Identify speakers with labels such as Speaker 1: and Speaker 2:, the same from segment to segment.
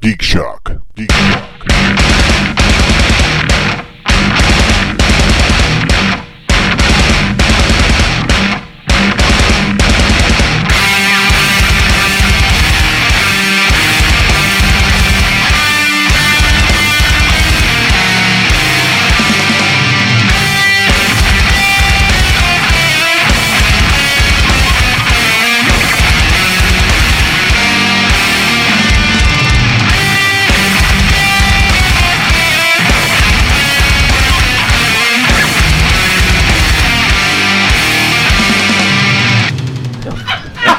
Speaker 1: Geek Shock. Geek Shock.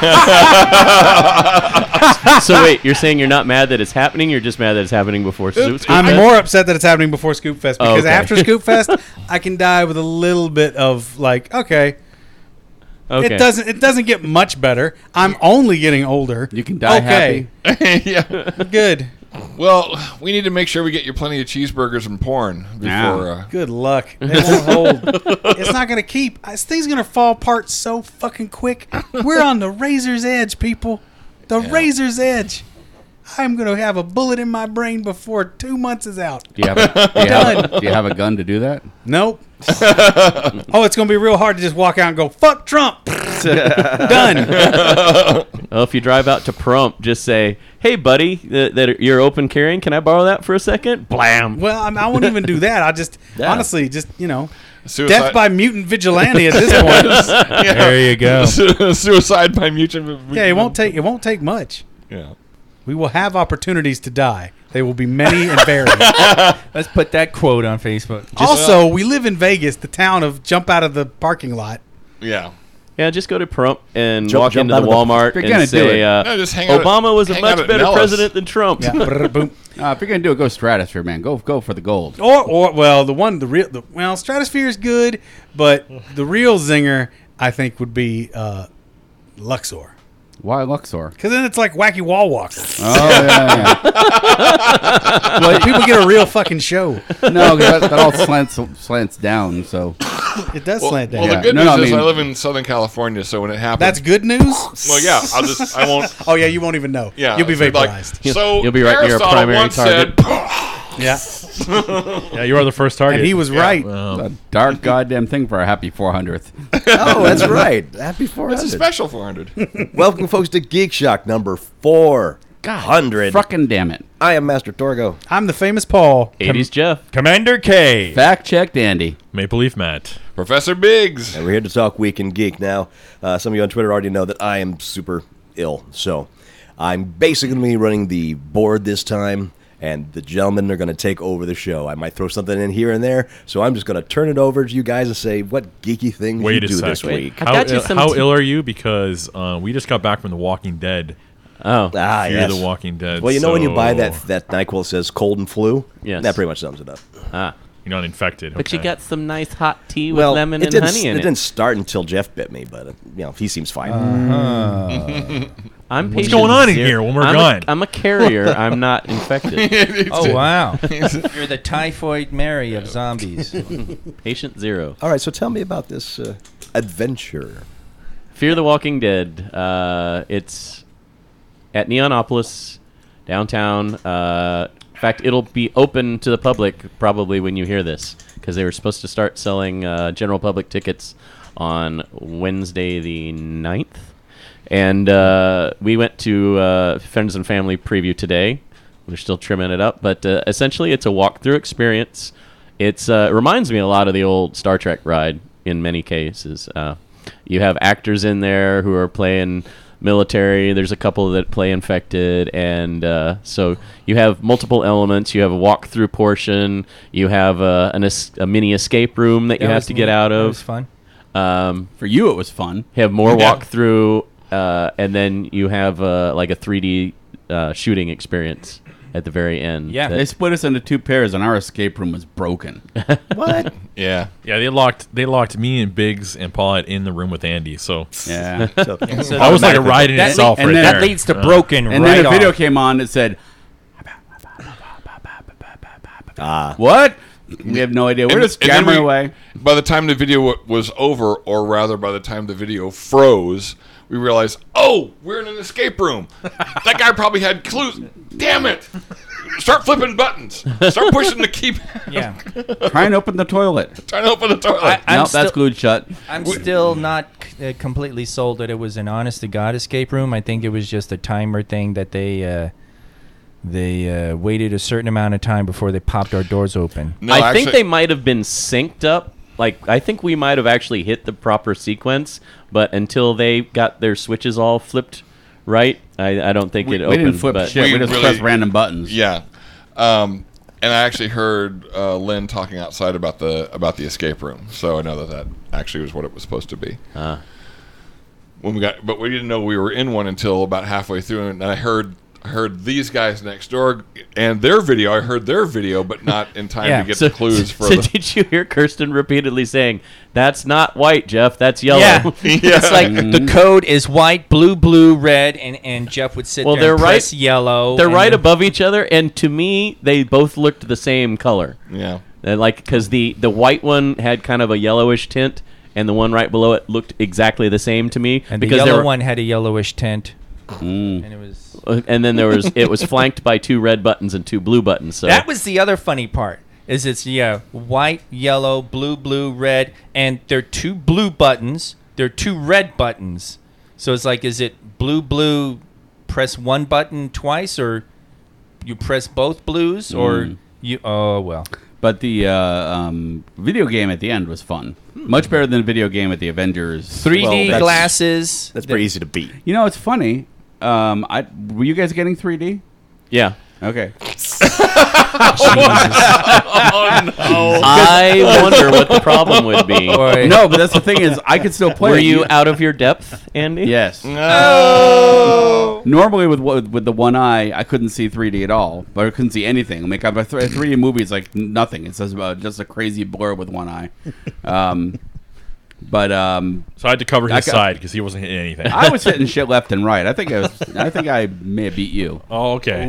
Speaker 2: so wait, you're saying you're not mad that it's happening? You're just mad that it's happening before Scoop Scoop
Speaker 3: I'm
Speaker 2: Fest?
Speaker 3: more upset that it's happening before Scoop Fest
Speaker 2: Oh,
Speaker 3: because
Speaker 2: okay.
Speaker 3: after Scoop Fest, I can die with a little bit of like, okay,
Speaker 2: Okay.
Speaker 3: it doesn't it doesn't get much better. I'm only getting older.
Speaker 4: You can die
Speaker 3: okay,
Speaker 5: yeah.
Speaker 3: good,
Speaker 5: Well, we need to make sure we get you plenty of cheeseburgers and porn before.
Speaker 4: Yeah.
Speaker 5: Uh,
Speaker 3: good luck. It won't hold. It's not gonna keep. This thing's gonna fall apart so fucking quick. We're on the razor's edge, people. The razor's edge. I'm gonna have a bullet in my brain before two months is out.
Speaker 4: Do you, have a, do, you have a, do you have a gun to do that?
Speaker 3: Nope. oh, it's gonna be real hard to just walk out and go fuck Trump. Done.
Speaker 2: Well, if you drive out to Prump, just say, "Hey, buddy, that, that you're open carrying. Can I borrow that for a second? Blam.
Speaker 3: Well, I, mean, I won't even do that. I just honestly just you know
Speaker 5: suicide-
Speaker 3: death by mutant vigilante at this point.
Speaker 5: yeah.
Speaker 3: you go.
Speaker 5: Su- suicide by mutual.
Speaker 3: Yeah, it won't take it won't take much.
Speaker 5: Yeah.
Speaker 3: We will have opportunities to die. They will be many and varied.
Speaker 6: Let's put that quote on Facebook.
Speaker 3: also, we live in Vegas, the town of jump out of the parking lot.
Speaker 5: Yeah.
Speaker 2: Yeah, just go to Prump and
Speaker 7: Jump-
Speaker 2: walk
Speaker 7: jump
Speaker 2: into
Speaker 7: out
Speaker 2: the
Speaker 7: of the-
Speaker 2: Walmart
Speaker 4: You're gonna
Speaker 2: and
Speaker 4: do
Speaker 2: say,
Speaker 4: it.
Speaker 2: uh,
Speaker 5: No, just hang out at-
Speaker 2: "Obama was a
Speaker 5: hang
Speaker 2: much
Speaker 5: out at
Speaker 2: better
Speaker 5: Nellis.
Speaker 2: president than Trump."
Speaker 3: Yeah. brr, boom.
Speaker 4: Uh, if you're gonna do it, go Stratosphere, man. Go go for the gold.
Speaker 3: Or, or well, the one, the real, the, well, Stratosphere is good, but the real zinger, I think, would be uh, Luxor,
Speaker 4: Why Luxor?
Speaker 3: because then it's like wacky wall walkers.
Speaker 4: Oh yeah, yeah.
Speaker 3: People get a real fucking show.
Speaker 4: no, 'cause that, that all slants slants down. So
Speaker 3: It does slant down.
Speaker 5: Well,
Speaker 4: Yeah.
Speaker 5: the good
Speaker 4: No,
Speaker 5: news
Speaker 4: no, I
Speaker 5: is I
Speaker 4: mean-
Speaker 5: live in Southern California, so when it happens,
Speaker 3: That's good news.
Speaker 5: well, yeah. I'll just I won't.
Speaker 3: Oh yeah, you won't even know.
Speaker 5: Yeah,
Speaker 3: you'll be
Speaker 5: so, like,
Speaker 3: vaporized.
Speaker 5: so
Speaker 2: you'll be right near a
Speaker 5: Aristotle
Speaker 2: primary
Speaker 5: once
Speaker 2: target.
Speaker 5: said,
Speaker 3: yeah,
Speaker 8: Yeah, you are the first target.
Speaker 3: and he was right.
Speaker 7: Oh,
Speaker 4: dark goddamn thing for our happy Oh, 400th.
Speaker 7: that's right. Happy 400.
Speaker 5: "It's a special 400."
Speaker 7: Welcome, folks, to Geek Shock number 400.
Speaker 4: Fucking damn it!
Speaker 7: I am Master Torgo.
Speaker 3: I'm the famous Paul.
Speaker 2: 80s Jeff.
Speaker 8: Commander K,
Speaker 4: Fact checked, Andy.
Speaker 8: Maple Leaf Matt.
Speaker 5: Professor Biggs.
Speaker 7: And we're here to talk Weekend Geek now. Uh, some of you on Twitter already know that I am super ill. So I'm basically running the board this time, and the gentlemen are going to take over the show. I might throw something in here and there, so I'm just going to turn it over to you guys and say, what geeky things
Speaker 8: Wait
Speaker 7: you
Speaker 8: a
Speaker 7: do
Speaker 8: sec.
Speaker 7: this week?
Speaker 2: I
Speaker 8: how
Speaker 2: got you
Speaker 8: Ill,
Speaker 2: some
Speaker 8: how
Speaker 2: tea.
Speaker 8: ill are you? Because uh, we just got back from The Walking Dead.
Speaker 2: Oh,
Speaker 7: Ah,
Speaker 8: Fear
Speaker 7: yes.
Speaker 8: the Walking Dead.
Speaker 7: Well, you know when you buy
Speaker 8: so
Speaker 7: that that NyQuil that says cold and flu?
Speaker 2: Yes. Ah.
Speaker 7: That pretty much sums it up.
Speaker 8: you're not infected.
Speaker 2: but you
Speaker 8: okay.
Speaker 2: got some nice hot tea with
Speaker 7: well,
Speaker 2: lemon
Speaker 7: it
Speaker 2: and
Speaker 7: didn't,
Speaker 2: honey in it.
Speaker 7: didn't start until Jeff bit me, but uh, you know he seems fine.
Speaker 2: I'm
Speaker 8: What's
Speaker 2: patient
Speaker 8: going on in
Speaker 2: zero.
Speaker 8: here when we're
Speaker 2: I'm
Speaker 8: gone?
Speaker 2: A, I'm a carrier. I'm not infected.
Speaker 6: Oh wow, you're the typhoid Mary of zombies.
Speaker 2: Patient zero.
Speaker 7: All right, so tell me about this uh, adventure.
Speaker 2: Fear the Walking Dead. Uh, it's at Neonopolis, downtown. Uh, in fact, it'll be open to the public probably when you hear this because they were supposed to start selling uh, general public tickets on Wednesday the 9th. And uh, we went to uh, Friends and Family preview today. We're still trimming it up, but uh, essentially it's a walkthrough experience. It's uh, it reminds me a lot of the old Star Trek ride in many cases. Uh, you have actors in there who are playing military. There's a couple that play infected, and uh, so you have multiple elements. You have a walkthrough portion. You have a, an es- a mini escape room that, you have to get out
Speaker 6: That was
Speaker 2: of.
Speaker 6: fun.
Speaker 2: Um,
Speaker 4: For you, it was fun.
Speaker 2: you have more walkthrough, uh, and then you have uh, like a 3D uh, shooting experience at the very end.
Speaker 6: Yeah,
Speaker 2: that-
Speaker 4: They split us into two pairs, and our escape room was broken.
Speaker 7: What?
Speaker 5: Yeah.
Speaker 8: yeah, they locked they locked me and Biggs and Paulette in the room with Andy. So Uh,
Speaker 4: Yeah.
Speaker 7: So-
Speaker 8: I was like a ride in
Speaker 6: That,
Speaker 8: itself
Speaker 6: and
Speaker 8: right
Speaker 6: then-
Speaker 8: there.
Speaker 6: that leads to broken
Speaker 4: And
Speaker 6: right
Speaker 4: then a video
Speaker 6: off.
Speaker 4: came on that said, "What? We have no idea. We're
Speaker 5: And-
Speaker 4: just
Speaker 5: and then
Speaker 4: jamming
Speaker 5: we-
Speaker 4: away."
Speaker 5: By the time the video wa- was over, or rather by the time the video froze, we realize, oh, we're in an escape room. that guy probably had clues. Damn it! Start flipping buttons. Start pushing the key.
Speaker 6: Yeah.
Speaker 4: Try and open the toilet.
Speaker 5: Trying to open the toilet.
Speaker 6: I'm
Speaker 4: nope, that's
Speaker 6: still-
Speaker 4: glued shut.
Speaker 6: I'm still not c- uh, completely sold that it was an honest to god escape room. I think it was just a timer thing that they uh, they uh, waited a certain amount of time before they popped our doors open.
Speaker 5: no,
Speaker 2: I
Speaker 5: actually,
Speaker 2: think they might have been synced up. Like I think we might have actually hit the proper sequence, but until they got their switches all flipped right, I, I don't think
Speaker 4: We,
Speaker 2: it
Speaker 4: we
Speaker 2: opened.
Speaker 4: didn't flip
Speaker 2: but
Speaker 4: shit.
Speaker 5: We
Speaker 4: We, just
Speaker 5: really-
Speaker 4: pressed random buttons.
Speaker 5: Yeah. Um, and I actually heard uh, Lynn talking outside about the about the escape room, so I know that that actually was what it was supposed to be. When we got, but we didn't know we were in one until about halfway through, and I heard heard these guys next door and their video. I heard their video, but not in time
Speaker 6: Yeah.
Speaker 5: to get
Speaker 2: So,
Speaker 5: the clues for
Speaker 2: so
Speaker 5: the.
Speaker 2: did you hear Kirsten repeatedly saying, "That's not white, Jeff. That's yellow."
Speaker 6: it's like the code is white, blue, blue, red, and, and Jeff would sit
Speaker 2: Well,
Speaker 6: there and
Speaker 2: they're right-
Speaker 6: press yellow.
Speaker 2: They're
Speaker 6: and
Speaker 2: right
Speaker 6: then-
Speaker 2: above each other, and to me, they both looked the same color.
Speaker 5: yeah.
Speaker 2: And, like because the the white one had kind of a yellowish tint, and the one right below it looked exactly the same to me.
Speaker 6: And the
Speaker 2: because they
Speaker 6: yellow
Speaker 2: were-
Speaker 6: one had a yellowish tint. And it was
Speaker 2: Uh, and then there was it was flanked by two red buttons and two blue buttons. So
Speaker 6: That was the other funny part. Is it's yeah, white, yellow, blue, blue, red, and there are two blue buttons. There are two red buttons. So it's like, is it blue, blue? Press one button twice, or you press both blues, or
Speaker 4: Mm.
Speaker 2: Mm.
Speaker 6: you? Oh well.
Speaker 4: But the uh, um, video game at the end was fun.
Speaker 6: Hmm.
Speaker 4: Much better than the video game at the Avengers.
Speaker 6: 3D
Speaker 7: Well, that's-
Speaker 6: glasses.
Speaker 7: That's pretty easy to beat.
Speaker 4: You know, it's funny. Um, I were you guys getting 3D?
Speaker 2: yeah. Oh,
Speaker 4: Okay.
Speaker 2: I wonder what the problem would be.
Speaker 6: Boy.
Speaker 4: No, but that's the thing is, I could still play.
Speaker 2: Were
Speaker 4: it.
Speaker 2: you out of your depth, Andy?
Speaker 4: Yes.
Speaker 5: Uh,
Speaker 4: Normally with wa- with the one eye, I couldn't see 3D at all, but I couldn't see anything. Like a 3D movie is like nothing. It's just, about, just a crazy blur with one eye. Um, but um,
Speaker 8: So I had to cover his
Speaker 4: I ca-
Speaker 8: side because he wasn't hitting anything.
Speaker 4: I was hitting shit left and right. I think I was. I think I may have beat you.
Speaker 8: oh, okay.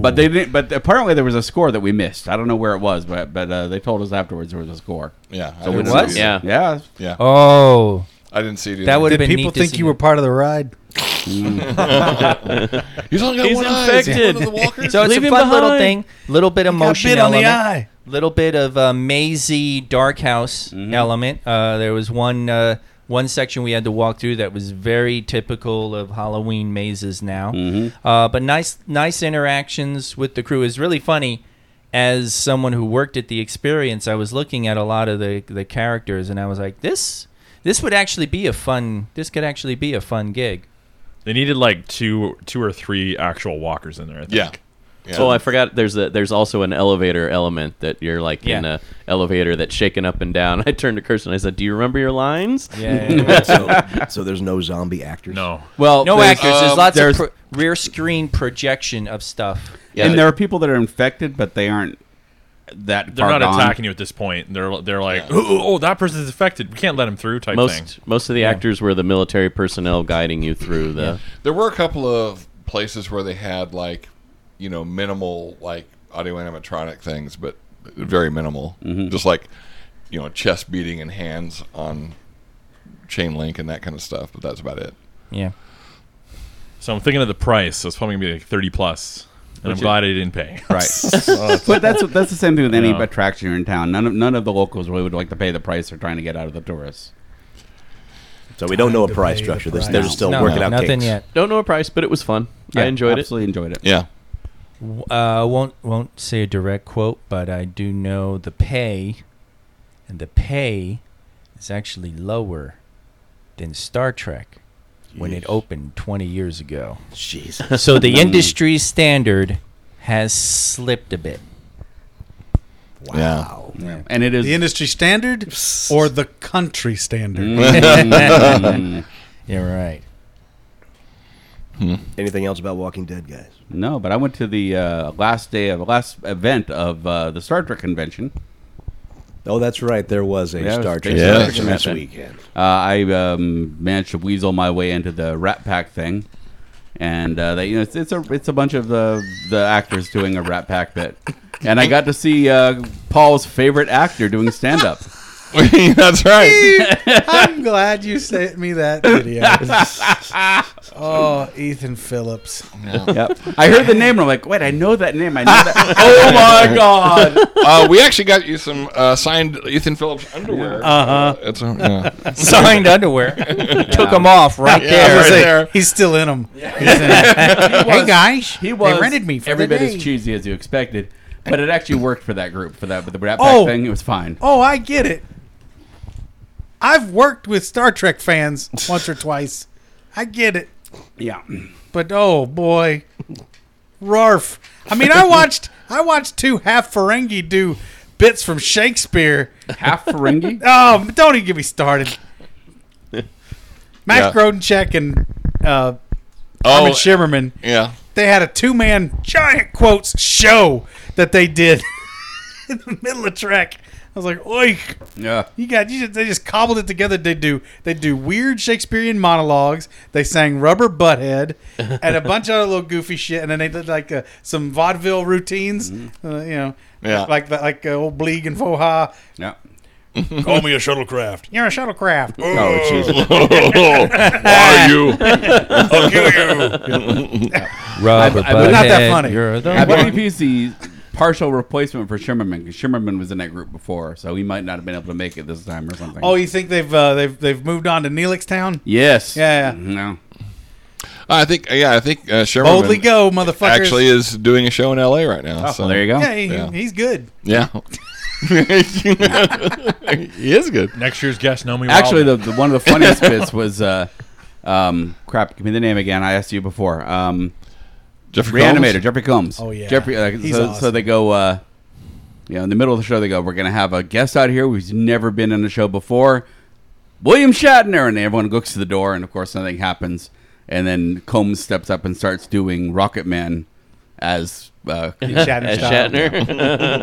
Speaker 4: But they didn't. But apparently there was a score that we missed. I don't know where it was, but but uh, they told us afterwards there was a score.
Speaker 5: Yeah. I
Speaker 4: So
Speaker 5: didn't
Speaker 4: it
Speaker 5: see
Speaker 6: was?
Speaker 5: it.
Speaker 2: Yeah.
Speaker 4: Yeah.
Speaker 5: Yeah.
Speaker 6: Oh,
Speaker 5: I didn't see it. Either.
Speaker 6: that would have
Speaker 3: Did
Speaker 6: been.
Speaker 3: people
Speaker 6: neat to
Speaker 3: think
Speaker 6: see.
Speaker 3: you were part of the ride?
Speaker 4: Mm.
Speaker 5: He's only got
Speaker 2: He's
Speaker 5: one eye. Is he
Speaker 2: infected.
Speaker 5: One of the walkers.
Speaker 6: So it's
Speaker 2: Leave
Speaker 6: a
Speaker 2: him
Speaker 6: fun little
Speaker 2: behind.
Speaker 6: thing. Little bit of motion
Speaker 3: bit on the
Speaker 6: element.
Speaker 3: eye.
Speaker 6: Little bit of uh, mazy dark house
Speaker 8: Mm-hmm.
Speaker 6: element. Uh, there was one uh, one section we had to walk through that was very typical of Halloween mazes now.
Speaker 8: Mm-hmm.
Speaker 6: Uh, but nice nice interactions with the crew is really funny. As someone who worked at the experience, I was looking at a lot of the the characters, and I was like, this this would actually be a fun. This could actually be a fun gig.
Speaker 8: They needed like two, two or three actual walkers in there. I think.
Speaker 5: yeah. Yeah.
Speaker 2: Oh, I forgot. There's a there's also an elevator element that you're like in
Speaker 6: Yeah.
Speaker 2: a elevator that's shaken up and down. I turned to Kirsten. I said, "Do you remember your lines?"
Speaker 6: Yeah.
Speaker 7: so, so there's no zombie actors.
Speaker 8: No.
Speaker 4: Well,
Speaker 6: No
Speaker 4: there's-
Speaker 6: actors. There's
Speaker 4: um,
Speaker 6: lots
Speaker 4: there's-
Speaker 6: of pro- rear screen projection of stuff.
Speaker 4: and there are people that are infected, but they aren't that.
Speaker 8: They're
Speaker 4: far
Speaker 8: not
Speaker 4: gone.
Speaker 8: attacking you at this point. They're they're like, oh, oh, oh, that person's affected. We can't let him through. Type
Speaker 2: Most
Speaker 8: thing.
Speaker 2: most of the actors were the military personnel guiding you through the.
Speaker 5: There were a couple of places where they had like, you know, minimal like audio animatronic things, but very minimal. Just like, you know, chest beating and hands on chain link and that kind of stuff. But that's about it.
Speaker 6: Yeah.
Speaker 8: So I'm thinking of the price. So it's probably gonna be like thirty plus, and I'm glad I didn't pay.
Speaker 4: Right. but that's that's the same thing with any
Speaker 8: Yeah.
Speaker 4: attraction you're in town. None of none of the locals really would like to pay the price they're trying to get out of the tourists.
Speaker 7: So we don't know a
Speaker 3: to
Speaker 7: price
Speaker 3: pay the
Speaker 7: structure. This
Speaker 3: price.
Speaker 7: They're
Speaker 4: No.
Speaker 7: still
Speaker 6: no,
Speaker 7: working
Speaker 6: no,
Speaker 7: out
Speaker 6: nothing
Speaker 7: kinks.
Speaker 6: yet.
Speaker 2: Don't know a price, but it was fun. I enjoyed it.
Speaker 4: absolutely enjoyed it.
Speaker 5: Yeah.
Speaker 6: W- Uh, won't won't say a direct quote, but I do know the pay, and the pay is actually lower than Star Trek when it opened 20 years ago.
Speaker 7: Jesus.
Speaker 6: So
Speaker 4: Mm.
Speaker 6: the
Speaker 2: Mm.
Speaker 6: industry standard has slipped a bit.
Speaker 7: Wow.
Speaker 4: Yeah. And it is
Speaker 3: The industry standard or the country standard? Mm.
Speaker 6: You're right.
Speaker 7: Hmm? Anything else about Walking Dead, guys?
Speaker 4: no, but I went to the uh, last day of last event of uh, the Star Trek convention.
Speaker 7: Oh, that's right. There was a
Speaker 4: Yeah, it was
Speaker 7: Star Trek
Speaker 4: basically
Speaker 5: Yeah.
Speaker 7: convention this
Speaker 4: happened.
Speaker 7: weekend.
Speaker 4: Uh, I um, managed to weasel my way into the Rat Pack thing, and uh, they, you know it's, it's a it's a bunch of the the actors doing a Rat Pack bit, and I got to see uh, Paul's favorite actor doing stand up.
Speaker 5: That's right.
Speaker 3: I'm glad you sent me that video. oh, Ethan Phillips.
Speaker 4: Yep. I heard the name and I'm like, wait, I know that name. I know that.
Speaker 5: oh my god! Uh, we actually got you some uh, signed Ethan Phillips underwear. Uh-huh. it's um, yeah.
Speaker 6: Signed underwear. Took them off right
Speaker 5: Yeah,
Speaker 6: there.
Speaker 5: right there.
Speaker 3: He's still in them. hey guys,
Speaker 4: He was
Speaker 3: they rented me for
Speaker 4: every bit
Speaker 3: the day.
Speaker 4: as cheesy as you expected, but it actually worked for that group for that. But the Rat Pack
Speaker 3: Oh.
Speaker 4: thing, it was fine.
Speaker 3: Oh, I get it. I've worked with Star Trek fans once or twice. I get it.
Speaker 4: Yeah.
Speaker 3: But oh boy, Rarf. I mean, I watched I watched two half Ferengi do bits from Shakespeare.
Speaker 4: Half Ferengi.
Speaker 3: Oh, don't even get me started. Max
Speaker 5: Yeah.
Speaker 3: Grodencheck and uh,
Speaker 5: Oh,
Speaker 3: Armin Shimmerman.
Speaker 5: yeah.
Speaker 3: They had a two man giant quotes show that they did in the middle of track. I was like, oi,
Speaker 4: Yeah.
Speaker 3: you got you just, they just cobbled it together. They do they do weird Shakespearean monologues. They sang Rubber Butthead and a bunch of other little goofy shit, and then they did like uh, some vaudeville routines.
Speaker 4: Mm-hmm.
Speaker 3: Uh, you know,
Speaker 5: Yeah.
Speaker 3: like the, like uh, old Bleeg and Foha.
Speaker 4: Yeah.
Speaker 9: Call me a shuttlecraft.
Speaker 3: You're a shuttlecraft.
Speaker 4: Oh, Jesus.
Speaker 5: Why are you?
Speaker 9: I'll kill you.
Speaker 6: Rub
Speaker 4: I- but
Speaker 3: not that funny.
Speaker 6: You're the
Speaker 4: I
Speaker 6: one.
Speaker 4: believe he's the partial replacement for Shimmerman because Shimmerman was in that group before, so he might not have been able to make it this time or something.
Speaker 3: Oh, you think they've uh, they've they've moved on to Neelixtown?
Speaker 4: yes.
Speaker 3: Yeah, yeah.
Speaker 4: Mm-hmm. No.
Speaker 5: I think yeah. I think uh, Sherman
Speaker 3: Boldly go, motherfuckers!
Speaker 5: actually is doing a show in L.A. right now.
Speaker 4: Oh,
Speaker 5: so
Speaker 4: there you go.
Speaker 3: yeah, he,
Speaker 5: Yeah.
Speaker 3: he's good.
Speaker 5: Yeah. he is good.
Speaker 8: Next year's guest, Nomi.
Speaker 4: Actually,
Speaker 8: Wilder.
Speaker 4: the, the one of the funniest bits was uh, um, crap. Give me the name again. I asked you before. Um,
Speaker 5: Jeffrey
Speaker 4: Reanimator,
Speaker 5: Combs?
Speaker 4: Jeffrey Combs.
Speaker 3: Oh, yeah.
Speaker 4: Jeffrey. Uh,
Speaker 3: He's
Speaker 4: so, so
Speaker 3: awesome.
Speaker 4: they go. Uh, you know, in the middle of the show, they go, "We're gonna have a guest out here who's never been in a show before, William Shatner," and everyone looks to the door, and of course, nothing happens. And then Combs steps up and starts doing Rocket Man as uh,
Speaker 3: Shatner
Speaker 2: As
Speaker 3: style.
Speaker 2: Shatner.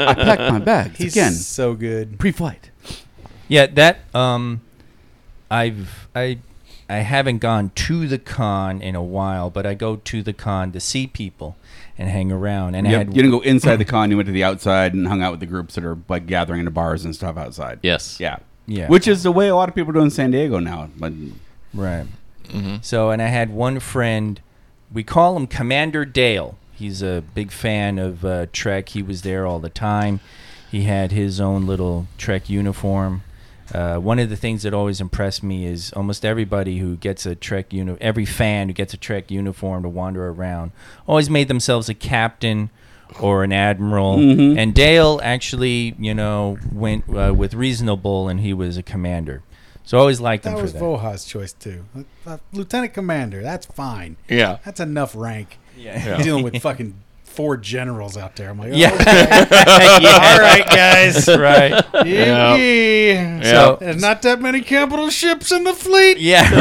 Speaker 4: I pack my bags
Speaker 3: He's
Speaker 4: again
Speaker 3: so good.
Speaker 4: pre-flight.
Speaker 6: Yeah, that um, I've I I haven't gone to the con in a while, but I go to the con to see people and hang around. And I
Speaker 4: Yep.
Speaker 6: had
Speaker 4: You didn't go inside the con. You went to the outside and hung out with the groups that are like gathering in the bars and stuff outside.
Speaker 2: yes.
Speaker 4: Yeah.
Speaker 6: Yeah.
Speaker 4: Which is the way a lot of people do in San Diego now. But
Speaker 6: Right. So, and I had one friend. We call him Commander Dale. He's a big fan of uh, Trek. He was there all the time. He had his own little Trek uniform. Uh, one of the things that always impressed me is almost everybody who gets a Trek uniform, every fan who gets a Trek uniform to wander around, always made themselves a captain or an admiral.
Speaker 4: Mm-hmm.
Speaker 6: And Dale actually, you know, went uh, with reasonable, and he was a commander. So I always liked him
Speaker 3: That
Speaker 6: for
Speaker 3: was
Speaker 6: that.
Speaker 3: Voha's choice too. Uh, Lieutenant Commander, that's fine.
Speaker 5: Yeah.
Speaker 3: That's enough rank.
Speaker 5: Yeah.
Speaker 3: Dealing with fucking four generals out there. I'm like,
Speaker 6: Yeah.
Speaker 3: yeah. all right, guys.
Speaker 6: right.
Speaker 3: Yeah.
Speaker 6: So-
Speaker 3: There's not that many capital ships in the fleet.
Speaker 6: Yeah.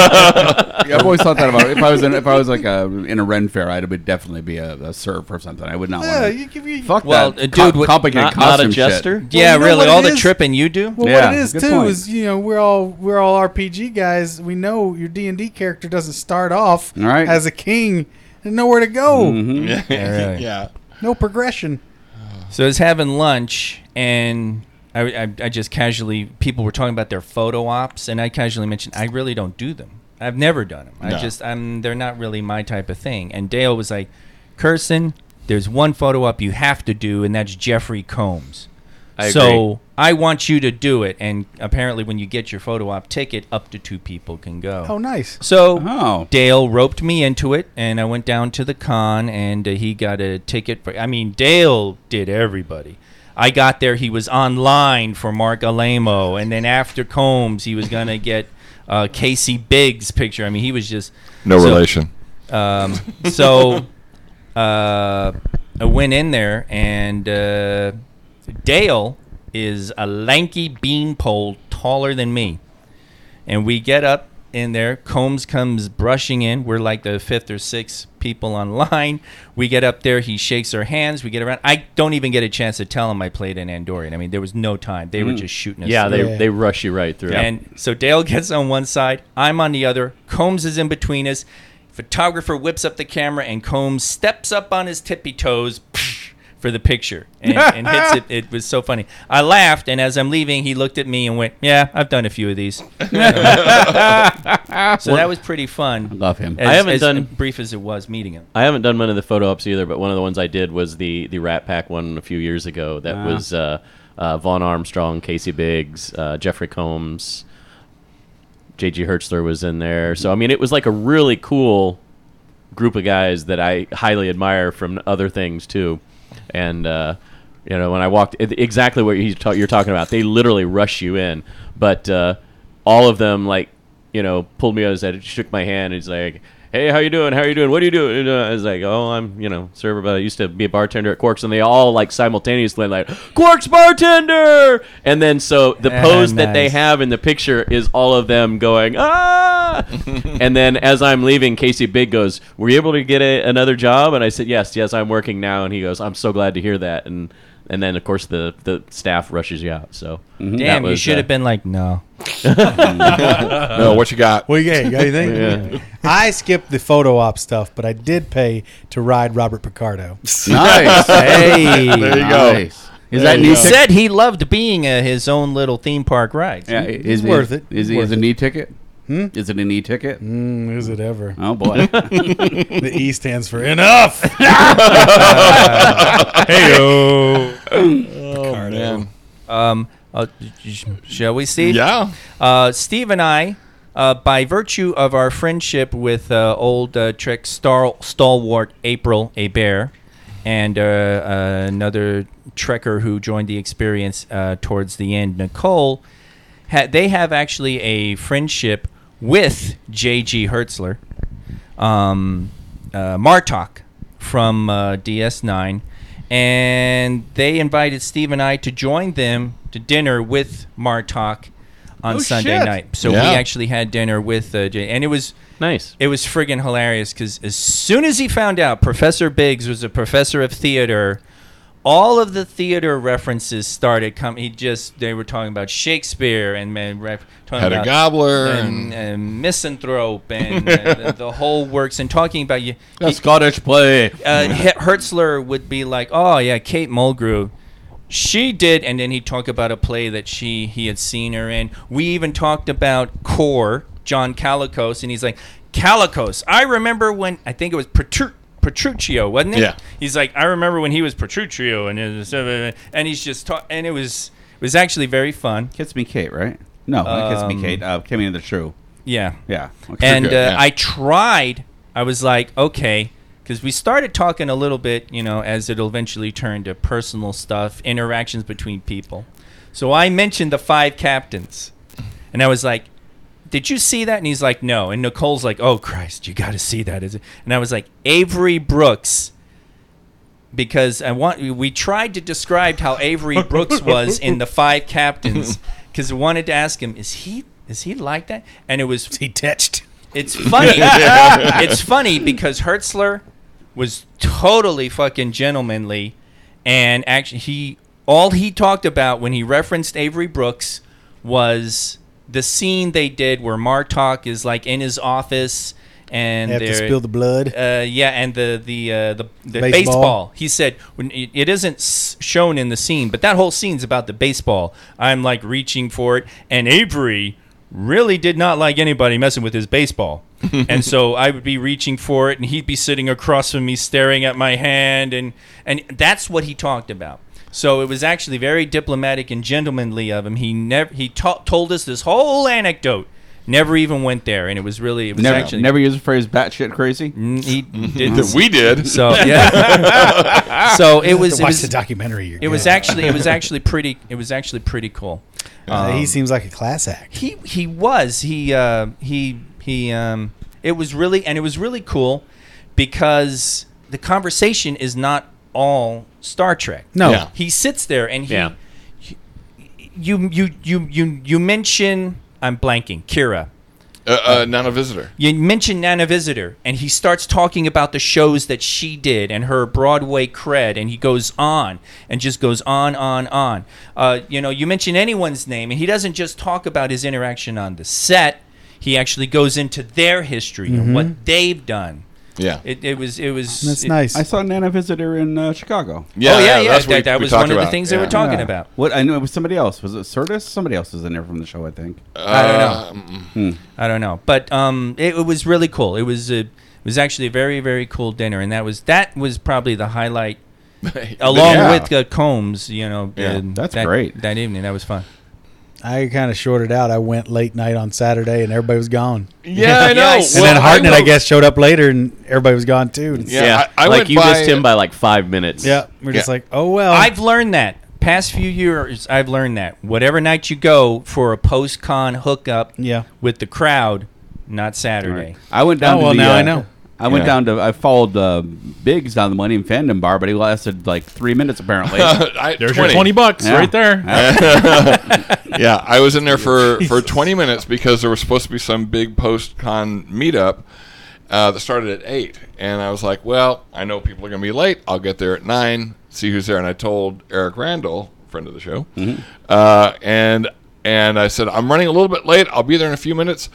Speaker 4: I've always thought that about it. if I was in, if I was like a, in a Ren fair, I would definitely be a, a serf or something. I would not
Speaker 3: Yeah,
Speaker 4: want to
Speaker 3: you give you.
Speaker 4: fuck
Speaker 6: Well,
Speaker 4: that.
Speaker 6: a
Speaker 4: co-
Speaker 6: dude with-
Speaker 4: complicated
Speaker 2: Not, not
Speaker 4: costume
Speaker 2: a jester.
Speaker 3: Well,
Speaker 6: yeah,
Speaker 3: you know
Speaker 6: really.
Speaker 3: what
Speaker 6: All
Speaker 3: it
Speaker 6: the
Speaker 3: is?
Speaker 6: tripping you do?
Speaker 3: Well,
Speaker 4: Yeah,
Speaker 3: what it is
Speaker 4: good
Speaker 3: too
Speaker 4: point.
Speaker 3: is you know we're all we're all RPG guys. We know your D and D character doesn't start off
Speaker 4: All right.
Speaker 3: as a king. There's nowhere to go.
Speaker 5: Yeah.
Speaker 6: really.
Speaker 5: yeah.
Speaker 3: No progression.
Speaker 6: So I was having lunch, and I, I, I just casually, people were talking about their photo ops, and I casually mentioned, I really don't do them. I've never done them. I
Speaker 5: No.
Speaker 6: just, I'm, they're not really my type of thing. And Dale was like, Kirsten, there's one photo op you have to do, and that's Jeffrey Combs.
Speaker 2: I
Speaker 6: so I want you to do it. And apparently, when you get your photo op ticket, up to two people can go.
Speaker 3: Oh, nice.
Speaker 6: So
Speaker 4: Oh.
Speaker 6: Dale roped me into it, and I went down to the con, and uh, he got a ticket. For, I mean, Dale did everybody. I got there; he was online for Mark Alamo, and then after Combs, he was gonna get uh, Casey Biggs' picture. I mean, he was just
Speaker 5: No
Speaker 6: so-
Speaker 5: relation.
Speaker 6: Um, so uh, I went in there, and uh, Dale is a lanky beanpole taller than me. And we get up in there. Combs comes brushing in. We're like the fifth or sixth people online. We get up there. He shakes our hands. We get around. I don't even get a chance to tell him I played an Andorian. I mean, there was no time. They were just shooting us.
Speaker 2: Mm. Yeah,
Speaker 6: through.
Speaker 2: they, they rush you right through.
Speaker 6: And so Dale gets on one side, I'm on the other. Combs is in between us. Photographer whips up the camera, and Combs steps up on his tippy toes, for the picture and, and hits it. It was so funny. I laughed, and as I'm leaving, he looked at me and went, "Yeah, I've done a few of these." so that was pretty fun.
Speaker 4: Love him.
Speaker 6: As,
Speaker 2: I haven't
Speaker 6: as
Speaker 2: done-
Speaker 6: brief as it was meeting him.
Speaker 2: I haven't done one of the photo ops either, but one of the ones I did was the the Rat Pack one a few years ago. That was uh, uh, Vaughn Armstrong, Casey Biggs, uh, Jeffrey Combs, J.G. Hertzler was in there. So I mean, it was like a really cool group of guys that I highly admire from other things too. And uh, you know, when I walked, it- exactly what you ta- you're talking about. They literally rush you in, but uh, all of them like you know pulled me out and shook my hand. And he's like, "Hey, how you doing? How you doing? What are you doing?" And I was like, "Oh, I'm you know server, but I used to be a bartender at Quarks." And they all like simultaneously like Quarks bartender, and then so the
Speaker 6: Ah,
Speaker 2: pose that they
Speaker 6: nice.
Speaker 2: have have in the picture is all of them going ah, and then as I'm leaving, Casey Big goes, "Were you able to get a, another job?" And I said, "Yes, yes, I'm working now." And he goes, "I'm so glad to hear that." And and then of course the the staff rushes you out. So uh,
Speaker 6: Damn, you should have been like, "No."
Speaker 5: No, what you got?
Speaker 3: Well, yeah, you got anything? I skipped the photo op stuff, but I did pay to ride Robert Picardo.
Speaker 4: Nice. hey, there you
Speaker 5: go.
Speaker 4: Is that
Speaker 6: He
Speaker 4: new ticket?
Speaker 6: said he loved being uh, his own little theme park ride.
Speaker 4: Yeah, is
Speaker 3: worth it.
Speaker 4: Is,
Speaker 3: Worth
Speaker 4: is it an e-ticket? Hmm? Is it an e-ticket?
Speaker 3: Mm, is it ever?
Speaker 4: Oh boy.
Speaker 3: The E stands for enough.
Speaker 8: Hey,
Speaker 5: Oh, man.
Speaker 6: Um, uh, sh- shall we, Steve?
Speaker 5: Yeah.
Speaker 6: Uh, Steve and I, uh, by virtue of our friendship with uh, old uh, Trek star- stalwart April Abair and uh, uh, another Trekker who joined the experience uh, towards the end, Nicole, ha- they have actually a friendship with J.G. Hertzler, um, uh, Martok from uh, DS9. And they invited Steve and I to join them to dinner with Martok on Sunday night. So
Speaker 5: Yeah.
Speaker 6: we actually had dinner with uh, Jay, and it was
Speaker 2: nice.
Speaker 6: it was friggin' hilarious because as soon as he found out Professor Biggs was a professor of theater, all of the theater references started coming. He just they were talking about Shakespeare and man, ref- talking
Speaker 5: Had a
Speaker 6: about
Speaker 5: gobbler
Speaker 6: and,
Speaker 5: and,
Speaker 6: and misanthrope and uh, the, the whole works and talking about you.
Speaker 4: a Scottish play.
Speaker 6: Uh, He- Hertzler would be like, "Oh yeah, Kate Mulgrew." She did, and then he'd talk about a play that she he had seen her in. We even talked about Core, John Calicos, and he's like, Calicos. I remember when I think it was Petru- Petruchio, wasn't it?
Speaker 5: Yeah.
Speaker 6: He's like, I remember when he was Petruchio, and it was- and he's just talk, and it was it was actually very fun.
Speaker 4: Kiss me, Kate. Right? No, not kiss
Speaker 6: Um,
Speaker 4: me, Kate. Uh, Kimmy and the Shrew.
Speaker 6: Yeah.
Speaker 4: Yeah. Okay.
Speaker 6: and uh,
Speaker 5: good, yeah.
Speaker 6: I tried. I was like, okay, because we started talking a little bit, you know, as it'll eventually turn to personal stuff, interactions between people. So I mentioned the five captains, and I was like, did you see that? And he's like, no. And Nicole's like, oh Christ, you got to see that, is it? And I was like, Avery Brooks. Because I want we tried to describe how Avery Brooks was in the Five Captains, because I wanted to ask him, is he is he like that? And it was
Speaker 3: he touched.
Speaker 6: it's funny. it's funny because Hertzler was totally fucking gentlemanly, and actually, he all he talked about when he referenced Avery Brooks was the scene they did where Martok is like in his office and
Speaker 3: Have to
Speaker 6: they're-
Speaker 3: spill the blood.
Speaker 6: uh, yeah, and the the uh, the, the baseball.
Speaker 3: Baseball.
Speaker 6: He said when it, it isn't s- shown in the scene, but that whole scene's about the baseball. I'm like reaching for it, and Avery really did not like anybody messing with his baseball, and so I would be reaching for it, and he'd be sitting across from me, staring at my hand, and and that's what he talked about. So it was actually very diplomatic and gentlemanly of him. He never he ta- told us this whole anecdote. Never even went there, and it was really it was
Speaker 4: never,
Speaker 6: actually
Speaker 4: never use the phrase batshit crazy.
Speaker 6: Mm, he did
Speaker 5: that we did.
Speaker 6: so yeah. so it was it
Speaker 3: Watch
Speaker 6: was,
Speaker 3: the documentary. you're
Speaker 6: it was
Speaker 3: good.
Speaker 6: actually it was actually pretty it was actually pretty cool. Um,
Speaker 3: Uh, he seems like a class act.
Speaker 6: He he was he uh, he he um it was really and it was really cool because the conversation is not all Star Trek.
Speaker 3: No.
Speaker 5: Yeah.
Speaker 6: He sits there and he,
Speaker 2: Yeah.
Speaker 6: you you you you you mention I'm blanking Kira.
Speaker 5: Uh, uh, not a visitor.
Speaker 6: you mentioned Nana Visitor, and he starts talking about the shows that she did and her Broadway cred, and he goes on and just goes on, on, on. Uh, you know, you mention anyone's name, and he doesn't just talk about his interaction on the set. He actually goes into their history and what they've done.
Speaker 5: Yeah.
Speaker 6: It, it was it was
Speaker 3: Mm-hmm. That's
Speaker 6: it-
Speaker 3: nice.
Speaker 4: I saw Nana Visitor in uh, Chicago.
Speaker 5: Yeah,
Speaker 6: oh yeah, yeah.
Speaker 5: that's
Speaker 6: that,
Speaker 5: what we-
Speaker 6: that
Speaker 5: we
Speaker 6: was
Speaker 5: talked
Speaker 6: one of the
Speaker 5: about,
Speaker 6: things
Speaker 5: yeah.
Speaker 6: they were talking
Speaker 4: Yeah.
Speaker 6: about.
Speaker 4: What I know it was somebody else. Was it Surdis? Somebody else was in there from the show, I think.
Speaker 5: Uh,
Speaker 4: Hmm.
Speaker 6: I don't know. Um,
Speaker 3: Hmm.
Speaker 6: I don't know. But um, it, it was really cool. It was a, it was actually a very very cool dinner, and that was that was probably the highlight, along
Speaker 5: Yeah.
Speaker 6: with uh, Combs. You know,
Speaker 5: Yeah,
Speaker 6: and
Speaker 4: that's
Speaker 6: that,
Speaker 4: great.
Speaker 6: That evening, that was fun.
Speaker 3: I kind of shorted out. I went late night on Saturday, and everybody was gone.
Speaker 5: Yeah, I
Speaker 6: Yeah,
Speaker 5: know.
Speaker 6: I
Speaker 5: Well,
Speaker 6: see.
Speaker 3: And then Hartnett, I
Speaker 5: went-
Speaker 3: guess, showed up later, and everybody was gone too. And
Speaker 5: Yeah, I, I
Speaker 2: like
Speaker 5: went
Speaker 2: you
Speaker 5: by,
Speaker 2: missed him by like five minutes.
Speaker 3: yeah, we're just
Speaker 5: Yeah.
Speaker 3: like, oh well.
Speaker 6: I've learned that past few years. I've learned that whatever night you go for a post con hookup,
Speaker 3: Yeah.
Speaker 6: with the crowd, not Saturday.
Speaker 4: I went down.
Speaker 3: Oh,
Speaker 4: to
Speaker 3: well,
Speaker 4: the,
Speaker 3: now
Speaker 4: uh,
Speaker 3: I know.
Speaker 4: I went
Speaker 5: Yeah.
Speaker 4: down to. I followed uh, Biggs down the Money and Fandom bar, but he lasted like three minutes apparently.
Speaker 5: I,
Speaker 8: There's your 20 bucks
Speaker 4: Yeah.
Speaker 8: right there.
Speaker 5: yeah, I was in there for, for 20 minutes because there was supposed to be some big post con meetup uh, that started at 8. And I was like, well, I know people are going to be late. I'll get there at 9, see who's there. And I told Eric Randall, friend of the show,
Speaker 4: Mm-hmm.
Speaker 5: uh, and, and I said, I'm running a little bit late. I'll be there in a few minutes.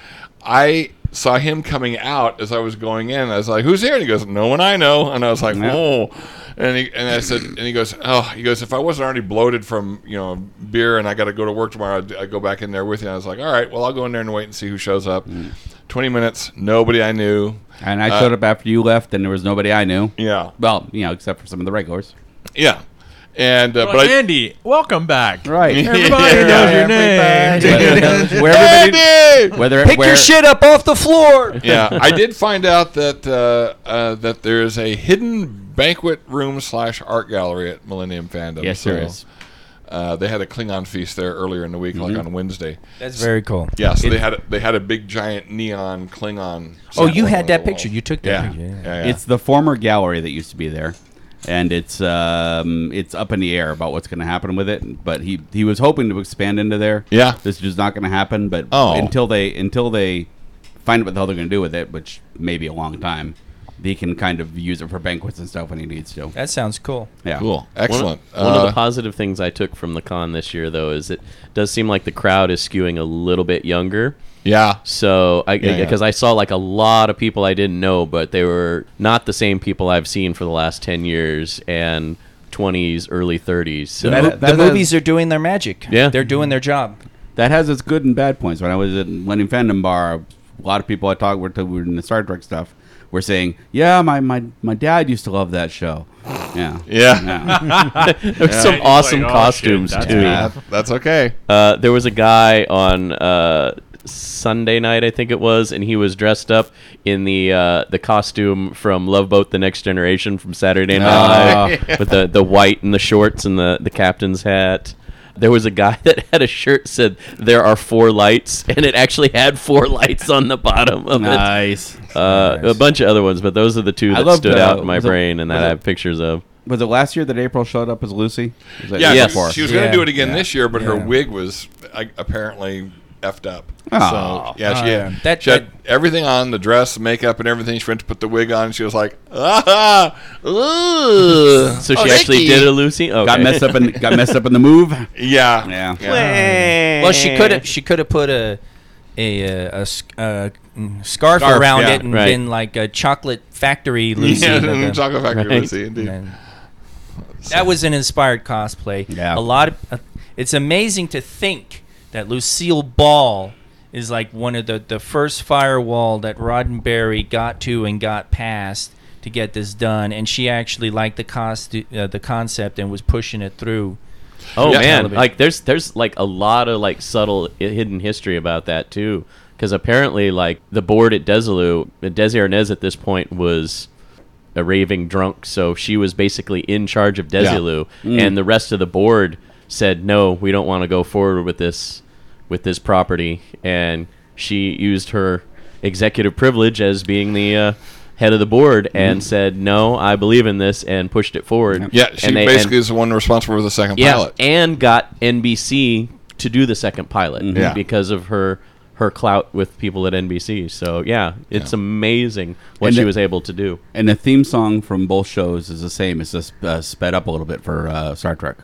Speaker 5: I saw him coming out as I was going in. I was like, who's here? And he goes, no one I know. And I was like, oh. And he and I said, and he goes, oh, he goes, if I wasn't already bloated from you know beer and I got to go to work tomorrow, I'd, I'd go back in there with you. And I was like, all right, well, I'll go in there and wait and see who shows up.
Speaker 4: Mm.
Speaker 5: Twenty minutes, nobody I knew. Uh,
Speaker 4: and I showed up after you left, and there was nobody I knew.
Speaker 5: Yeah,
Speaker 4: Well, you know, except for some of the regulars.
Speaker 5: yeah, and uh,
Speaker 8: Well,
Speaker 5: but I,
Speaker 8: Andy, welcome back.
Speaker 4: Right.
Speaker 8: Everybody
Speaker 5: Yeah.
Speaker 8: knows your name.
Speaker 4: where everybody,
Speaker 5: Andy!
Speaker 4: whether
Speaker 6: Pick
Speaker 4: where,
Speaker 6: your shit up off the floor.
Speaker 5: yeah, I did find out that uh, uh, that there is a hidden banquet room slash art gallery at Millennium Fandom.
Speaker 2: Yes, there is.
Speaker 5: Uh, they had a Klingon feast there earlier in the week,
Speaker 2: Mm-hmm.
Speaker 5: like on Wednesday.
Speaker 6: That's very cool.
Speaker 5: Yeah, so they had a, they had a big giant neon Klingon.
Speaker 6: Oh,
Speaker 5: symbol
Speaker 6: you
Speaker 5: on the
Speaker 6: had that
Speaker 5: wall.
Speaker 6: picture. You took that
Speaker 5: yeah.
Speaker 6: picture.
Speaker 5: Yeah,
Speaker 6: Yeah.
Speaker 5: yeah.
Speaker 4: It's the former gallery that used to be there, and it's um, it's up in the air about what's going to happen with it. But he he was hoping to expand into there.
Speaker 5: Yeah.
Speaker 4: this is just not going to happen. But
Speaker 5: Oh.
Speaker 4: until they until they find out what the hell they're going to do with it, which may be a long time, they can kind of use it for banquets and stuff when he needs to.
Speaker 6: That sounds cool.
Speaker 4: Yeah,
Speaker 5: cool, excellent.
Speaker 2: One, of the
Speaker 5: Uh,
Speaker 2: positive things I took from the con this year, though, is it does seem like the crowd is skewing a little bit younger.
Speaker 5: yeah,
Speaker 2: So, I
Speaker 5: Yeah, yeah.
Speaker 2: because I saw like a lot of people I didn't know, but they were not the same people I've seen for the last ten years and twenties, early thirties. So
Speaker 4: That-
Speaker 6: Mo-
Speaker 4: that
Speaker 6: the movies
Speaker 4: is-
Speaker 6: are doing their magic.
Speaker 2: Yeah.
Speaker 6: they're doing their job.
Speaker 4: that has its good and bad points. When I was at Lenny Fandom Bar, a lot of people I talked with who were in the Star Trek stuff were saying, "Yeah, my my, my dad used to love that show." Yeah,
Speaker 5: yeah.
Speaker 4: yeah.
Speaker 2: there was some
Speaker 8: It's like,
Speaker 2: awesome
Speaker 8: oh, shit,
Speaker 2: costumes
Speaker 8: that's
Speaker 2: too.
Speaker 5: That- that's okay.
Speaker 2: Uh, there was a guy on uh, Sunday night, I think it was, and he was dressed up in the uh, the costume from Love Boat: The Next Generation from Saturday
Speaker 4: Oh.
Speaker 2: Night Live, with the, the white and the shorts and the, the captain's hat. There was a guy that had a shirt that said "There are four lights," and it actually had four lights on the bottom of it.
Speaker 4: nice.
Speaker 2: Uh, A bunch of other ones, but those are the two
Speaker 4: I
Speaker 2: that
Speaker 4: loved,
Speaker 2: stood
Speaker 4: uh,
Speaker 2: out in my
Speaker 4: was it-
Speaker 2: brain and that
Speaker 4: was
Speaker 2: I
Speaker 4: it-
Speaker 2: have pictures of.
Speaker 4: Was it last year that April showed up as Lucy? Was that
Speaker 5: Yeah,
Speaker 4: year
Speaker 2: Yes.
Speaker 5: she, was-
Speaker 4: before?
Speaker 5: she was going to
Speaker 6: Yeah.
Speaker 5: do it again this year, but her
Speaker 6: Yeah.
Speaker 5: wig was uh, apparently effed up.
Speaker 4: Oh.
Speaker 5: so yeah, she had,
Speaker 6: That-
Speaker 5: she had everything on the dress, makeup, and everything. She went to put the wig on, and she was like, ah, ooh.
Speaker 2: So she actually did a Lucy. Okay.
Speaker 4: Got messed up in got messed up in the move.
Speaker 5: Yeah,
Speaker 4: Yeah.
Speaker 6: Well, she could have. She could have put a a, uh, a sc- uh, mm, scarf,
Speaker 5: Scarf,
Speaker 6: around
Speaker 5: yeah,
Speaker 6: it and
Speaker 2: right.
Speaker 6: been like a chocolate factory Lucy.
Speaker 5: Yeah,
Speaker 6: but the-
Speaker 5: Chocolate Factory
Speaker 2: Right.
Speaker 5: Lucy, indeed.
Speaker 6: and that was an inspired cosplay.
Speaker 4: Yeah.
Speaker 6: A lot of. Uh, it's amazing to think that Lucille Ball is like one of the the first firewall that Roddenberry got to and got past to get this done, and she actually liked the cost uh, the concept and was pushing it through.
Speaker 2: Oh
Speaker 5: Yeah.
Speaker 2: man,
Speaker 6: Television.
Speaker 2: like there's there's like a lot of like subtle i- hidden history about that too, because apparently like the board at Desilu, Desi Arnaz at this point was a raving drunk, so she was basically in charge of Desilu,
Speaker 5: Mm.
Speaker 2: and the rest of the board said no, we don't want to go forward with this with this property, and she used her executive privilege as being the. Uh, head of the board and said no i believe in this and pushed it forward
Speaker 5: Mm-hmm. Yeah, she
Speaker 2: And they- and-
Speaker 5: basically is the one responsible for the second
Speaker 2: yeah,
Speaker 5: pilot.
Speaker 2: and got NBC to do the second pilot
Speaker 5: Mm-hmm. Yeah.
Speaker 2: because of her her clout with people at NBC. So yeah, it's amazing what
Speaker 4: And
Speaker 2: she
Speaker 4: the-
Speaker 2: was able to do.
Speaker 4: And the theme song from both shows is the same. It's just uh, sped up a little bit for uh, Star Trek.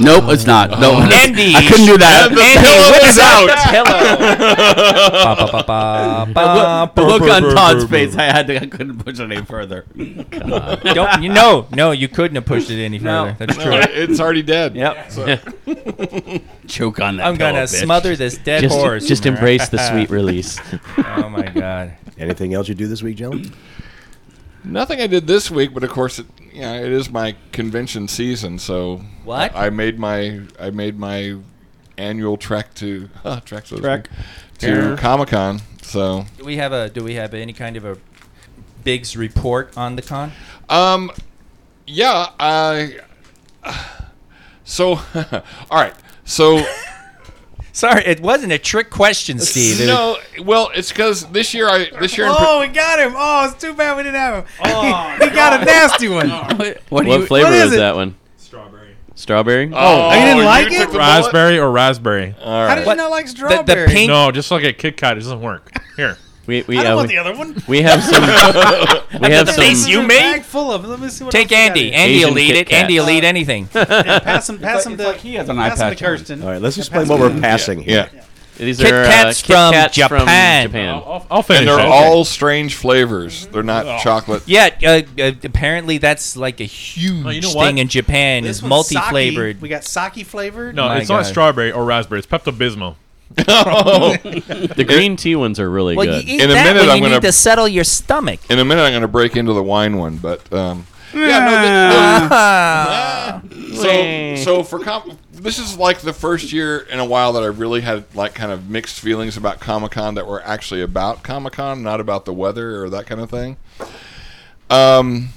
Speaker 4: Nope, it's not. No,
Speaker 6: Andy.
Speaker 4: I couldn't do that.
Speaker 5: And the pillow is out.
Speaker 6: uh, Hello.
Speaker 4: The look on Todd's face, I had to, I couldn't push it any further.
Speaker 6: Don't you no no you couldn't have pushed it any further. That's true.
Speaker 5: It's already dead.
Speaker 6: Yep.
Speaker 4: Choke on that.
Speaker 6: I'm
Speaker 4: pillow,
Speaker 6: gonna
Speaker 4: bitch.
Speaker 6: smother this dead
Speaker 2: Just,
Speaker 6: horse.
Speaker 2: just embrace the sweet release.
Speaker 6: Oh my god.
Speaker 7: Anything else you do this week, gentlemen?
Speaker 5: Nothing I did this week, but of course, it, you know, it is my convention season, so
Speaker 6: What?
Speaker 5: I made my I made my annual trek to huh, trek to,
Speaker 6: Trek.
Speaker 5: to Comic Con. So
Speaker 6: Do we have a do we have any kind of a Biggs report on the con?
Speaker 5: Um, yeah. I. So, all right. So
Speaker 6: Sorry, it wasn't a trick question, Steve.
Speaker 5: no. Well, it's because this year I this year in,
Speaker 3: Oh, we got him. Oh, it's too bad we didn't have him. he, he got a nasty one.
Speaker 2: what
Speaker 4: you-
Speaker 2: flavor
Speaker 3: what is
Speaker 2: was
Speaker 3: it?
Speaker 2: that one? Strawberry. Strawberry.
Speaker 5: oh,
Speaker 3: you didn't like it?
Speaker 5: took the bullet?
Speaker 8: Raspberry or raspberry?
Speaker 5: All
Speaker 3: How did
Speaker 5: right.
Speaker 3: you
Speaker 6: What?
Speaker 3: not like
Speaker 6: the,
Speaker 3: strawberry?
Speaker 6: the pink
Speaker 8: No, just like a Kit Kat, it doesn't work. Here,
Speaker 2: We we
Speaker 9: I don't
Speaker 2: uh,
Speaker 9: want the
Speaker 2: we,
Speaker 9: other one.
Speaker 2: we have some. we have
Speaker 6: the face
Speaker 2: some.
Speaker 6: you
Speaker 3: There's a
Speaker 6: made?
Speaker 3: bag full of. Let me see what
Speaker 6: take
Speaker 3: else
Speaker 6: Andy.
Speaker 3: we got here.
Speaker 6: Andy will
Speaker 2: Asian
Speaker 6: eat
Speaker 2: Kit
Speaker 6: it.
Speaker 2: Kat.
Speaker 6: Andy will eat anything.
Speaker 3: Pass him. Pass him to.
Speaker 4: he has an
Speaker 3: pass him to
Speaker 4: iPad.
Speaker 3: Kirsten.
Speaker 7: All right, let's explain what we're passing
Speaker 5: Yeah,
Speaker 7: here.
Speaker 2: These
Speaker 6: Kit
Speaker 2: are
Speaker 6: Kats
Speaker 2: uh, Kit
Speaker 6: from
Speaker 2: Kats from
Speaker 6: Japan.
Speaker 2: Japan.
Speaker 8: I'll, I'll
Speaker 5: and
Speaker 8: finish. Oh.
Speaker 5: they're
Speaker 8: it.
Speaker 5: all strange flavors. They're not chocolate.
Speaker 6: Oh. Yeah, uh, uh, apparently that's like a huge
Speaker 8: Oh, you know
Speaker 6: thing
Speaker 8: what?
Speaker 6: in Japan.
Speaker 3: This
Speaker 6: is
Speaker 3: one's sake.
Speaker 6: multi-flavored.
Speaker 3: We got sake flavored.
Speaker 8: No,
Speaker 6: My
Speaker 8: it's not
Speaker 6: God.
Speaker 8: strawberry or raspberry. It's Pepto Bismol.
Speaker 2: Oh. The green tea ones are really
Speaker 6: well,
Speaker 2: good.
Speaker 6: you eat
Speaker 5: In a
Speaker 6: that
Speaker 5: minute,
Speaker 6: when
Speaker 5: I'm
Speaker 6: you
Speaker 5: gonna-
Speaker 6: need to settle your stomach.
Speaker 5: In a minute, I'm going to break into the wine one, but um, yeah, no, th- th- so so for com- this is like the first year in a while that I really had like kind of mixed feelings about Comic Con that were actually about Comic Con, not about the weather or that kind of thing. Um,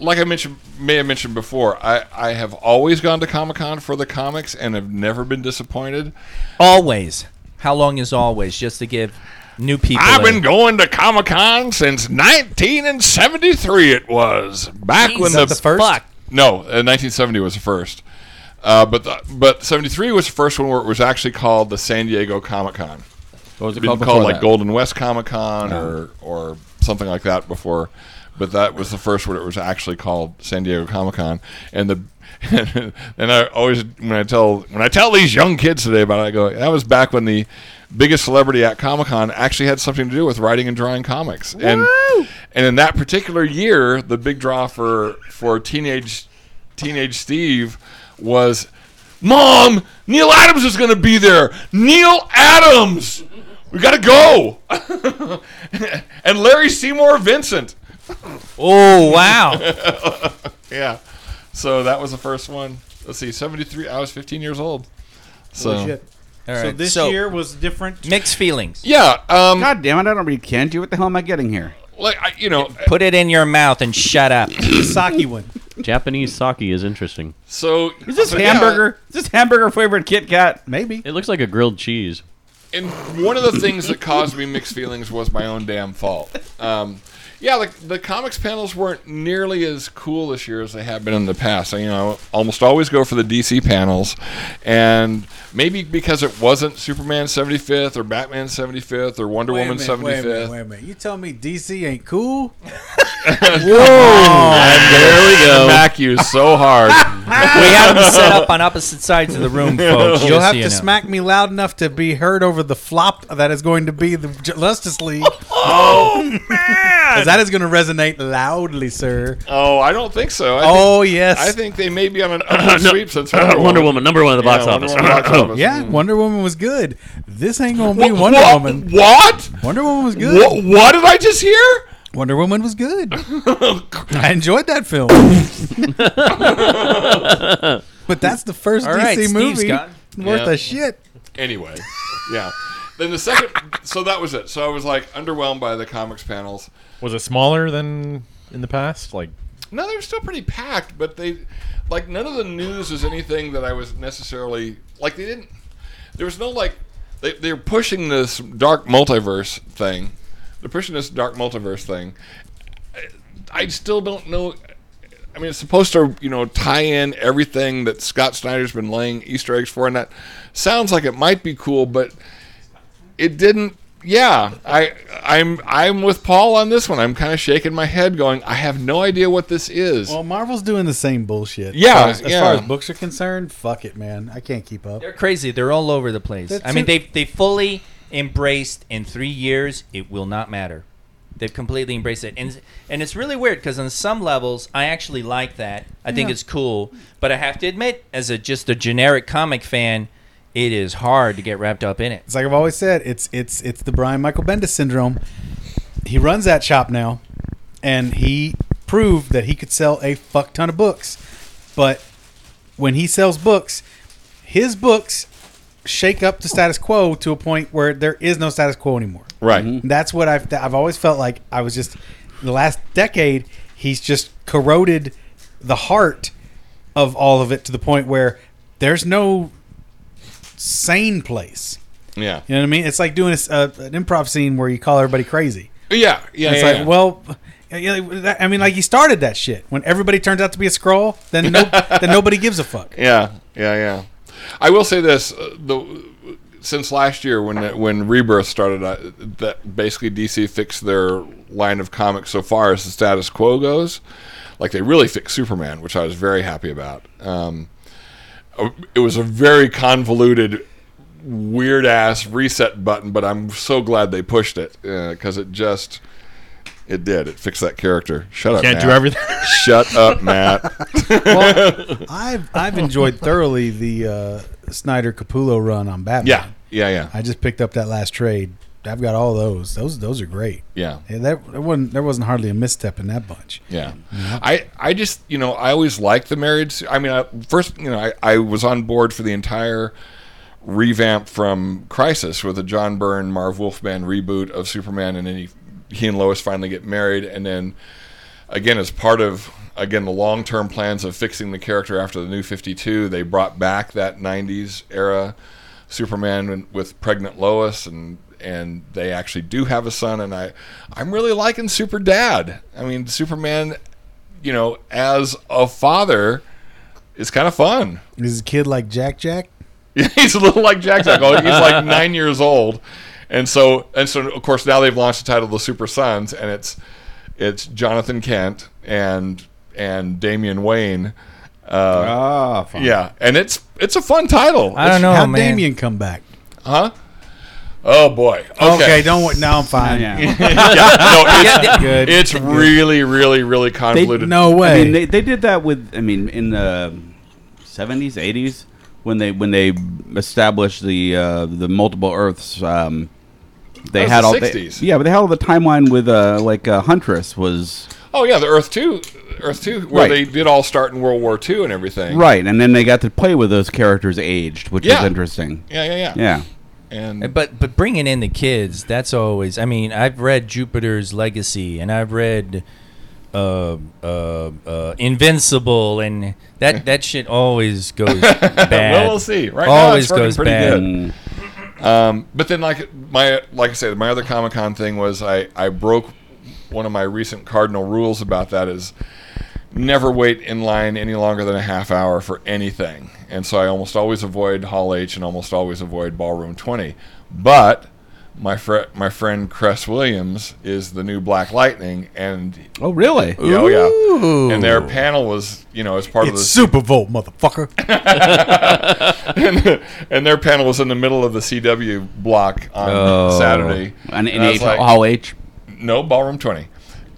Speaker 5: like I mentioned, may have mentioned before, I I have always gone to Comic Con for the comics and have never been disappointed.
Speaker 6: Always. How long is always? Just to give new people.
Speaker 5: I've
Speaker 6: a-
Speaker 5: been going to Comic Con since 1973. It was back when
Speaker 6: Is that the first. Fuck.
Speaker 5: no, uh, 1970 was the first. Uh, but the, but 73 was the first one where it was actually called the San Diego Comic Con.
Speaker 4: What was
Speaker 5: It
Speaker 4: it
Speaker 5: been
Speaker 4: called?
Speaker 5: called like
Speaker 4: that? Oh.
Speaker 5: Golden West Comic Con or or something like that before, but that was the first one. It was actually called San Diego Comic Con, and the and I always when I tell when I tell these young kids today about it, I go that was back when the biggest celebrity at Comic Con actually had something to do with writing and drawing comics, and and in that particular year, the big draw for for teenage teenage Steve was. Mom, Neil Adams is going to be there. Neil Adams. We got to go. and Larry Seymour Vincent.
Speaker 6: Oh wow!
Speaker 5: Yeah. So that was the first one. Let's see, 73. I was 15 years old. So
Speaker 3: Holy shit.
Speaker 6: All
Speaker 3: So
Speaker 6: right,
Speaker 3: this year was different.
Speaker 6: mixed feelings.
Speaker 5: Yeah, um
Speaker 4: God damn it! I don't read Kanji. What the hell am I getting here?
Speaker 5: like I, you know,
Speaker 6: Put it in your mouth and shut up.
Speaker 3: The sake one.
Speaker 2: Japanese sake is interesting.
Speaker 5: so
Speaker 4: Is this
Speaker 5: but yeah,
Speaker 4: hamburger? Is this hamburger flavored Kit Kat?
Speaker 3: Maybe.
Speaker 2: It looks like a grilled cheese.
Speaker 5: and one of the things that caused me mixed feelings was my own damn fault. Um, yeah, like the comics panels weren't nearly as cool this year as they have been in the past. I, you know, I almost always go for the DC panels, and maybe because it wasn't Superman 75th or Batman 75th or Wonder Woman 75th.
Speaker 3: Wait a minute, wait a minute. You tell me DC ain't cool? Oh,
Speaker 5: There we go. Smack you so hard.
Speaker 6: we have them set up on opposite sides of the room, folks.
Speaker 3: You'll
Speaker 6: just
Speaker 3: have
Speaker 6: so you
Speaker 3: to
Speaker 6: know.
Speaker 3: smack me loud enough to be heard over the flop that is going to be the Ju- Justice League. Oh, man! that is going to resonate loudly, sir.
Speaker 5: oh, I don't think so. I think,
Speaker 3: oh, yes.
Speaker 5: I think they may be on an upward sweep since Wonder,
Speaker 2: Wonder Woman, number one in the box
Speaker 5: Yeah, Wonder
Speaker 2: office.
Speaker 5: Woman box office. Mm.
Speaker 3: yeah, Wonder Woman was good. This ain't going to be
Speaker 5: Wha-
Speaker 3: Wonder
Speaker 5: wha-
Speaker 3: Woman.
Speaker 5: What?
Speaker 3: Wonder Woman was good.
Speaker 5: What, what did I just hear? Oh,
Speaker 3: Wonder Woman was good. I enjoyed that film. but that's the first
Speaker 6: All
Speaker 3: DC
Speaker 6: right, Steve's
Speaker 3: movie
Speaker 6: gone.
Speaker 3: worth
Speaker 5: Yeah.
Speaker 3: a shit.
Speaker 5: anyway, yeah. Then the second, so that was it. So I was like underwhelmed by the comics panels.
Speaker 8: Was it smaller than in the past? Like
Speaker 5: No, they were still pretty packed, but they, like, none of the news is anything that I was necessarily like. They didn't. There was no like. They they're pushing this dark multiverse thing. They're pushing this dark multiverse thing. I, I still don't know. I mean, it's supposed to, you know, tie in everything that Scott Snyder's been laying Easter eggs for, and that sounds like it might be cool, but it didn't yeah, I I'm I'm with Paul on this one. I'm kind of shaking my head, going, I have no idea what this is.
Speaker 3: Well, Marvel's doing the same bullshit.
Speaker 5: Yeah,
Speaker 3: As far as, as,
Speaker 5: yeah.
Speaker 3: far as books are concerned, fuck it, man. I can't keep up.
Speaker 6: They're crazy. They're all over the place.
Speaker 3: That's
Speaker 6: I mean,
Speaker 3: it.
Speaker 6: they they fully embraced in three years. It will not matter. They've completely embraced it, and and it's really weird because on some levels, I actually like that. I think it's cool, but I have to admit, as a just a generic comic fan, it is hard to get wrapped up in it.
Speaker 3: It's like I've always said. It's it's it's the Brian Michael Bendis syndrome. He runs that shop now, and he proved that he could sell a fuck ton of books. But when he sells books, his books shake up the status quo to a point where there is no status quo anymore.
Speaker 5: right.
Speaker 3: That's what I've I've always felt like I was just the last decade he's just corroded the heart of all of it to the point where there's no sane place.
Speaker 5: Yeah.
Speaker 3: You know what I mean? It's like doing a s- a- an improv scene where you call everybody crazy.
Speaker 5: Yeah. Yeah.
Speaker 3: it's
Speaker 5: yeah,
Speaker 3: like,
Speaker 5: yeah.
Speaker 3: well, yeah, that- I mean, like he started that shit. When everybody turns out to be a scroll, then no, then nobody gives a fuck.
Speaker 5: Yeah, yeah, yeah. I will say this: uh, the since last year when when Rebirth started, uh, that basically DC fixed their line of comics so far as the status quo goes. Like they really fixed Superman, which I was very happy about. Um, uh, it was a very convoluted, weird ass reset button, but I'm so glad they pushed it because it just. It did. It fixed that character. Shut up.
Speaker 8: Can't
Speaker 5: Matt.
Speaker 8: do everything.
Speaker 5: Shut up, Matt.
Speaker 3: I've I've enjoyed thoroughly the uh, Snyder Capullo run on Batman.
Speaker 5: yeah. Yeah. Yeah.
Speaker 3: I just picked up that last trade. I've got all those. Those those are great.
Speaker 5: Yeah.
Speaker 3: Yeah, that there wasn't there wasn't hardly a misstep in that bunch.
Speaker 5: Yeah, I I just you know I always liked the married. se- I mean, I, first you know I, I was on board for the entire revamp from Crisis with the John Byrne Marv Wolfman reboot of Superman, and then he, he and Lois finally get married, and then again as part of again the long term plans of fixing the character after the New Fifty Two, they brought back that '90s era Superman with pregnant Lois and and they actually do have a son and I I'm really liking Super Dad. I mean Superman you know as a father is kind of fun.
Speaker 3: Is a kid like Jack Jack?
Speaker 5: he's a little like Jack Jack. Oh, He's like 9 years old. And so and so of course now they've launched the title The Super Sons and it's it's Jonathan Kent and and Damian Wayne. Uh,
Speaker 4: Ah, fine.
Speaker 5: yeah, and it's it's a fun title.
Speaker 6: I don't know,
Speaker 3: How
Speaker 6: man.
Speaker 3: Damien come back?
Speaker 5: huh? Oh boy.
Speaker 3: Okay, don't worry. Now I'm fine.
Speaker 4: Yeah.
Speaker 5: no, it's,
Speaker 3: Good.
Speaker 5: it's really, really, really convoluted.
Speaker 3: No way.
Speaker 4: I mean, they, they did that with. I mean, in the seventies, eighties, when they when they established the uh, the multiple Earths. Um, they
Speaker 5: That was
Speaker 4: had
Speaker 5: the
Speaker 4: all they,
Speaker 5: 60s.
Speaker 4: yeah, but they had all the timeline with uh, like uh, Huntress was
Speaker 5: Oh yeah, the Earth Two, Earth Two, where
Speaker 4: Right.
Speaker 5: they did all start in World War Two and everything.
Speaker 4: right, and then they got to play with those characters aged, which
Speaker 5: Yeah.
Speaker 4: was interesting.
Speaker 5: Yeah, yeah, yeah.
Speaker 4: Yeah,
Speaker 5: And
Speaker 6: But but bringing in the kids, that's always. I mean, I've read Jupiter's Legacy, and I've read uh, uh, uh, Invincible, and that that shit always goes bad.
Speaker 5: well, we'll see. Right
Speaker 6: always
Speaker 5: now, it's goes
Speaker 6: goes
Speaker 5: pretty
Speaker 6: bad.
Speaker 5: good.
Speaker 4: Mm.
Speaker 5: Um, but then, like my, like I said, my other Comic Con thing was I, I broke one of my recent cardinal rules about that is never wait in line any longer than a half hour for anything. And so I almost always avoid Hall H and almost always avoid Ballroom 20. But my fr- my friend Cress Williams is the new Black Lightning, and
Speaker 4: Oh, really?
Speaker 5: yeah, oh yeah, and their panel was you know as part of
Speaker 3: it's
Speaker 5: the
Speaker 3: Super Bowl, motherfucker.
Speaker 5: and, and their panel was in the middle of the CW block on Saturday.
Speaker 4: an
Speaker 5: And I was
Speaker 4: NH
Speaker 5: like,
Speaker 4: Hall Oh. H.
Speaker 5: no ballroom twenty,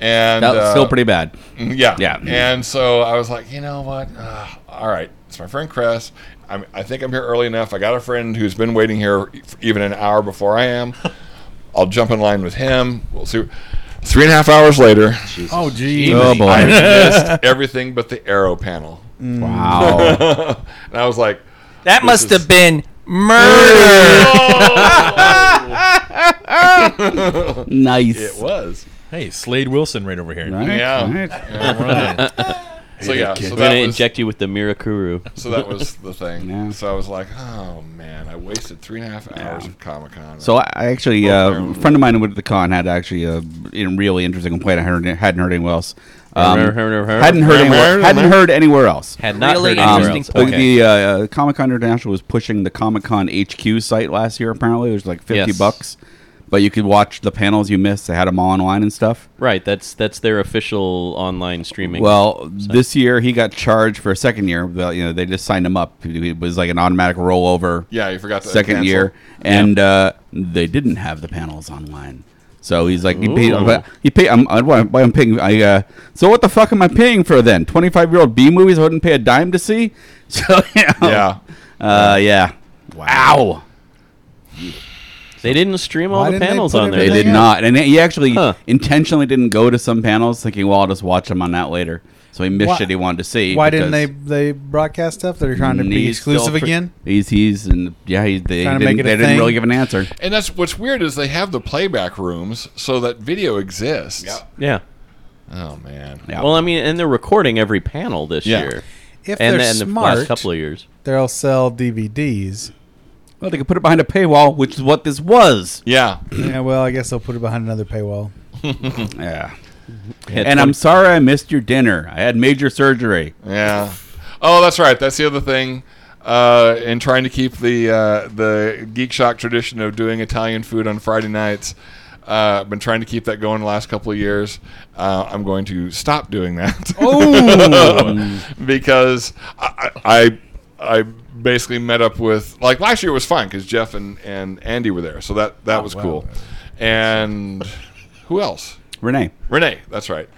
Speaker 5: and
Speaker 4: That was
Speaker 5: uh,
Speaker 4: still pretty bad.
Speaker 5: Yeah,
Speaker 4: Yeah.
Speaker 5: And so I was like, you know what? Uh, all right, it's my friend Chris. I'm, I think I'm here early enough. I got a friend who's been waiting here f- even an hour before I am. I'll jump in line with him. We'll see. Three and a half hours later,
Speaker 3: Oh, gee.
Speaker 4: Oh
Speaker 5: I
Speaker 4: boy!
Speaker 5: missed everything but the arrow panel,
Speaker 4: wow.
Speaker 5: and I was like,
Speaker 6: that must
Speaker 5: is-
Speaker 6: have been murder.
Speaker 4: nice.
Speaker 5: it was.
Speaker 8: Hey, Slade Wilson right over here.
Speaker 4: Right,
Speaker 5: Yeah.
Speaker 4: right.
Speaker 5: So yeah, so
Speaker 2: We're gonna
Speaker 5: that was,
Speaker 2: inject you with the Mirakuru.
Speaker 5: so that was the thing.
Speaker 4: Yeah.
Speaker 5: So I was like, oh man, I wasted three and a half hours of Comic Con.
Speaker 4: So I I
Speaker 2: Oh,
Speaker 4: actually,
Speaker 5: Well,
Speaker 4: uh,
Speaker 5: there-
Speaker 4: a friend of mine who went to the con had actually a you know, really interesting complaint. I heard, hadn't heard anywhere else. Um,
Speaker 2: Hadn't heard-
Speaker 4: hadn't heard anywhere. Hadn't heard anywhere else. Um,
Speaker 2: Had not
Speaker 6: Really
Speaker 2: heard anywhere
Speaker 6: interesting
Speaker 2: else.
Speaker 6: point.
Speaker 2: Okay.
Speaker 4: The uh, Comic Con International was pushing the Comic Con HQ site last year. Apparently, it was like fifty
Speaker 2: Yes.
Speaker 4: bucks. but you could watch the panels you missed. They had them all online and stuff.
Speaker 2: Right. That's that's their official online streaming.
Speaker 4: Well, this year he got charged for a second year. Well, you know, they just signed him up. It was like an automatic rollover.
Speaker 5: Yeah, you forgot to
Speaker 4: second
Speaker 5: cancel.
Speaker 4: year, and uh, they didn't have the panels online. So he's like, he paid,
Speaker 2: Ooh.
Speaker 4: but he paid. I'm, I, why why I'm paying. I, uh, so what the fuck am I paying for then? Twenty five year old B movies I wouldn't pay a dime to see. So you know,
Speaker 5: Yeah.
Speaker 4: uh, yeah. Wow.
Speaker 2: they didn't stream all
Speaker 3: Why
Speaker 2: the
Speaker 3: didn't they
Speaker 2: panels
Speaker 3: put
Speaker 2: on there.
Speaker 4: They
Speaker 3: Everything
Speaker 4: did
Speaker 3: else.
Speaker 4: not, and he actually
Speaker 2: Huh.
Speaker 4: intentionally didn't go to some panels, thinking, "Well, I'll just watch them on that later." So he missed
Speaker 3: Why-
Speaker 4: shit he wanted to see.
Speaker 3: Why didn't they
Speaker 4: because-
Speaker 3: they broadcast stuff? They're trying to be
Speaker 4: He's still
Speaker 3: exclusive
Speaker 4: pr-
Speaker 3: again.
Speaker 4: He's he's and yeah, he, they didn't,
Speaker 3: Trying to make it a
Speaker 4: they didn't
Speaker 3: thing.
Speaker 4: really give an answer.
Speaker 5: And that's what's weird is they have the playback rooms so that video exists.
Speaker 2: Yeah.
Speaker 5: Oh man.
Speaker 4: Yeah.
Speaker 2: Well, I mean, and they're recording every panel this
Speaker 5: Yeah.
Speaker 2: year.
Speaker 3: If
Speaker 2: and
Speaker 3: they're
Speaker 2: and the
Speaker 3: smart,
Speaker 2: last couple of years.
Speaker 3: they'll sell DVDs.
Speaker 4: Well, they could put it behind a paywall, which is what this was.
Speaker 5: Yeah.
Speaker 3: yeah, well, I guess they'll put it behind another paywall.
Speaker 4: Yeah.
Speaker 2: Had
Speaker 4: And
Speaker 2: 20
Speaker 4: I'm sorry I missed your dinner. I had major surgery.
Speaker 5: Yeah. Oh, that's right. That's the other thing. Uh, in trying to keep the uh, the Geek Shock tradition of doing Italian food on Friday nights, uh, I've been trying to keep that going the last couple of years. Uh, I'm going to stop doing that. because I, I I basically met up with like last year was fun because Jeff and, and Andy were there, so that
Speaker 4: Oh,
Speaker 5: that was cool. And who else?
Speaker 4: Renee.
Speaker 5: Renee, that's right.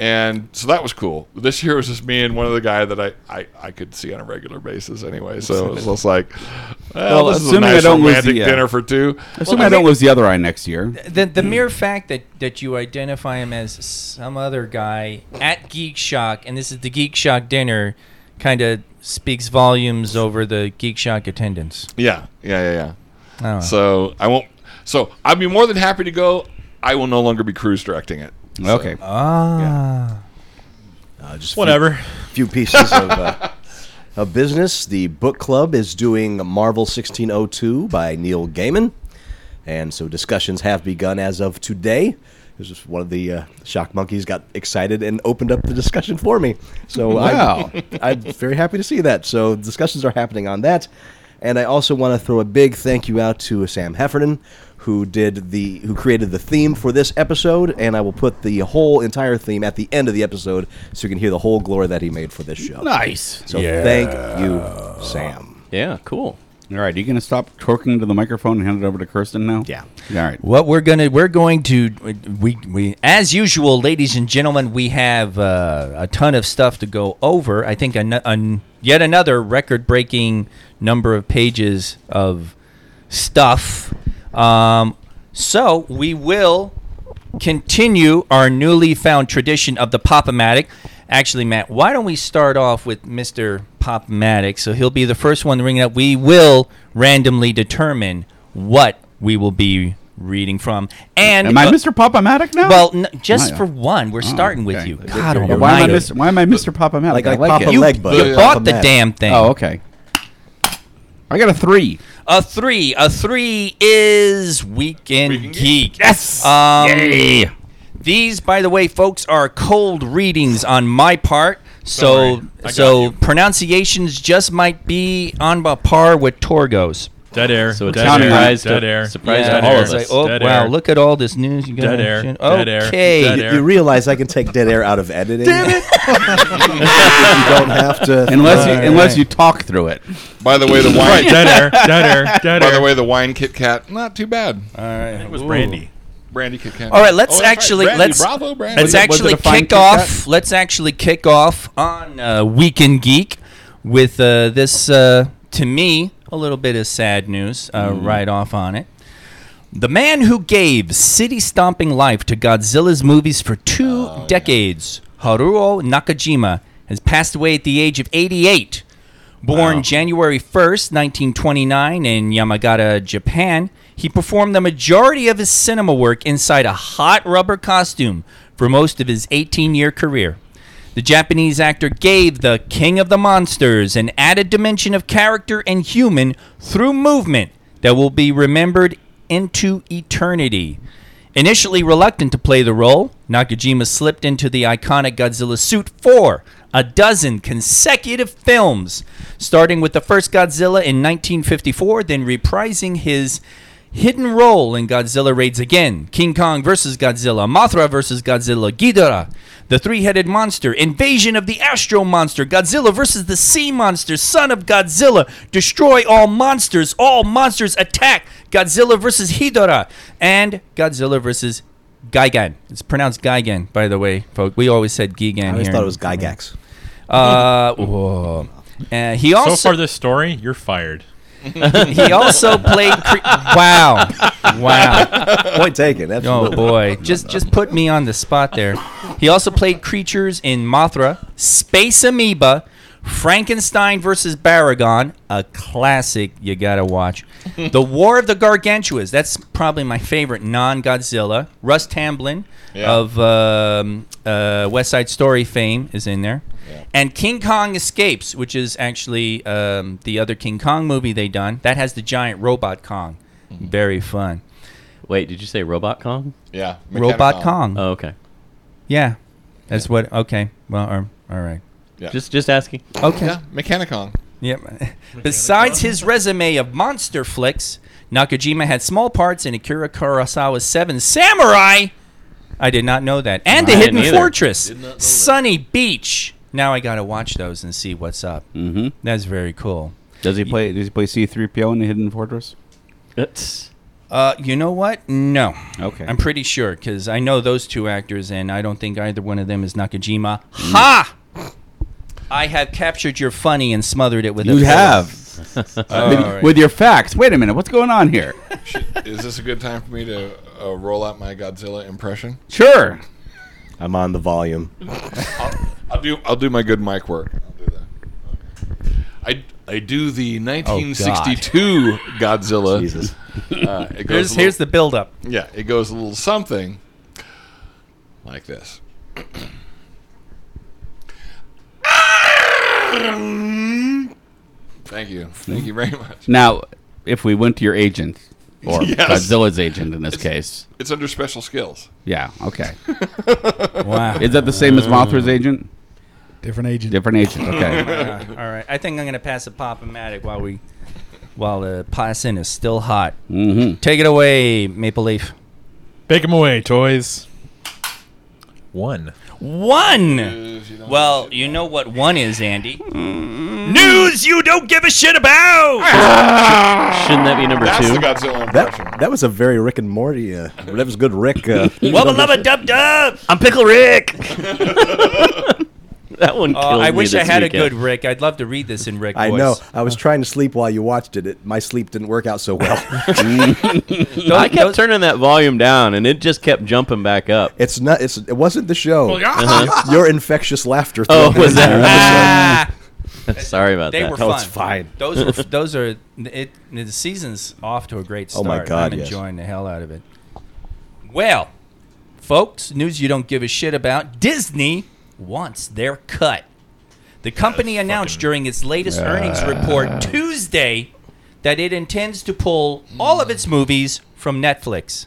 Speaker 5: And so that was cool. This year was just me and one other guy that I, I, I could see on a regular basis anyway. So it was just like, well,
Speaker 4: Well,
Speaker 5: this is a
Speaker 4: assuming I
Speaker 5: nice
Speaker 4: don't lose
Speaker 5: romantic
Speaker 4: the, uh,
Speaker 5: dinner for two.
Speaker 4: Assuming I don't lose the other eye next year.
Speaker 6: the, the mere fact that, that you identify him as some other guy at Geek Shock, and this is the Geek Shock dinner, kind of speaks volumes over the Geek Shock attendance.
Speaker 5: Yeah, yeah, yeah, yeah.
Speaker 6: I
Speaker 4: Oh.
Speaker 6: don't know.
Speaker 5: So I won't. So I'd be more than happy to go. I will no longer be cruise directing it. So-
Speaker 4: Okay.
Speaker 6: ah,
Speaker 7: Uh, just a
Speaker 8: Whatever.
Speaker 7: Few, few pieces of, uh, of business. The book club is doing Marvel 1602 by Neil Gaiman, and so discussions have begun as of today. This is one of the uh, shock monkeys got excited and opened up the discussion for me. So
Speaker 4: Wow.
Speaker 7: I'm, I'm very happy to see that. So discussions are happening on that, and I also want to throw a big thank you out to Sam Heffernan, who did the who created the theme for this episode, and I will put the whole entire theme at the end of the episode so you can hear the whole glory that he made for this show.
Speaker 4: Nice.
Speaker 7: So thank you, Uh, Sam.
Speaker 2: Yeah. Cool.
Speaker 4: All right. Are you going to stop twerking to the microphone and hand it over to Kirsten now?
Speaker 7: Yeah.
Speaker 4: All right.
Speaker 6: What we're gonna we're going to we we as usual, ladies and gentlemen, we have uh, a ton of stuff to go over. I think an, an, yet another record-breaking number of pages of stuff. Um, so we will continue our newly found tradition of the Pop-O-Matic. Actually, Matt, why don't we start off with Mr. Pop-O-Matic? So he'll be the first one to ring it up. We will randomly determine what we will be reading from. And
Speaker 4: Am I
Speaker 6: uh,
Speaker 4: Mr. Pop-O-Matic now?
Speaker 6: Well, n- just
Speaker 4: Why?
Speaker 6: for one, we're
Speaker 4: Oh,
Speaker 6: starting with
Speaker 4: okay.
Speaker 6: you. God
Speaker 4: Why am, I
Speaker 6: almighty.
Speaker 4: Mr. why am I Mr. Pop-O-Matic?
Speaker 7: Like,
Speaker 4: I
Speaker 7: like Papa
Speaker 6: You,
Speaker 7: Leg Buddy.
Speaker 6: you bought the damn thing.
Speaker 4: Oh, okay. I got a three.
Speaker 6: A three. A three is Weekend,
Speaker 5: Weekend
Speaker 6: Geek.
Speaker 4: Yes.
Speaker 6: Um,
Speaker 4: Yay.
Speaker 6: These, by the way, folks, are cold readings on my part. So,
Speaker 8: worry. I got
Speaker 6: so
Speaker 8: you.
Speaker 6: pronunciations just might be on a par with Torgo's.
Speaker 8: Dead air.
Speaker 2: So it's
Speaker 8: dead
Speaker 4: counting
Speaker 8: air.
Speaker 2: surprise
Speaker 8: Dead
Speaker 2: to-
Speaker 8: air.
Speaker 2: surprise
Speaker 8: dead
Speaker 2: to
Speaker 8: air.
Speaker 2: all of
Speaker 6: it's
Speaker 2: us.
Speaker 6: like, oh
Speaker 8: Dead
Speaker 6: wow,
Speaker 8: air.
Speaker 6: look at all this news. You got
Speaker 8: Dead air. Dead air.
Speaker 6: Okay,
Speaker 8: Dead air.
Speaker 7: You realize I can take dead air out of editing. Damn it! you don't have to. uh,
Speaker 4: Unless you,
Speaker 6: All
Speaker 4: unless
Speaker 6: right.
Speaker 4: you talk through it.
Speaker 5: By the way, the wine.
Speaker 8: Dead air. Dead air. Dead
Speaker 5: By
Speaker 8: air.
Speaker 5: the way, the wine Kit Kat, not too bad.
Speaker 8: it was brandy.
Speaker 5: Brandy Kit Kat. Oh,
Speaker 6: All right, let's
Speaker 5: that's right.
Speaker 6: actually-
Speaker 5: Brandy,
Speaker 6: let's-
Speaker 5: bravo, Brandy.
Speaker 6: let's
Speaker 4: it-
Speaker 6: actually
Speaker 4: was it a fine
Speaker 6: kick
Speaker 4: Kit
Speaker 6: off. Let's actually kick off on uh, Weekend Geek with uh, this. Uh, to me, a little bit of sad news uh, right off on it. The man who gave city stomping life to Godzilla's movies for two decades, Haruo Nakajima, has passed away at the age of 88. Born January 1st, 1929, in Yamagata, Japan, he performed the majority of his cinema work inside a hot rubber costume for most of his 18 year career. The Japanese actor gave the King of the Monsters an added dimension of character and human through movement that will be remembered into eternity. Initially reluctant to play the role, Nakajima slipped into the iconic Godzilla suit for a dozen consecutive films, starting with the first Godzilla in 1954, then reprising his Hidden Roll in Godzilla Raids Again, King Kong versus Godzilla, Mothra versus Godzilla, Ghidorah, The Three Headed Monster, Invasion of the Astro Monster, Godzilla versus the Sea Monster, Son of Godzilla, Destroy All Monsters, All Monsters Attack, Godzilla versus Ghidorah, and Godzilla versus Gigan. It's pronounced Gigan, by the way, folks. We always said Gigan.
Speaker 7: I always
Speaker 6: here
Speaker 7: thought
Speaker 6: in-
Speaker 7: it was Gygax.
Speaker 6: Uh, whoa. Uh, he also
Speaker 8: so far, this story, you're fired.
Speaker 6: he also played. Cre- wow, wow.
Speaker 7: Point taken.
Speaker 6: Oh
Speaker 7: Absolutely.
Speaker 6: boy, just just put me on the spot there. He also played creatures in Mothra, Space Amoeba, Frankenstein versus Baragon, a classic you gotta watch. The War of the Gargantuas. That's probably my favorite non-Godzilla. Russ Tamblin
Speaker 5: Yeah.
Speaker 6: of um, uh, West Side Story fame is in there. And King Kong Escapes, which is actually um, the other King Kong movie they done. That has the giant robot Kong.
Speaker 5: Mm-hmm.
Speaker 6: Very fun.
Speaker 2: Wait, did you say Robot Kong?
Speaker 5: Yeah.
Speaker 6: Robot
Speaker 5: Mechanicon.
Speaker 6: Kong.
Speaker 2: Oh, okay.
Speaker 6: Yeah, that's what. Okay. Well, um, all right.
Speaker 5: Yeah.
Speaker 2: Just just asking.
Speaker 6: Okay.
Speaker 5: yeah. Mechanicon.
Speaker 6: Yep. Besides his resume of monster flicks, Nakajima had small parts in Akira Kurosawa's Seven Samurai. I did not know that. And The
Speaker 2: I didn't
Speaker 6: Hidden
Speaker 2: either.
Speaker 6: Fortress, Sunny Beach. Now I gotta watch those and see what's up.
Speaker 4: Mm-hmm.
Speaker 6: That's very cool.
Speaker 4: Does he play? Does he play C three PO in the Hidden Fortress?
Speaker 2: It's,
Speaker 6: Uh, you know what? No.
Speaker 4: Okay.
Speaker 6: I'm pretty sure because I know those two actors, and I don't think either one of them is Nakajima.
Speaker 4: Mm.
Speaker 6: Ha! I have captured your funny and smothered it with a
Speaker 4: you
Speaker 6: pillow.
Speaker 4: have
Speaker 5: Oh,
Speaker 6: All
Speaker 4: with,
Speaker 6: right.
Speaker 4: with your facts. Wait a minute. What's going on here?
Speaker 5: Is this a good time for me to uh, roll out my Godzilla impression?
Speaker 4: sure.
Speaker 7: I'm on the volume.
Speaker 5: I'll do I'll do my good mic work. I'll do that. I, I do
Speaker 6: Oh,
Speaker 5: the 1962 Godzilla.
Speaker 7: Jesus.
Speaker 5: Uh, it goes
Speaker 6: Here's,
Speaker 5: a little-
Speaker 6: here's the buildup.
Speaker 5: yeah, it goes a little something like this. Thank you. Thank you very much.
Speaker 4: Now, if we went to your agent or
Speaker 5: Yes.
Speaker 4: Godzilla's agent in this case,
Speaker 5: It's under special skills.
Speaker 4: yeah. Okay.
Speaker 6: Wow.
Speaker 4: Is that the same as Mothra's agent?
Speaker 3: Different agent.
Speaker 4: Different agent. Okay.
Speaker 6: Uh, all right. I think I'm gonna pass a pop-o-matic while we, while the Placin is still hot.
Speaker 4: mm-hmm.
Speaker 6: Take it away, Maple Leaf.
Speaker 8: Bake them away, toys. One.
Speaker 6: One. Well, you know what one is, Andy. News you don't give a shit about.
Speaker 2: shouldn't that be number
Speaker 5: That's
Speaker 2: two?
Speaker 5: the Godzilla impression.
Speaker 7: That that was a very Rick and Morty. Uh, that was good, Rick. Uh,
Speaker 6: Wubba lubba dub dub.
Speaker 2: I'm Pickle Rick. that one killed
Speaker 6: Uh, I
Speaker 2: me
Speaker 6: wish I
Speaker 2: this
Speaker 6: had
Speaker 2: weekend.
Speaker 6: a good Rick. I'd love to read this in Rick.
Speaker 7: I
Speaker 6: voice.
Speaker 7: know. I was trying to sleep while you watched it. it my sleep didn't work out so well.
Speaker 2: I kept turning that volume down, and it just kept jumping back up.
Speaker 7: it's not. It's it wasn't the show.
Speaker 2: Uh-huh.
Speaker 7: Your infectious laughter.
Speaker 2: Oh,
Speaker 7: throughout
Speaker 2: was
Speaker 7: the entire episode.
Speaker 6: Ah,
Speaker 2: Sorry about
Speaker 6: they
Speaker 2: that.
Speaker 6: were
Speaker 2: Oh,
Speaker 6: fun.
Speaker 2: it's fu-
Speaker 7: fine.
Speaker 6: Those were, those are it. The season's off to a great
Speaker 7: Oh
Speaker 6: start.
Speaker 7: my God,
Speaker 6: I'm
Speaker 7: yes.
Speaker 6: enjoying the hell out of it. Well, folks, news you don't give a shit about. Disney wants their cut. The company announced during its latest earnings report Tuesday that it intends to pull all of its
Speaker 8: Mm.
Speaker 6: movies from Netflix.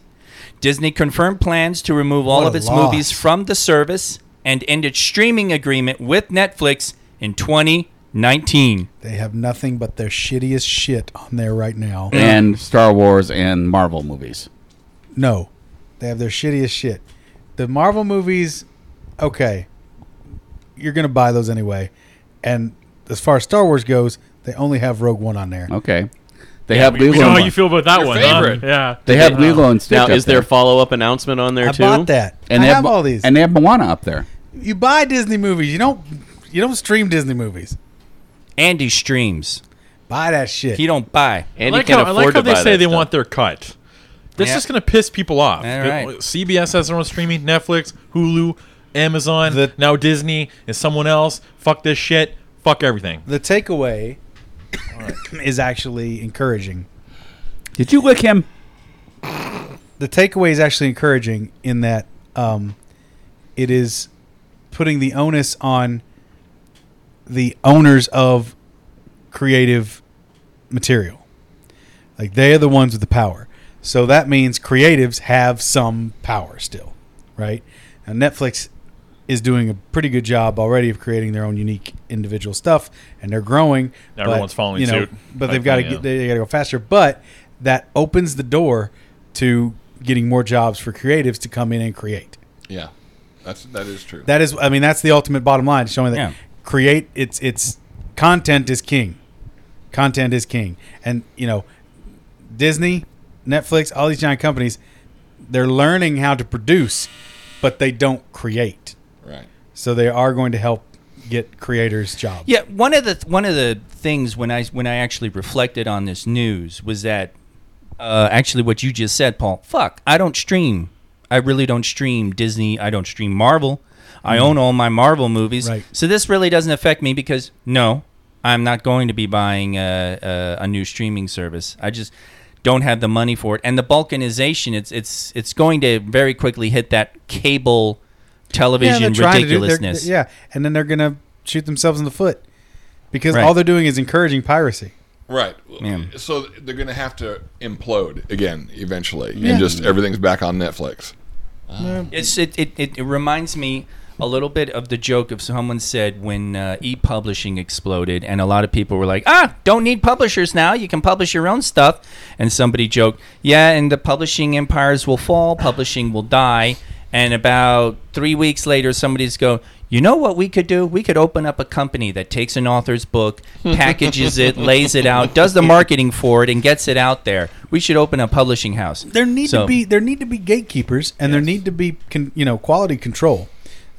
Speaker 6: Disney confirmed plans to remove all
Speaker 3: What
Speaker 6: of
Speaker 3: a
Speaker 6: its
Speaker 3: loss.
Speaker 6: movies from the service and end its streaming agreement with Netflix in 2019.
Speaker 3: They have nothing but their shittiest shit on there right now.
Speaker 4: And Star Wars and Marvel movies.
Speaker 3: No, they have their shittiest shit. The Marvel movies, okay, you're gonna buy those anyway. And as far as Star Wars goes, they only have Rogue One on there.
Speaker 4: Okay. They have
Speaker 8: we,
Speaker 4: legal.
Speaker 8: we know
Speaker 4: and
Speaker 8: how
Speaker 4: one.
Speaker 8: you feel about that
Speaker 5: Your
Speaker 8: one.
Speaker 5: favorite.
Speaker 8: Huh? Yeah.
Speaker 4: They have legal and Stitch
Speaker 2: Now,
Speaker 4: up
Speaker 2: is there
Speaker 4: there
Speaker 2: a follow up announcement on there
Speaker 3: I
Speaker 2: too?
Speaker 3: bought that.
Speaker 4: and
Speaker 3: I
Speaker 4: they
Speaker 3: have, all these.
Speaker 4: and they have Moana up there.
Speaker 3: you buy Disney movies. You don't. You don't stream Disney movies.
Speaker 6: Andy streams.
Speaker 3: Buy that shit.
Speaker 6: He don't buy.
Speaker 2: Andy
Speaker 8: I like
Speaker 2: can
Speaker 8: how, I
Speaker 2: afford
Speaker 8: like how
Speaker 2: to
Speaker 8: they
Speaker 2: buy
Speaker 8: say
Speaker 2: that
Speaker 8: they
Speaker 2: stuff.
Speaker 8: want their cut. That's
Speaker 6: Yeah.
Speaker 8: just going to piss people off.
Speaker 6: All right.
Speaker 8: It- CBS has their own streaming, Netflix, Hulu, Amazon,
Speaker 3: The-
Speaker 8: now Disney, and someone else. Fuck this shit. Fuck everything.
Speaker 3: the takeaway is actually encouraging.
Speaker 4: Did you lick him?
Speaker 3: the takeaway is actually encouraging in that um, it is putting the onus on the owners of creative material. Like they are the ones with the power. So that means creatives have some power still, right? Now Netflix is doing a pretty good job already of creating their own unique individual stuff, and they're growing.
Speaker 8: Everyone's following
Speaker 3: you know,
Speaker 8: suit.
Speaker 3: But
Speaker 8: Like,
Speaker 3: they've got to
Speaker 8: yeah.
Speaker 3: get they got to go faster. But that opens the door to getting more jobs for creatives to come in and create.
Speaker 5: Yeah, that's that is true.
Speaker 3: That is, I mean, that's the ultimate bottom line, showing that
Speaker 6: Yeah.
Speaker 3: create it's it's content is king. Content is king, and you know, Disney, Netflix, all these giant companies, they're learning how to produce, but they don't create.
Speaker 5: right.
Speaker 3: So they are going to help get creators jobs.
Speaker 6: Yeah, one of the one of the things when I when I actually reflected on this news was that uh, actually what you just said, Paul. Fuck, I don't stream. I really don't stream Disney. I don't stream Marvel. I own all my Marvel movies,
Speaker 3: Mm-hmm. Right.
Speaker 6: so this really doesn't affect me because no, I'm not going to be buying uh, a, a, a new streaming service. I just don't have the money for it. And the balkanization, it's it's it's going to very quickly hit that cable
Speaker 3: they're
Speaker 6: television
Speaker 3: trying to do- they're-
Speaker 6: ridiculousness.
Speaker 3: yeah, and then they're gonna shoot themselves in the foot because
Speaker 6: Right.
Speaker 3: all they're doing is encouraging piracy.
Speaker 5: Right.
Speaker 6: Man.
Speaker 5: So they're going to have to implode again eventually,
Speaker 3: Yeah.
Speaker 5: and just everything's back on Netflix.
Speaker 6: It's it, it, it, it reminds me a little bit of the joke of someone said when uh, e-publishing exploded and a lot of people were like ah don't need publishers now you can publish your own stuff and somebody joked yeah and the publishing empires will fall publishing will die and about three weeks later somebody's go you know what we could do we could open up a company that takes an author's book packages it lays it out does the marketing for it and gets it out there we should open a publishing house
Speaker 3: There need
Speaker 6: So-
Speaker 3: to be there need to be gatekeepers, and there need to be con, you know quality control.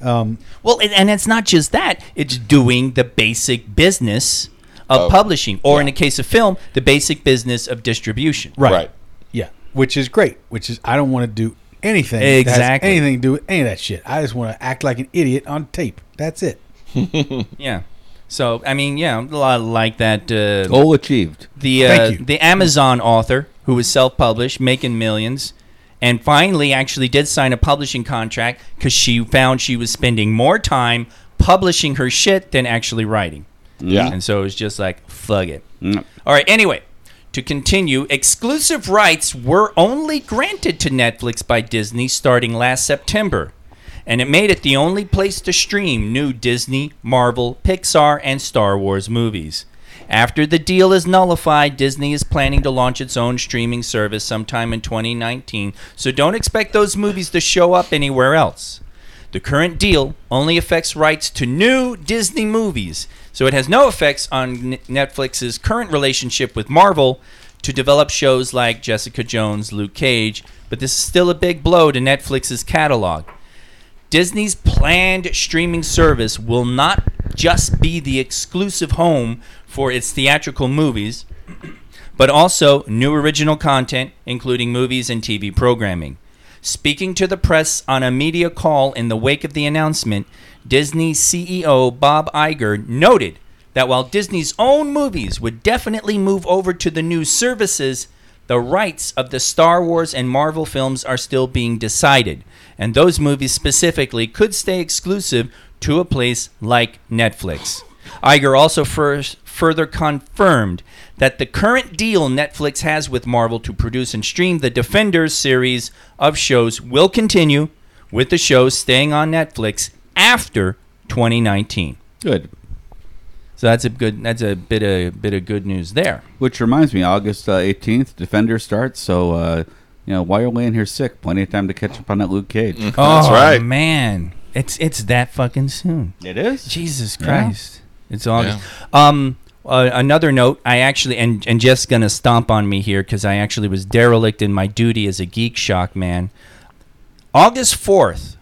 Speaker 3: Um,
Speaker 6: Well, and, and it's not just that; it's doing the basic business of
Speaker 5: Of-
Speaker 6: publishing, or in the case of film, the basic business of distribution.
Speaker 5: Right.
Speaker 3: Yeah, which is great. Which is I don't want to do anything that has
Speaker 6: Exactly.
Speaker 3: anything to do with any of that shit. I just want to act like an idiot on tape. That's it.
Speaker 6: Yeah. So, I mean, yeah, a lot like that. Uh,
Speaker 4: Goal achieved.
Speaker 6: the
Speaker 3: Thank
Speaker 6: uh,
Speaker 3: you.
Speaker 6: the Amazon author who was self-published, making millions, and finally actually did sign a publishing contract because she found she was spending more time publishing her shit than actually writing.
Speaker 5: Yeah.
Speaker 6: And so it was just like, fuck it. All right, anyway, to continue, exclusive rights were only granted to Netflix by Disney starting last September. And it made it the only place to stream new Disney, Marvel, Pixar, and Star Wars movies. After the deal is nullified, Disney is planning to launch its own streaming service sometime in 2019, so don't expect those movies to show up anywhere else. The current deal only affects rights to new Disney movies, so it has no effects on N- Netflix's current relationship with Marvel to develop shows like Jessica Jones, Luke Cage, but this is still a big blow to Netflix's catalog. Disney's planned streaming service will not just be the exclusive home for its theatrical movies, but also new original content, including movies and TV programming. Speaking to the press on a media call in the wake of the announcement, Disney CEO Bob Iger noted that while Disney's own movies would definitely move over to the new services, the rights of the Star Wars and Marvel films are still being decided, and those movies specifically could stay exclusive to a place like Netflix. Iger also first, further confirmed that the current deal Netflix has with Marvel to produce and stream the Defenders series of shows will continue, with the shows staying on Netflix after 2019.
Speaker 4: Good.
Speaker 6: So that's a good. That's a bit of bit of good news there.
Speaker 4: Which reminds me, August uh, eighteenth, Defender starts. So uh, you know, while you're laying here sick, plenty of time to catch up on that Luke Cage.
Speaker 6: That's
Speaker 8: Oh.
Speaker 5: right.
Speaker 6: Oh, man. It's it's that fucking soon.
Speaker 4: It is.
Speaker 6: Jesus Christ. It's August. Um, uh, another note, I actually, and, and Jeff's going to stomp on me here because I actually was derelict in my duty as a geek shock man. August 4th,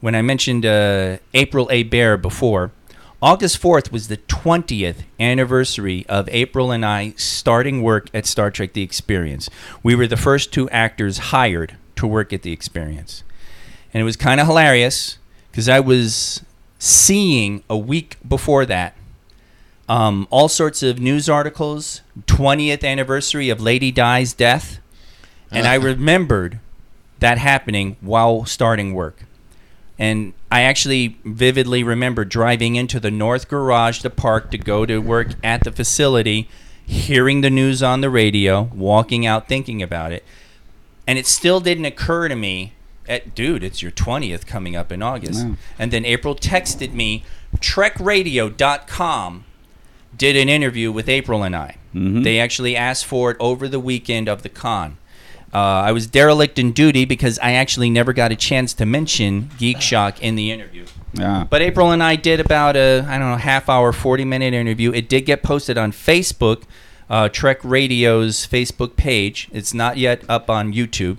Speaker 6: when I mentioned uh, April A. Bear before, August 4th was the 20th anniversary of April and I starting work at Star Trek The Experience. We were the first two actors hired to work at The Experience and it was kind of hilarious because I was seeing a week before that um, all sorts of news articles, 20th anniversary of Lady Di's death, and I remembered that happening while starting work. And I actually vividly remember driving into the north garage to park to go to work at the facility, hearing the news on the radio, walking out thinking about it. And it still didn't occur to me, at, dude, it's your 20th coming up in August.
Speaker 4: Wow.
Speaker 6: And then April texted me, trekradio.com did an interview with April and I.
Speaker 2: Mm-hmm.
Speaker 4: Mm-hmm.
Speaker 6: They actually asked for it over the weekend of the con. Uh, I was derelict in duty because I actually never got a chance to mention Geek Shock in the interview.
Speaker 4: Yeah.
Speaker 6: But April and I did about a I don't know half hour, forty minute interview. It did get posted on Facebook, uh, Trek Radio's Facebook page. It's not yet up on YouTube,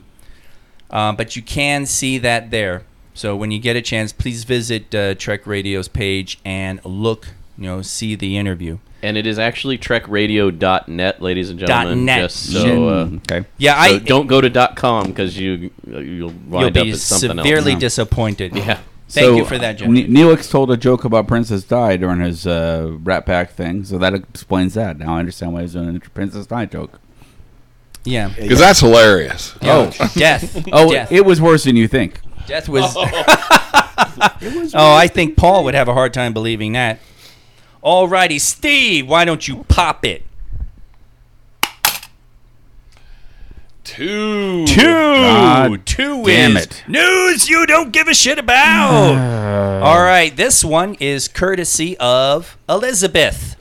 Speaker 6: uh, but you can see that there. So when you get a chance, please visit uh, Trek Radio's page and look, you know, see the interview.
Speaker 2: And it is actually trekradio.net, ladies and gentlemen.
Speaker 6: .net.
Speaker 2: Just so, uh, so
Speaker 4: okay.
Speaker 6: Yeah, I
Speaker 2: don't go to .com because you you'll
Speaker 6: You'll
Speaker 2: wind up
Speaker 6: be
Speaker 2: at something
Speaker 6: severely
Speaker 2: else.
Speaker 6: disappointed.
Speaker 2: Yeah.
Speaker 6: Thank
Speaker 4: So,
Speaker 6: you for that,
Speaker 4: uh,
Speaker 6: Jim.
Speaker 4: Ne- Neelix told a joke about Princess Di during his uh, Rat Pack thing, so that explains that. Now I understand why he was doing a Princess Di joke.
Speaker 6: yeah.
Speaker 5: Because that's hilarious.
Speaker 6: Oh, death.
Speaker 4: Oh,
Speaker 6: death.
Speaker 4: it was worse than you think.
Speaker 6: Death was. oh, I think Paul would have a hard time believing that. Alrighty, Steve, why don't you pop it?
Speaker 5: Two.
Speaker 6: Two,
Speaker 4: God
Speaker 6: two
Speaker 4: damn
Speaker 6: is
Speaker 4: it.
Speaker 6: news you don't give a shit
Speaker 10: Uh,
Speaker 6: about. All right, this one is courtesy of Elizabeth.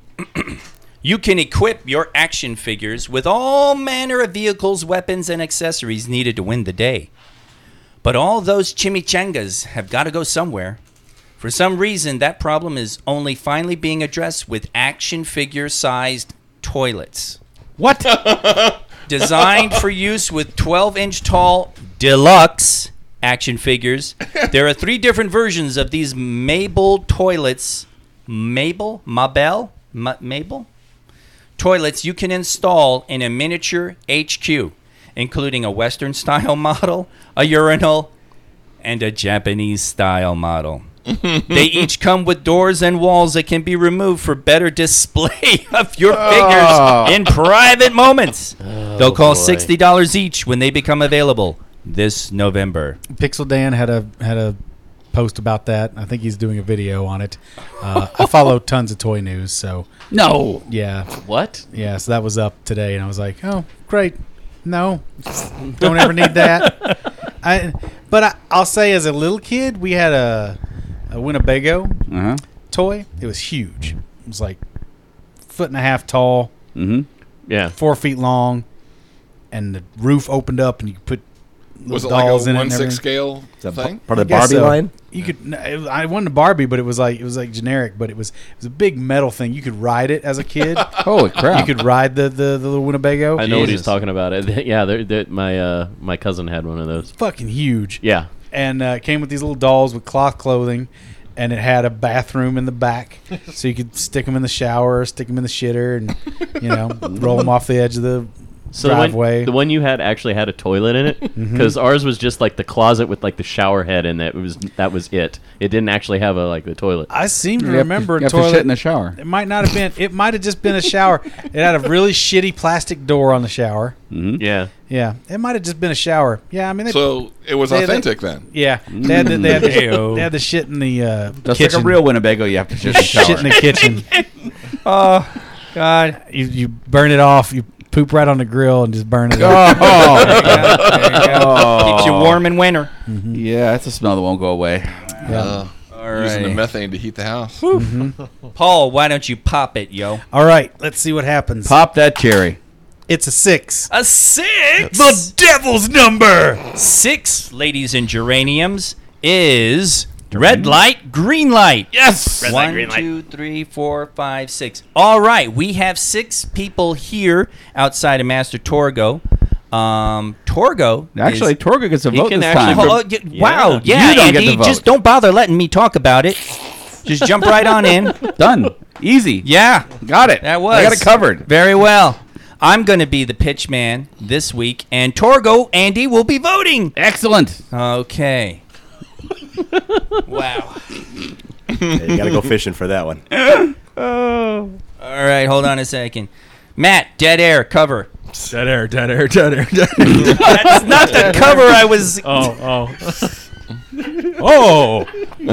Speaker 6: you can equip your action figures with all manner of vehicles, weapons, and accessories needed to win the day. But all those chimichangas have got to go somewhere. For some reason, that problem is only finally being addressed with action figure sized toilets. What? Designed for use with 12 inch tall deluxe action figures. There are three different versions of these Mabel toilets. Mabel? Mabel? Ma- Mabel? toilets you can install in a miniature HQ, including a Western style model, a urinal, and a Japanese style model. they each come with doors and walls that can be removed for better display of your
Speaker 5: Oh.
Speaker 6: figures in private moments. They'll cost
Speaker 2: boy.
Speaker 6: $60 each when they become available this November.
Speaker 3: Pixel Dan had a had a post about that. I think he's doing a video on it. Uh, I follow tons of toy news, so
Speaker 4: No.
Speaker 3: yeah,
Speaker 2: What?
Speaker 3: yeah. So that was up today, and I was like, oh, great. No, don't ever need that. I, but I, I'll say, as a little kid, we had a, a Winnebago
Speaker 4: Uh-huh.
Speaker 3: toy. It was huge. It was like foot and a half tall,
Speaker 2: Yeah.
Speaker 3: four feet long, and the roof opened up, and you could put little
Speaker 5: Was it like a
Speaker 3: dolls in it.
Speaker 5: one
Speaker 3: and
Speaker 5: six
Speaker 3: everything.
Speaker 5: scale
Speaker 7: It's a bu-
Speaker 5: thing?
Speaker 7: part of the
Speaker 3: I guess
Speaker 7: Barbie
Speaker 3: so.
Speaker 7: line.
Speaker 3: You could. no, It, I wasn't a Barbie, but it was like it was like generic. But it was it was a big metal thing. You could ride it as a kid.
Speaker 4: Holy crap.
Speaker 3: you could ride the the, the little Winnebago.
Speaker 2: I know what he's
Speaker 3: Jesus.
Speaker 2: talking about. It- yeah, they're, they my uh, my cousin had one of those.
Speaker 3: Fucking huge.
Speaker 2: Yeah.
Speaker 3: And uh, it came with these little dolls with cloth clothing, and it had a bathroom in the back, so you could stick them in the shower, stick them in the shitter, and you know roll them off the edge of the
Speaker 2: So the
Speaker 3: driveway.
Speaker 2: one, the one you had actually had a toilet in it because ours was just like the closet with like the shower head in it. it was that was it. It didn't actually have a like the toilet.
Speaker 3: I seem to
Speaker 4: You have to-
Speaker 3: remember
Speaker 4: you have
Speaker 3: a
Speaker 4: to
Speaker 3: toilet
Speaker 4: shit in the shower.
Speaker 3: It might not have been. It might have just been a shower. it had a really shitty plastic door on the shower.
Speaker 2: yeah.
Speaker 3: Yeah, it might have just been a shower. Yeah, I mean, they,
Speaker 5: So it was
Speaker 3: They- they-
Speaker 5: authentic then.
Speaker 3: yeah, they had the, they had the, they had the shit in the uh,
Speaker 4: Just
Speaker 3: kitchen.
Speaker 4: like a real Winnebago, you have to just shower.
Speaker 3: shit in the kitchen. Oh,
Speaker 6: God.
Speaker 3: You you burn it off. You poop right on the grill and just burn it. off.
Speaker 4: oh,
Speaker 6: Keeps you warm in winter.
Speaker 4: yeah, that's a smell that won't go away.
Speaker 3: Yeah.
Speaker 5: Using the
Speaker 4: Alright.
Speaker 5: methane to heat the house.
Speaker 6: Paul, why don't you pop it, yo?
Speaker 3: All right, let's see what happens.
Speaker 4: Pop that cherry.
Speaker 3: It's a six.
Speaker 6: A six?
Speaker 3: devil's number.
Speaker 6: six, ladies and geraniums, is red light, green light. Yes. Red light, green light. One, two, three, four, five, six. All right, we have six people here outside of Master Torgo. Um, Torgo. is-
Speaker 4: Actually, Torga gets a vote
Speaker 2: can
Speaker 4: this
Speaker 2: actually
Speaker 4: time.
Speaker 6: Oh, oh, y- Wow. Yeah,
Speaker 4: You don't get
Speaker 6: Andy,
Speaker 4: the vote.
Speaker 6: just don't bother letting me talk about it. Just jump right on in.
Speaker 4: Done. Easy.
Speaker 6: Yeah.
Speaker 4: Got it.
Speaker 6: That was.
Speaker 4: I got it covered.
Speaker 6: Very well. I'm going to be the pitch man this week, and Torgo, Andy, will be voting.
Speaker 4: Excellent.
Speaker 6: Okay. wow.
Speaker 7: Yeah, you got to go fishing for that one.
Speaker 6: Oh. All right, hold on a second. Matt, dead air cover.
Speaker 8: Dead air, dead air, dead air, dead air.
Speaker 6: That's not the cover I was.
Speaker 8: Oh, oh. oh! You
Speaker 2: Eh.
Speaker 8: don't, you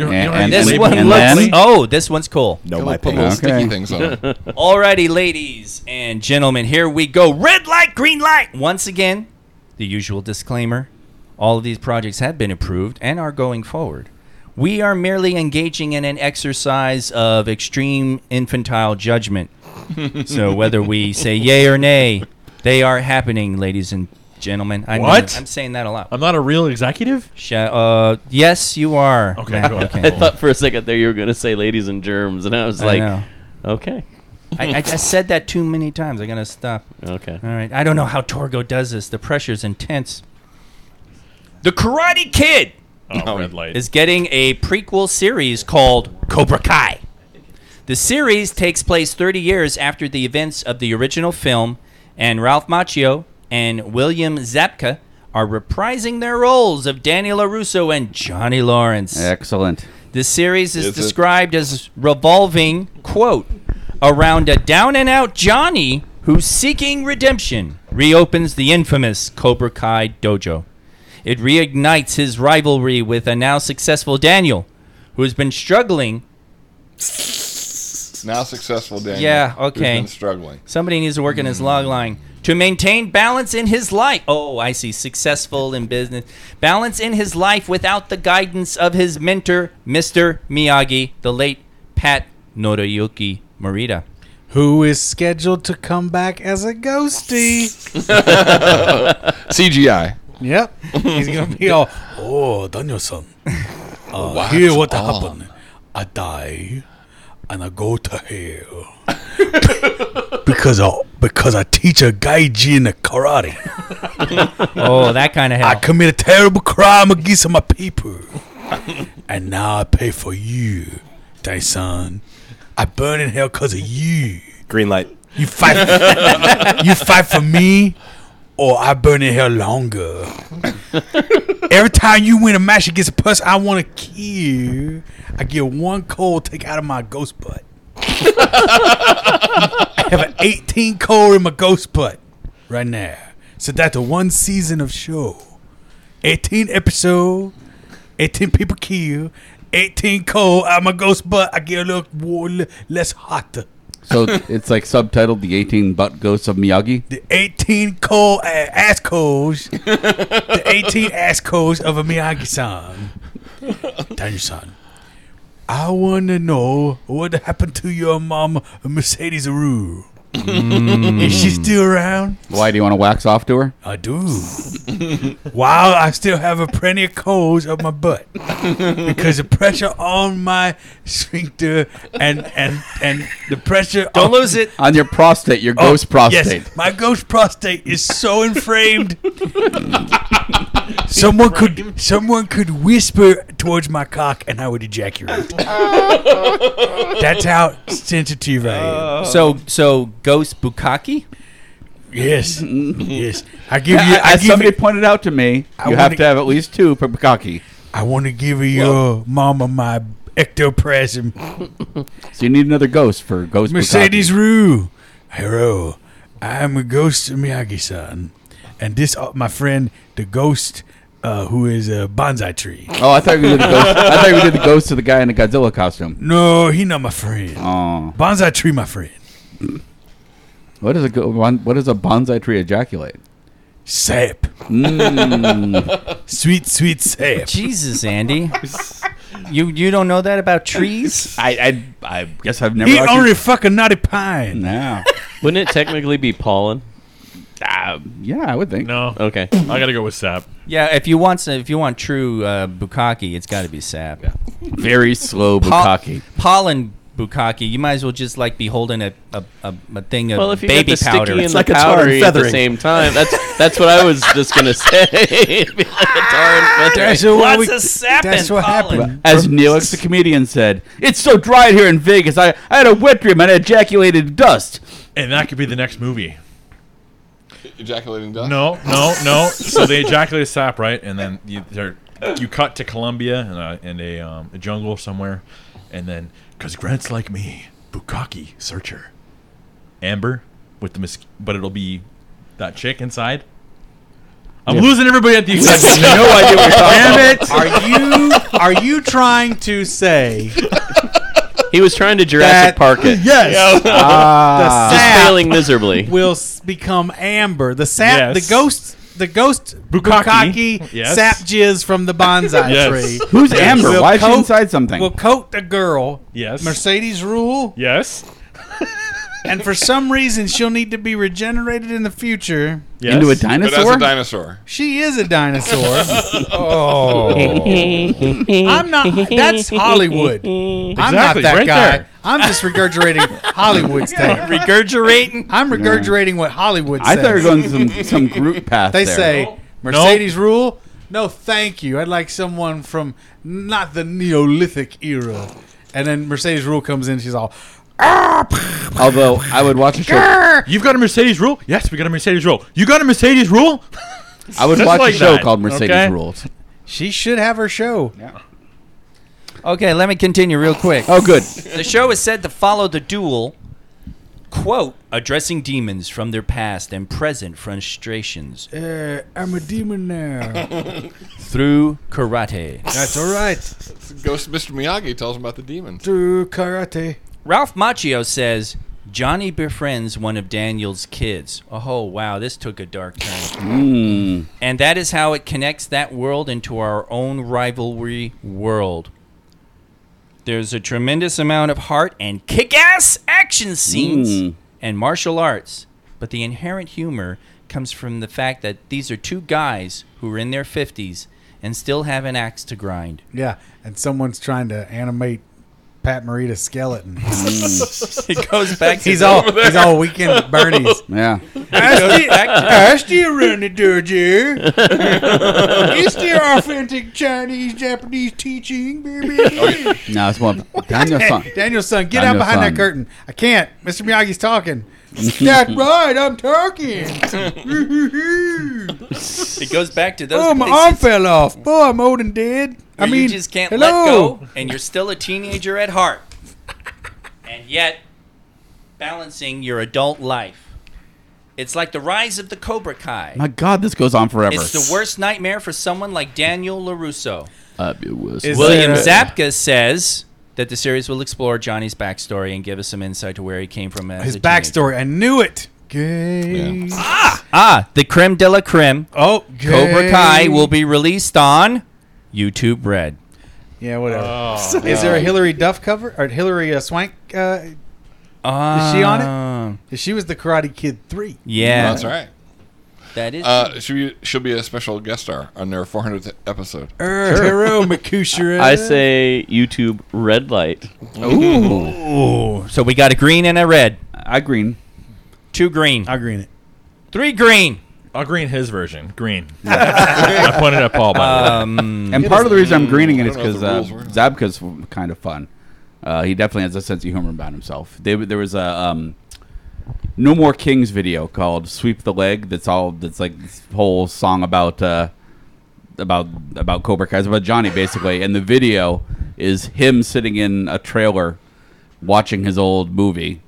Speaker 8: don't
Speaker 4: And-
Speaker 8: have
Speaker 6: This
Speaker 8: to
Speaker 4: and-
Speaker 6: one
Speaker 8: label
Speaker 6: looks.
Speaker 8: it.
Speaker 4: then?
Speaker 6: Oh, this one's cool.
Speaker 7: No, my
Speaker 5: Put little
Speaker 7: pants.
Speaker 5: sticky
Speaker 4: Okay.
Speaker 5: things on it.
Speaker 6: Alrighty, ladies and gentlemen, here we go. Red light, green light. Once again, the usual disclaimer. All of these projects have been approved and are going forward We are merely engaging in an exercise of extreme infantile judgment. so whether we say yay or nay, they are happening, ladies and gentlemen. I know
Speaker 8: What?
Speaker 6: that- I'm saying that a lot.
Speaker 8: I'm not a real executive.
Speaker 6: Sha- uh, yes, you are.
Speaker 8: Okay,
Speaker 6: Matt.
Speaker 8: go ahead.
Speaker 2: I thought for a second there you were going to say ladies and germs, and I was
Speaker 6: I
Speaker 2: like,
Speaker 6: know.
Speaker 2: okay,
Speaker 6: I, I just said that too many times. I gotta stop.
Speaker 2: okay.
Speaker 6: All right. I don't know how Torgo does this. The pressure's intense. The Karate Kid
Speaker 8: Oh, red light.
Speaker 6: is getting a prequel series called Cobra Kai. The series takes place 30 years after the events of the original film, and Ralph Macchio and William Zabka are reprising their roles of Danny LaRusso and Johnny Lawrence.
Speaker 4: Excellent.
Speaker 6: The series is,
Speaker 5: Is it-
Speaker 6: described as revolving, quote, around a down and out Johnny who's seeking redemption, reopens the infamous Cobra Kai dojo. It reignites his rivalry with a now successful Daniel, who has been struggling.
Speaker 5: Now successful, Daniel.
Speaker 6: Yeah,
Speaker 5: who's
Speaker 6: okay.
Speaker 5: been struggling.
Speaker 6: Somebody needs to work in his log line. To maintain balance in his life. Oh, I see. Successful in business. Balance in his life without the guidance of his mentor, Mr. Miyagi, the late Pat Noriyuki Morita.
Speaker 10: Who is scheduled to come back as a ghosty?
Speaker 5: CGI.
Speaker 10: yep. He's gonna be all
Speaker 9: Oh, Danielson. Uh, hear what happened. I die, and I go to hell because I because I teach a gaijin karate.
Speaker 6: Oh, that kind of
Speaker 9: I
Speaker 6: hell.
Speaker 9: commit a terrible crime against my people, and now I pay for you, Dyson. I burn in hell because of you.
Speaker 7: Green light.
Speaker 9: You fight. you fight for me, or I burn in hell longer. Every time you win a match against a person I want to kill, I get one coal take out of my ghost butt. I have an 18 coal in my ghost butt right now. So that's a one season of show, 18 episode, 18 people kill, 18 coal out of my ghost butt. I get a little wa- less hot.
Speaker 4: So it's like subtitled "The 18 Butt Ghosts of Miyagi."
Speaker 9: the 18 cold uh, ass codes, the 18 ass codes of a Miyagi-san. Daniel-san, I want to know what happened to your mom, Mercedes Rue.
Speaker 4: Mm.
Speaker 9: Is she still around?
Speaker 4: Why do you want to wax off to her?
Speaker 9: I do. While I still have a plenty of coals up my butt because the pressure on my sphincter and and and the pressure
Speaker 6: Don't
Speaker 9: on
Speaker 6: lose it.
Speaker 4: On your prostate, your ghost prostate.
Speaker 9: Oh, Yes, my ghost prostate is so inflamed. someone could someone could whisper towards my cock, and I would ejaculate. That's how sensitive I am.
Speaker 6: So, so Ghost Bukaki?
Speaker 9: Yes, yes. I give you. I,
Speaker 4: Mm. As
Speaker 9: give
Speaker 4: somebody
Speaker 9: you,
Speaker 4: pointed out to me, you have
Speaker 9: wanna-
Speaker 4: to have at least two for Bukaki.
Speaker 9: I want to give your mama my ectoplasm.
Speaker 4: So you need another ghost for ghost
Speaker 9: Mercedes Rue, hello. I'm a ghost of Miyagi-san, and this uh, my friend, the ghost, uh, who is a bonsai tree.
Speaker 4: Bukaki. Oh, I thought we did the ghost. I thought we did the ghost of the guy in the Godzilla costume.
Speaker 9: No, he not my friend.
Speaker 4: Oh,
Speaker 9: Bonsai tree, my friend.
Speaker 4: what is a go- bon- what does a bonsai tree ejaculate? Hmm.
Speaker 9: Sap. sweet, sweet sap.
Speaker 6: Jesus, Andy. you you don't know that about trees?
Speaker 4: I I, I guess I've never.
Speaker 9: He only fucking not a pine.
Speaker 4: now.
Speaker 2: Wouldn't it technically be pollen?
Speaker 4: Ah, yeah, I would think.
Speaker 8: no,
Speaker 2: Okay.
Speaker 8: I gotta go with Sap.
Speaker 6: Yeah, if you want s- if you want true uh, Bukaki, it's got to be sap.
Speaker 4: Very slow
Speaker 6: Pol-
Speaker 4: Bukaki.
Speaker 6: pollen Bukaki. You might as well just like be holding a a, a, a thing of
Speaker 2: Well, if you
Speaker 6: baby
Speaker 2: get the
Speaker 6: powder.
Speaker 2: sticky and
Speaker 6: It's
Speaker 2: the
Speaker 6: like-
Speaker 7: a tar and
Speaker 2: powdery at the
Speaker 7: feathering.
Speaker 2: same time, that's that's what I was just gonna say. It'd be like a tar and feathering.
Speaker 9: That's what
Speaker 6: Lots
Speaker 9: we-
Speaker 6: of sap
Speaker 9: That's
Speaker 6: and
Speaker 9: what
Speaker 6: pollen.
Speaker 9: happened.
Speaker 4: As Neelix the comedian said, "It's so dry here in Vegas. I, I had a wet dream and I ejaculated dust."
Speaker 8: And that could be the next movie.
Speaker 5: Ejaculating dust.
Speaker 8: No, no, no. so they ejaculate sap, right? And then you they're, you cut to Colombia and a, and a, um, a jungle somewhere, and then because Grant's like me, Bukaki searcher, Amber with the mis- but it'll be that chick inside. I'm losing everybody at the exact same
Speaker 4: No idea what you're talking about.
Speaker 10: Are you are you trying to say
Speaker 2: He was trying to Jurassic
Speaker 10: That-
Speaker 2: Park it.
Speaker 10: yes
Speaker 4: Ah.
Speaker 10: the
Speaker 2: Just
Speaker 10: sap
Speaker 2: failing miserably.
Speaker 10: will s- become amber? The sap
Speaker 8: Yes.
Speaker 10: the ghost
Speaker 3: the ghost
Speaker 8: Bukkake.
Speaker 3: bukkake,
Speaker 8: Yes.
Speaker 3: sap jizz from the bonsai
Speaker 8: Yes.
Speaker 3: tree.
Speaker 4: Who's Amber?
Speaker 3: Will
Speaker 4: Why is she
Speaker 3: coat-
Speaker 4: inside something?
Speaker 3: Will coat the girl.
Speaker 8: Yes.
Speaker 3: Mercedes rule,
Speaker 8: Yes.
Speaker 3: and for some reason she'll need to be regenerated in the future.
Speaker 8: Yes.
Speaker 4: Into a
Speaker 5: But that's a
Speaker 4: dinosaur?
Speaker 5: dinosaur.
Speaker 3: She is a dinosaur.
Speaker 11: I'm
Speaker 3: I'm not. That's Hollywood. I'm not
Speaker 8: Exactly,
Speaker 3: that
Speaker 8: right
Speaker 3: guy.
Speaker 8: there.
Speaker 3: I'm just regurgitating Hollywood's thing.
Speaker 6: Regurgitating.
Speaker 3: I'm regurgitating what Hollywood
Speaker 4: I
Speaker 3: says.
Speaker 4: thought you were going some some group path.
Speaker 3: They
Speaker 4: there.
Speaker 3: say Mercedes rule. No, thank you. I'd like someone from not the Neolithic era. And then Mercedes rule comes in. She's all.
Speaker 4: Although I would watch a show.
Speaker 8: You've got a Mercedes rule? Yes, we got a Mercedes rule. You got a Mercedes rule?
Speaker 4: I would
Speaker 8: Just
Speaker 4: watch
Speaker 8: like
Speaker 4: a show
Speaker 8: that,
Speaker 4: called Mercedes
Speaker 8: okay?
Speaker 4: Rules.
Speaker 3: She should have her show.
Speaker 6: Okay, let me continue real quick.
Speaker 4: Oh, good.
Speaker 6: The show is said to follow the duel, quote, addressing demons from their past and present frustrations
Speaker 3: Uh, I'm a demon now.
Speaker 6: through karate.
Speaker 3: That's all right.
Speaker 5: Ghost Mr. Miyagi tells him about the demons.
Speaker 3: Through karate.
Speaker 6: Ralph Macchio says Johnny befriends one of Daniel's kids. Oh, wow, this took a dark turn.
Speaker 4: Mm.
Speaker 6: and that is how it connects that world into our own rivalry world. There's a tremendous amount of heart and kick ass action scenes
Speaker 4: Mm.
Speaker 6: and martial arts, but the inherent humor comes from the fact that these are two guys who are in their 50s and still have an axe to grind.
Speaker 3: Yeah, and someone's trying to animate Pat Morita's skeleton.
Speaker 4: Mm.
Speaker 6: It goes back to
Speaker 3: He's
Speaker 6: the-
Speaker 3: all he's all weekend at Bernie's.
Speaker 4: Yeah.
Speaker 3: Ask the Renadurger. It's their authentic Chinese Japanese teaching, baby.
Speaker 4: No, it's one. Daniel's son.
Speaker 3: Daniel's son, get out
Speaker 4: Daniel's
Speaker 3: behind
Speaker 4: son.
Speaker 3: that curtain. I can't. Mr. Miyagi's talking. That's right, I'm talking.
Speaker 6: it goes back to those
Speaker 10: Um,
Speaker 3: oh, my
Speaker 6: places
Speaker 3: arm fell off. Boy, I'm old and dead. I
Speaker 6: where
Speaker 3: mean,
Speaker 6: you just can't
Speaker 3: hello.
Speaker 6: let go, and you're still a teenager at heart, and yet balancing your adult life. It's like the rise of the Cobra Kai.
Speaker 4: My God, this goes on forever.
Speaker 6: it's the worst nightmare for someone like Daniel Larusso.
Speaker 4: Uh, it was-
Speaker 3: Is
Speaker 6: William
Speaker 3: there-
Speaker 6: Zapka says that the series will explore Johnny's backstory and give us some insight to where he came from. As
Speaker 3: His
Speaker 6: a teenager.
Speaker 3: backstory, I knew it. Gay.
Speaker 6: Ah, the creme de la creme.
Speaker 3: Oh, gay.
Speaker 6: Cobra Kai will be released on YouTube Red.
Speaker 3: Yeah, whatever.
Speaker 6: Oh,
Speaker 3: Is there a Hillary Duff cover or Hillary uh, Swank? Uh,
Speaker 6: Is
Speaker 3: she on it? she was the Karate Kid three.
Speaker 6: Ah. Yeah,
Speaker 5: That's right.
Speaker 6: That is.
Speaker 5: Uh, she'll, be, she'll be a special guest star on their 400th episode.
Speaker 3: Er, Hiro Makushira.
Speaker 2: I say YouTube red light.
Speaker 4: Ooh.
Speaker 6: so we got a green and a red.
Speaker 4: I green.
Speaker 6: Two green.
Speaker 3: I green it.
Speaker 6: Three green.
Speaker 8: I'll green his version. Green. I pointed at Paul, by the way.
Speaker 6: Um,
Speaker 4: And part of the reason I'm greening it is
Speaker 5: don't know what
Speaker 4: because
Speaker 5: the
Speaker 4: uh,
Speaker 5: rules were.
Speaker 4: Zabka's f- kind of fun. Uh, he definitely has a sense of humor about himself. They, there was a um, No More Kings video called "Sweep the Leg." That's all. That's like this whole song about uh, about about Cobra Kai. It's about Johnny basically, and the video is him sitting in a trailer watching his old movie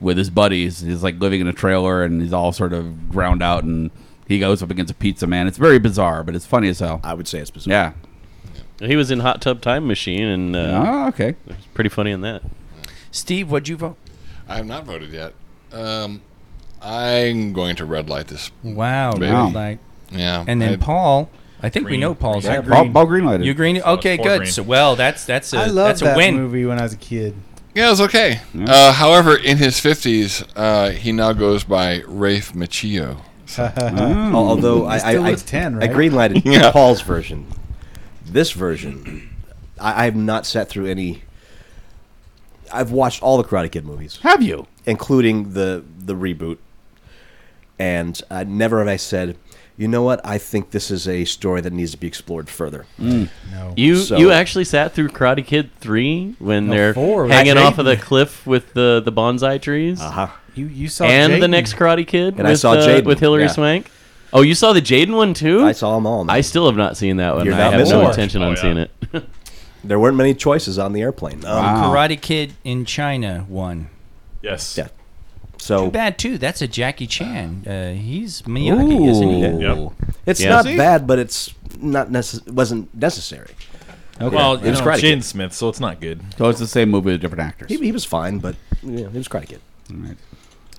Speaker 4: with his buddies. He's like living in a trailer, and he's all sort of ground out, and he goes up against a pizza man. It's very bizarre, but it's funny as hell.
Speaker 7: I would say it's bizarre.
Speaker 4: Yeah.
Speaker 2: He was in Hot Tub Time Machine, and uh,
Speaker 4: Oh, okay.
Speaker 2: it's pretty funny in that.
Speaker 6: Steve, what'd you vote?
Speaker 5: I have not voted yet. Um, I'm going to red light this.
Speaker 6: Wow,
Speaker 5: Maybe.
Speaker 6: red light.
Speaker 5: Yeah.
Speaker 6: And then
Speaker 5: I-
Speaker 6: Paul. I think we
Speaker 8: Green.
Speaker 6: know Paul's
Speaker 8: Yeah,
Speaker 6: out.
Speaker 4: Ball, ball green lighted.
Speaker 6: You green? Okay,
Speaker 8: four
Speaker 6: good.
Speaker 8: green.
Speaker 6: So well, that's that's a
Speaker 3: I love
Speaker 6: that's
Speaker 3: that
Speaker 6: a win.
Speaker 3: movie when I was a kid.
Speaker 5: Yeah, it's okay. Uh, however, in his 50s, uh, he now goes by Rafe Machio.
Speaker 2: Mm.
Speaker 7: Al- Although I,
Speaker 3: still
Speaker 7: I, I,
Speaker 3: looks 10,
Speaker 7: I
Speaker 3: right?
Speaker 7: green lighted
Speaker 5: Yeah.
Speaker 7: Paul's version. This version, I, I've not sat through any. I've watched all the Karate Kid movies,
Speaker 4: Have you?
Speaker 7: including the the reboot, and uh, never have I said, you know what? I think this is a story that needs to be explored further.
Speaker 2: Mm. You
Speaker 7: Mm. So-
Speaker 2: you actually sat through Karate Kid three when they're
Speaker 3: four.
Speaker 2: hanging
Speaker 3: Jaden.
Speaker 2: off of the cliff with the the bonsai trees,
Speaker 7: Uh-huh.
Speaker 3: You you saw
Speaker 2: and the
Speaker 3: Jaden.
Speaker 2: next Karate Kid
Speaker 7: And
Speaker 2: with
Speaker 7: I saw
Speaker 2: uh,
Speaker 7: Jaden,
Speaker 2: with Hillary
Speaker 7: yeah.
Speaker 2: Swank. Oh, you saw the Jaden one too.
Speaker 7: I saw them all. man.
Speaker 2: I still have not seen that one.
Speaker 7: You're
Speaker 2: I
Speaker 7: not
Speaker 2: have
Speaker 7: missing
Speaker 2: no
Speaker 7: much.
Speaker 2: intention on
Speaker 8: Oh, yeah.
Speaker 2: seeing it.
Speaker 7: there weren't many choices on the airplane. Um,
Speaker 4: Wow.
Speaker 6: Karate Kid in China won.
Speaker 8: Yes.
Speaker 7: Yeah. So
Speaker 6: Too bad too. That's a Jackie Chan. Uh, he's Miyagi, isn't he?
Speaker 4: Ooh.
Speaker 8: Yep.
Speaker 7: it's
Speaker 2: Oh. Yeah.
Speaker 7: not
Speaker 2: See?
Speaker 7: bad, but it's not necess- wasn't necessary.
Speaker 4: Okay.
Speaker 8: Well, you
Speaker 4: it was
Speaker 8: know,
Speaker 4: Karate Kid.
Speaker 8: Jaden Smith, so it's not good.
Speaker 4: So it's the same movie with different actors.
Speaker 7: He, he was fine, but you know, he was Karate Kid.
Speaker 4: All right.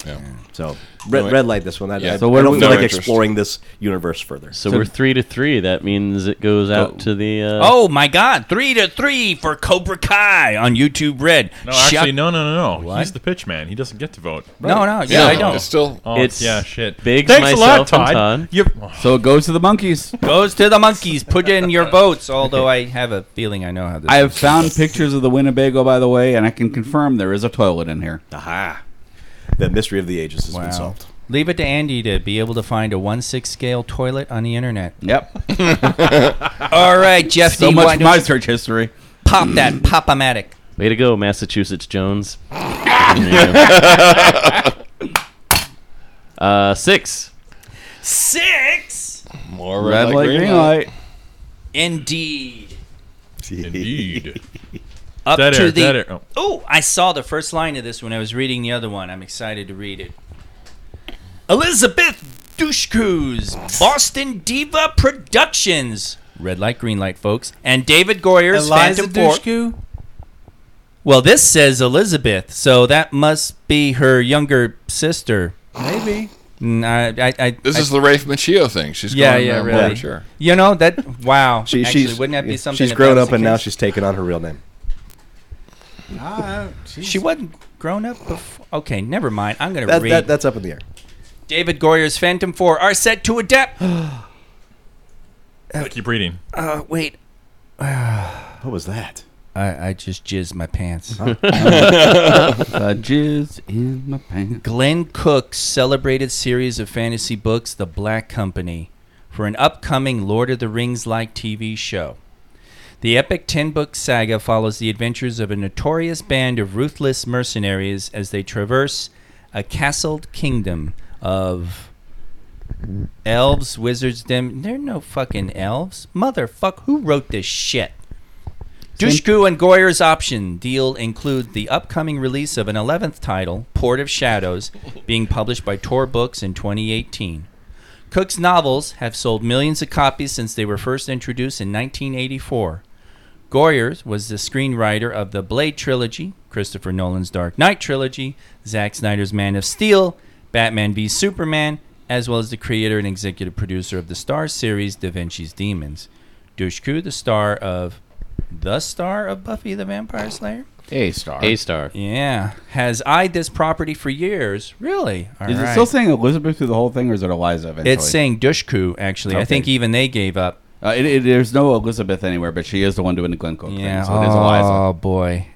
Speaker 5: Yeah.
Speaker 7: So red,
Speaker 5: No,
Speaker 7: red light this one. I,
Speaker 5: Yeah.
Speaker 7: I,
Speaker 5: So
Speaker 7: I
Speaker 5: what
Speaker 7: don't
Speaker 5: do
Speaker 7: feel
Speaker 5: we-
Speaker 7: like
Speaker 5: No interest.
Speaker 7: exploring this universe further.
Speaker 2: So, we're three to three. That means it goes out to the. Uh,
Speaker 6: Oh my God! Three to three for Cobra Kai on YouTube Red.
Speaker 8: No, actually,
Speaker 6: Shut-
Speaker 8: no, no, no, no. He's the pitch man. He doesn't get to vote.
Speaker 6: no, no. Yeah, I
Speaker 5: It's
Speaker 6: don't.
Speaker 5: still
Speaker 8: Oh,
Speaker 2: It's
Speaker 8: yeah, shit.
Speaker 2: Biggs,
Speaker 8: Thanks a lot,
Speaker 2: myself, and
Speaker 8: Todd.
Speaker 2: Todd.
Speaker 8: Yep.
Speaker 4: So it goes to the monkeys.
Speaker 6: Goes to the monkeys. Put in your votes. Although I have a feeling I know how this.
Speaker 4: I have found pictures of the Winnebago, by the way, and I can confirm there is a toilet in here.
Speaker 7: Aha. The mystery of the ages has been solved.
Speaker 6: Leave it to Andy to be able to find a one six scale toilet on the internet.
Speaker 4: Yep.
Speaker 6: All right, Jeff.
Speaker 4: So much for my search history.
Speaker 6: pop that pop-o-matic.
Speaker 2: Way to go, Massachusetts Jones. uh, six.
Speaker 6: Six.
Speaker 5: more
Speaker 4: Red light, green light.
Speaker 6: Indeed.
Speaker 8: Indeed.
Speaker 6: Up
Speaker 8: Dead
Speaker 6: to
Speaker 8: air.
Speaker 6: the.
Speaker 8: Dead air. Oh.
Speaker 6: Oh, I saw the first line of this when I was reading the other one. I'm excited to read it. Elizabeth Dushku's Boston Diva Productions. Red light, green light, folks. And David Goyer's
Speaker 3: Eliza
Speaker 6: Phantom Four.
Speaker 3: Dushku?
Speaker 6: Well, this says Elizabeth, so that must be her younger sister.
Speaker 3: Maybe.
Speaker 6: Mm, I, I, I,
Speaker 5: This
Speaker 6: I-
Speaker 5: is the Rafe Machio thing. She's
Speaker 6: Yeah,
Speaker 5: going
Speaker 6: yeah,
Speaker 5: around
Speaker 6: really.
Speaker 5: with her.
Speaker 6: you know that. Wow,
Speaker 7: She,
Speaker 6: Actually,
Speaker 7: she's
Speaker 6: wouldn't that be something?
Speaker 7: She's
Speaker 6: if
Speaker 7: grown
Speaker 6: that was
Speaker 7: up
Speaker 6: the
Speaker 7: and now
Speaker 6: case?
Speaker 7: she's taken on her real name.
Speaker 6: she wasn't grown up before. Okay, never mind. I'm gonna
Speaker 7: That,
Speaker 6: read.
Speaker 7: that, that's up in the air.
Speaker 6: David Goyer's Phantom Four are set to adapt.
Speaker 8: Keep reading.
Speaker 6: uh, wait,
Speaker 7: What was that?
Speaker 6: I, I just jizzed my pants.
Speaker 4: Uh, jizz in my pants.
Speaker 6: Glenn Cook's celebrated series of fantasy books, The Black Company, for an upcoming Lord of the Rings like TV show. The epic 10 book saga follows the adventures of a notorious band of ruthless mercenaries as they traverse a castled kingdom of elves, wizards, them. They're no fucking elves. Motherfuck, who wrote this shit? Dushku and Goyer's option deal include the upcoming release of an 11th title, Port of Shadows, being published by Tor Books in 2018. Cook's novels have sold millions of copies since they were first introduced in 1984. Goyer was the screenwriter of the Blade trilogy, Christopher Nolan's Dark Knight trilogy, Zack Snyder's Man of Steel, Batman v Superman, as well as the creator and executive producer of the Star series Da Vinci's Demons. Dushku, the star of the star of Buffy the Vampire Slayer,
Speaker 4: A star.
Speaker 2: A star.
Speaker 6: yeah, has eyed this property for years. Really? All
Speaker 4: Is it
Speaker 6: right.
Speaker 4: still saying Elizabeth through the whole thing, or is it Eliza eventually?
Speaker 6: It's saying Dushku. Actually, I
Speaker 4: Okay.
Speaker 6: think even they gave up.
Speaker 4: Uh, it, it- there's no Elizabeth anywhere, but she is the one doing the Glencoe
Speaker 6: Yeah.
Speaker 4: thing, so it is Eliza.
Speaker 6: Oh boy,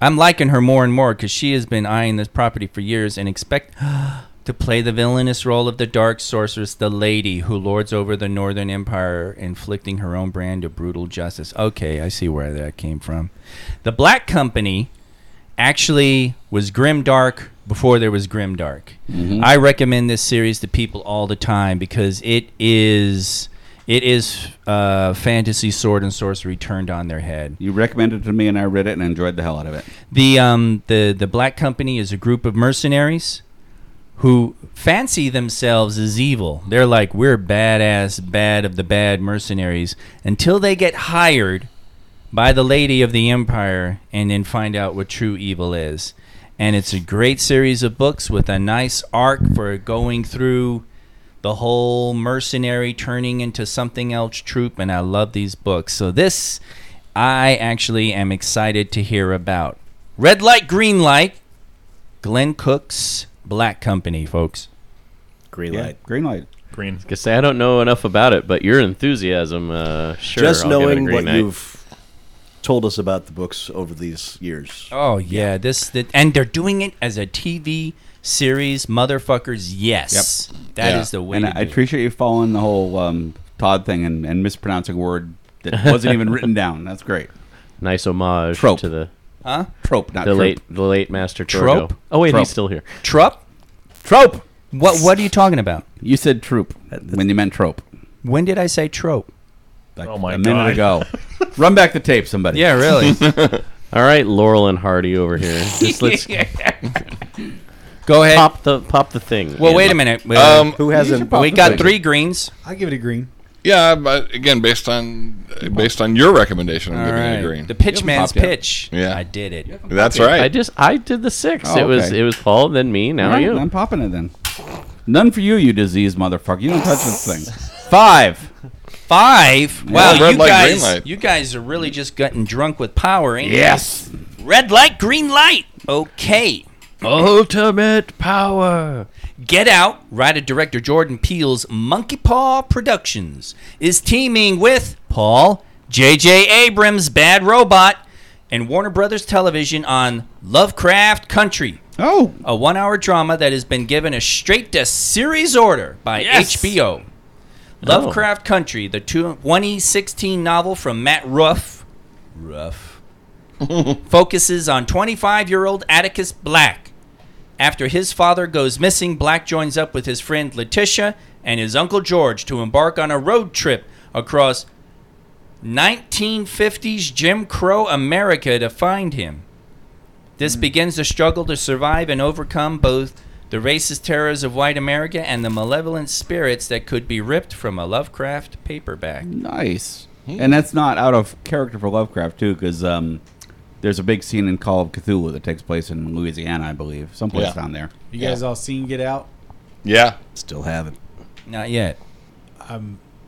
Speaker 6: I'm liking her more and more because she has been eyeing this property for years and expect to play the villainous role of the dark sorceress, the lady who lords over the Northern Empire, inflicting her own brand of brutal justice. Okay, I see where that came from. The Black Company actually was grimdark before there was grimdark.
Speaker 4: Mm-hmm.
Speaker 6: I recommend this series to people all the time because it is it is uh, fantasy sword and sorcery turned on their head.
Speaker 4: You recommended it to me, and I read it and enjoyed the hell out of it.
Speaker 6: The um the the Black Company is a group of mercenaries who fancy themselves as evil. They're like we're badass, bad of the bad mercenaries until they get hired by the lady of the empire and then find out what true evil is. And it's a great series of books with a nice arc for going through the whole mercenary turning into something else troop and I love these books. So this I actually am excited to hear about. Red light, green light. Glenn Cook's Black Company, folks.
Speaker 7: Green
Speaker 4: Yeah,
Speaker 7: light.
Speaker 4: green light.
Speaker 8: Green.
Speaker 2: Guess I don't know enough about it, but your enthusiasm, uh, sure.
Speaker 7: Just
Speaker 2: I'll give it a
Speaker 7: knowing
Speaker 2: green
Speaker 7: what
Speaker 2: light.
Speaker 7: you've told us about the books over these years.
Speaker 6: Oh yeah, this the, and they're doing it as a TV series, motherfuckers. Yes, that is
Speaker 5: Yeah.
Speaker 6: the way.
Speaker 4: and
Speaker 6: to do
Speaker 4: I
Speaker 6: it.
Speaker 4: appreciate you following the whole um, Todd thing and, and mispronouncing a word that wasn't even written down. That's great.
Speaker 2: nice homage
Speaker 4: Trope.
Speaker 2: to the
Speaker 6: huh?
Speaker 4: Trope, not
Speaker 2: the
Speaker 4: troop.
Speaker 2: late the late Master
Speaker 6: Trope?
Speaker 2: Trogo. Oh wait,
Speaker 4: Trope.
Speaker 2: he's still here.
Speaker 6: Trupp,
Speaker 4: Trope.
Speaker 6: what what are you talking about?
Speaker 4: You said troop when you meant trope.
Speaker 6: When did I say trope?
Speaker 4: Like
Speaker 8: Oh my
Speaker 4: a minute
Speaker 8: God.
Speaker 4: ago. Run back the tape, somebody.
Speaker 6: Yeah, really.
Speaker 2: All right, Laurel and Hardy over here. Just let's
Speaker 6: Go ahead.
Speaker 2: pop the pop the thing.
Speaker 6: well,
Speaker 2: Andy.
Speaker 6: wait a minute. Wait a
Speaker 5: Um,
Speaker 7: Who hasn't?
Speaker 6: minute. we got three greens.
Speaker 10: I give it a green.
Speaker 5: Yeah, but again, based on based on your recommendation, I'm giving it a green.
Speaker 6: The pitchman's
Speaker 4: popped yet.
Speaker 6: pitch.
Speaker 5: Yeah.
Speaker 6: I did it.
Speaker 5: That's right.
Speaker 2: I just I did the six.
Speaker 4: Oh,
Speaker 2: it was
Speaker 4: okay.
Speaker 2: it was Paul, then me, now
Speaker 4: Alright,
Speaker 2: you.
Speaker 4: I'm popping it then. None for you, you disease motherfucker. You don't touch this thing. Five.
Speaker 6: Five. Wow,
Speaker 5: red light,
Speaker 6: you
Speaker 5: green
Speaker 6: guys,
Speaker 5: light.
Speaker 6: you guys are really just getting drunk with power, ain't you?
Speaker 4: Yes.
Speaker 6: Red light, green light. Okay.
Speaker 2: Ultimate power.
Speaker 6: Get Out, writer director Jordan Peele's Monkey Paw Productions, is teaming with Paul, J.J. Abrams' Bad Robot, and Warner Brothers Television on Lovecraft Country,
Speaker 4: Oh.
Speaker 6: a one hour drama that has been given a straight to series order by HBO. Lovecraft Country, the two- 2016 novel from Matt Ruff, Ruff focuses on 25 year old Atticus Black. After his father goes missing, Black joins up with his friend Letitia and his uncle George to embark on a road trip across 1950s Jim Crow America to find him. This begins the struggle to survive and overcome both the racist terrors of white America and the malevolent spirits that could be ripped from a Lovecraft paperback.
Speaker 4: Nice. And that's not out of character for Lovecraft too, because um, there's a big scene in Call of Cthulhu that takes place in Louisiana, I believe, someplace
Speaker 5: Yeah.
Speaker 4: down there.
Speaker 10: You guys all seen Get Out?
Speaker 5: yeah.
Speaker 7: Still haven't.
Speaker 6: Not yet.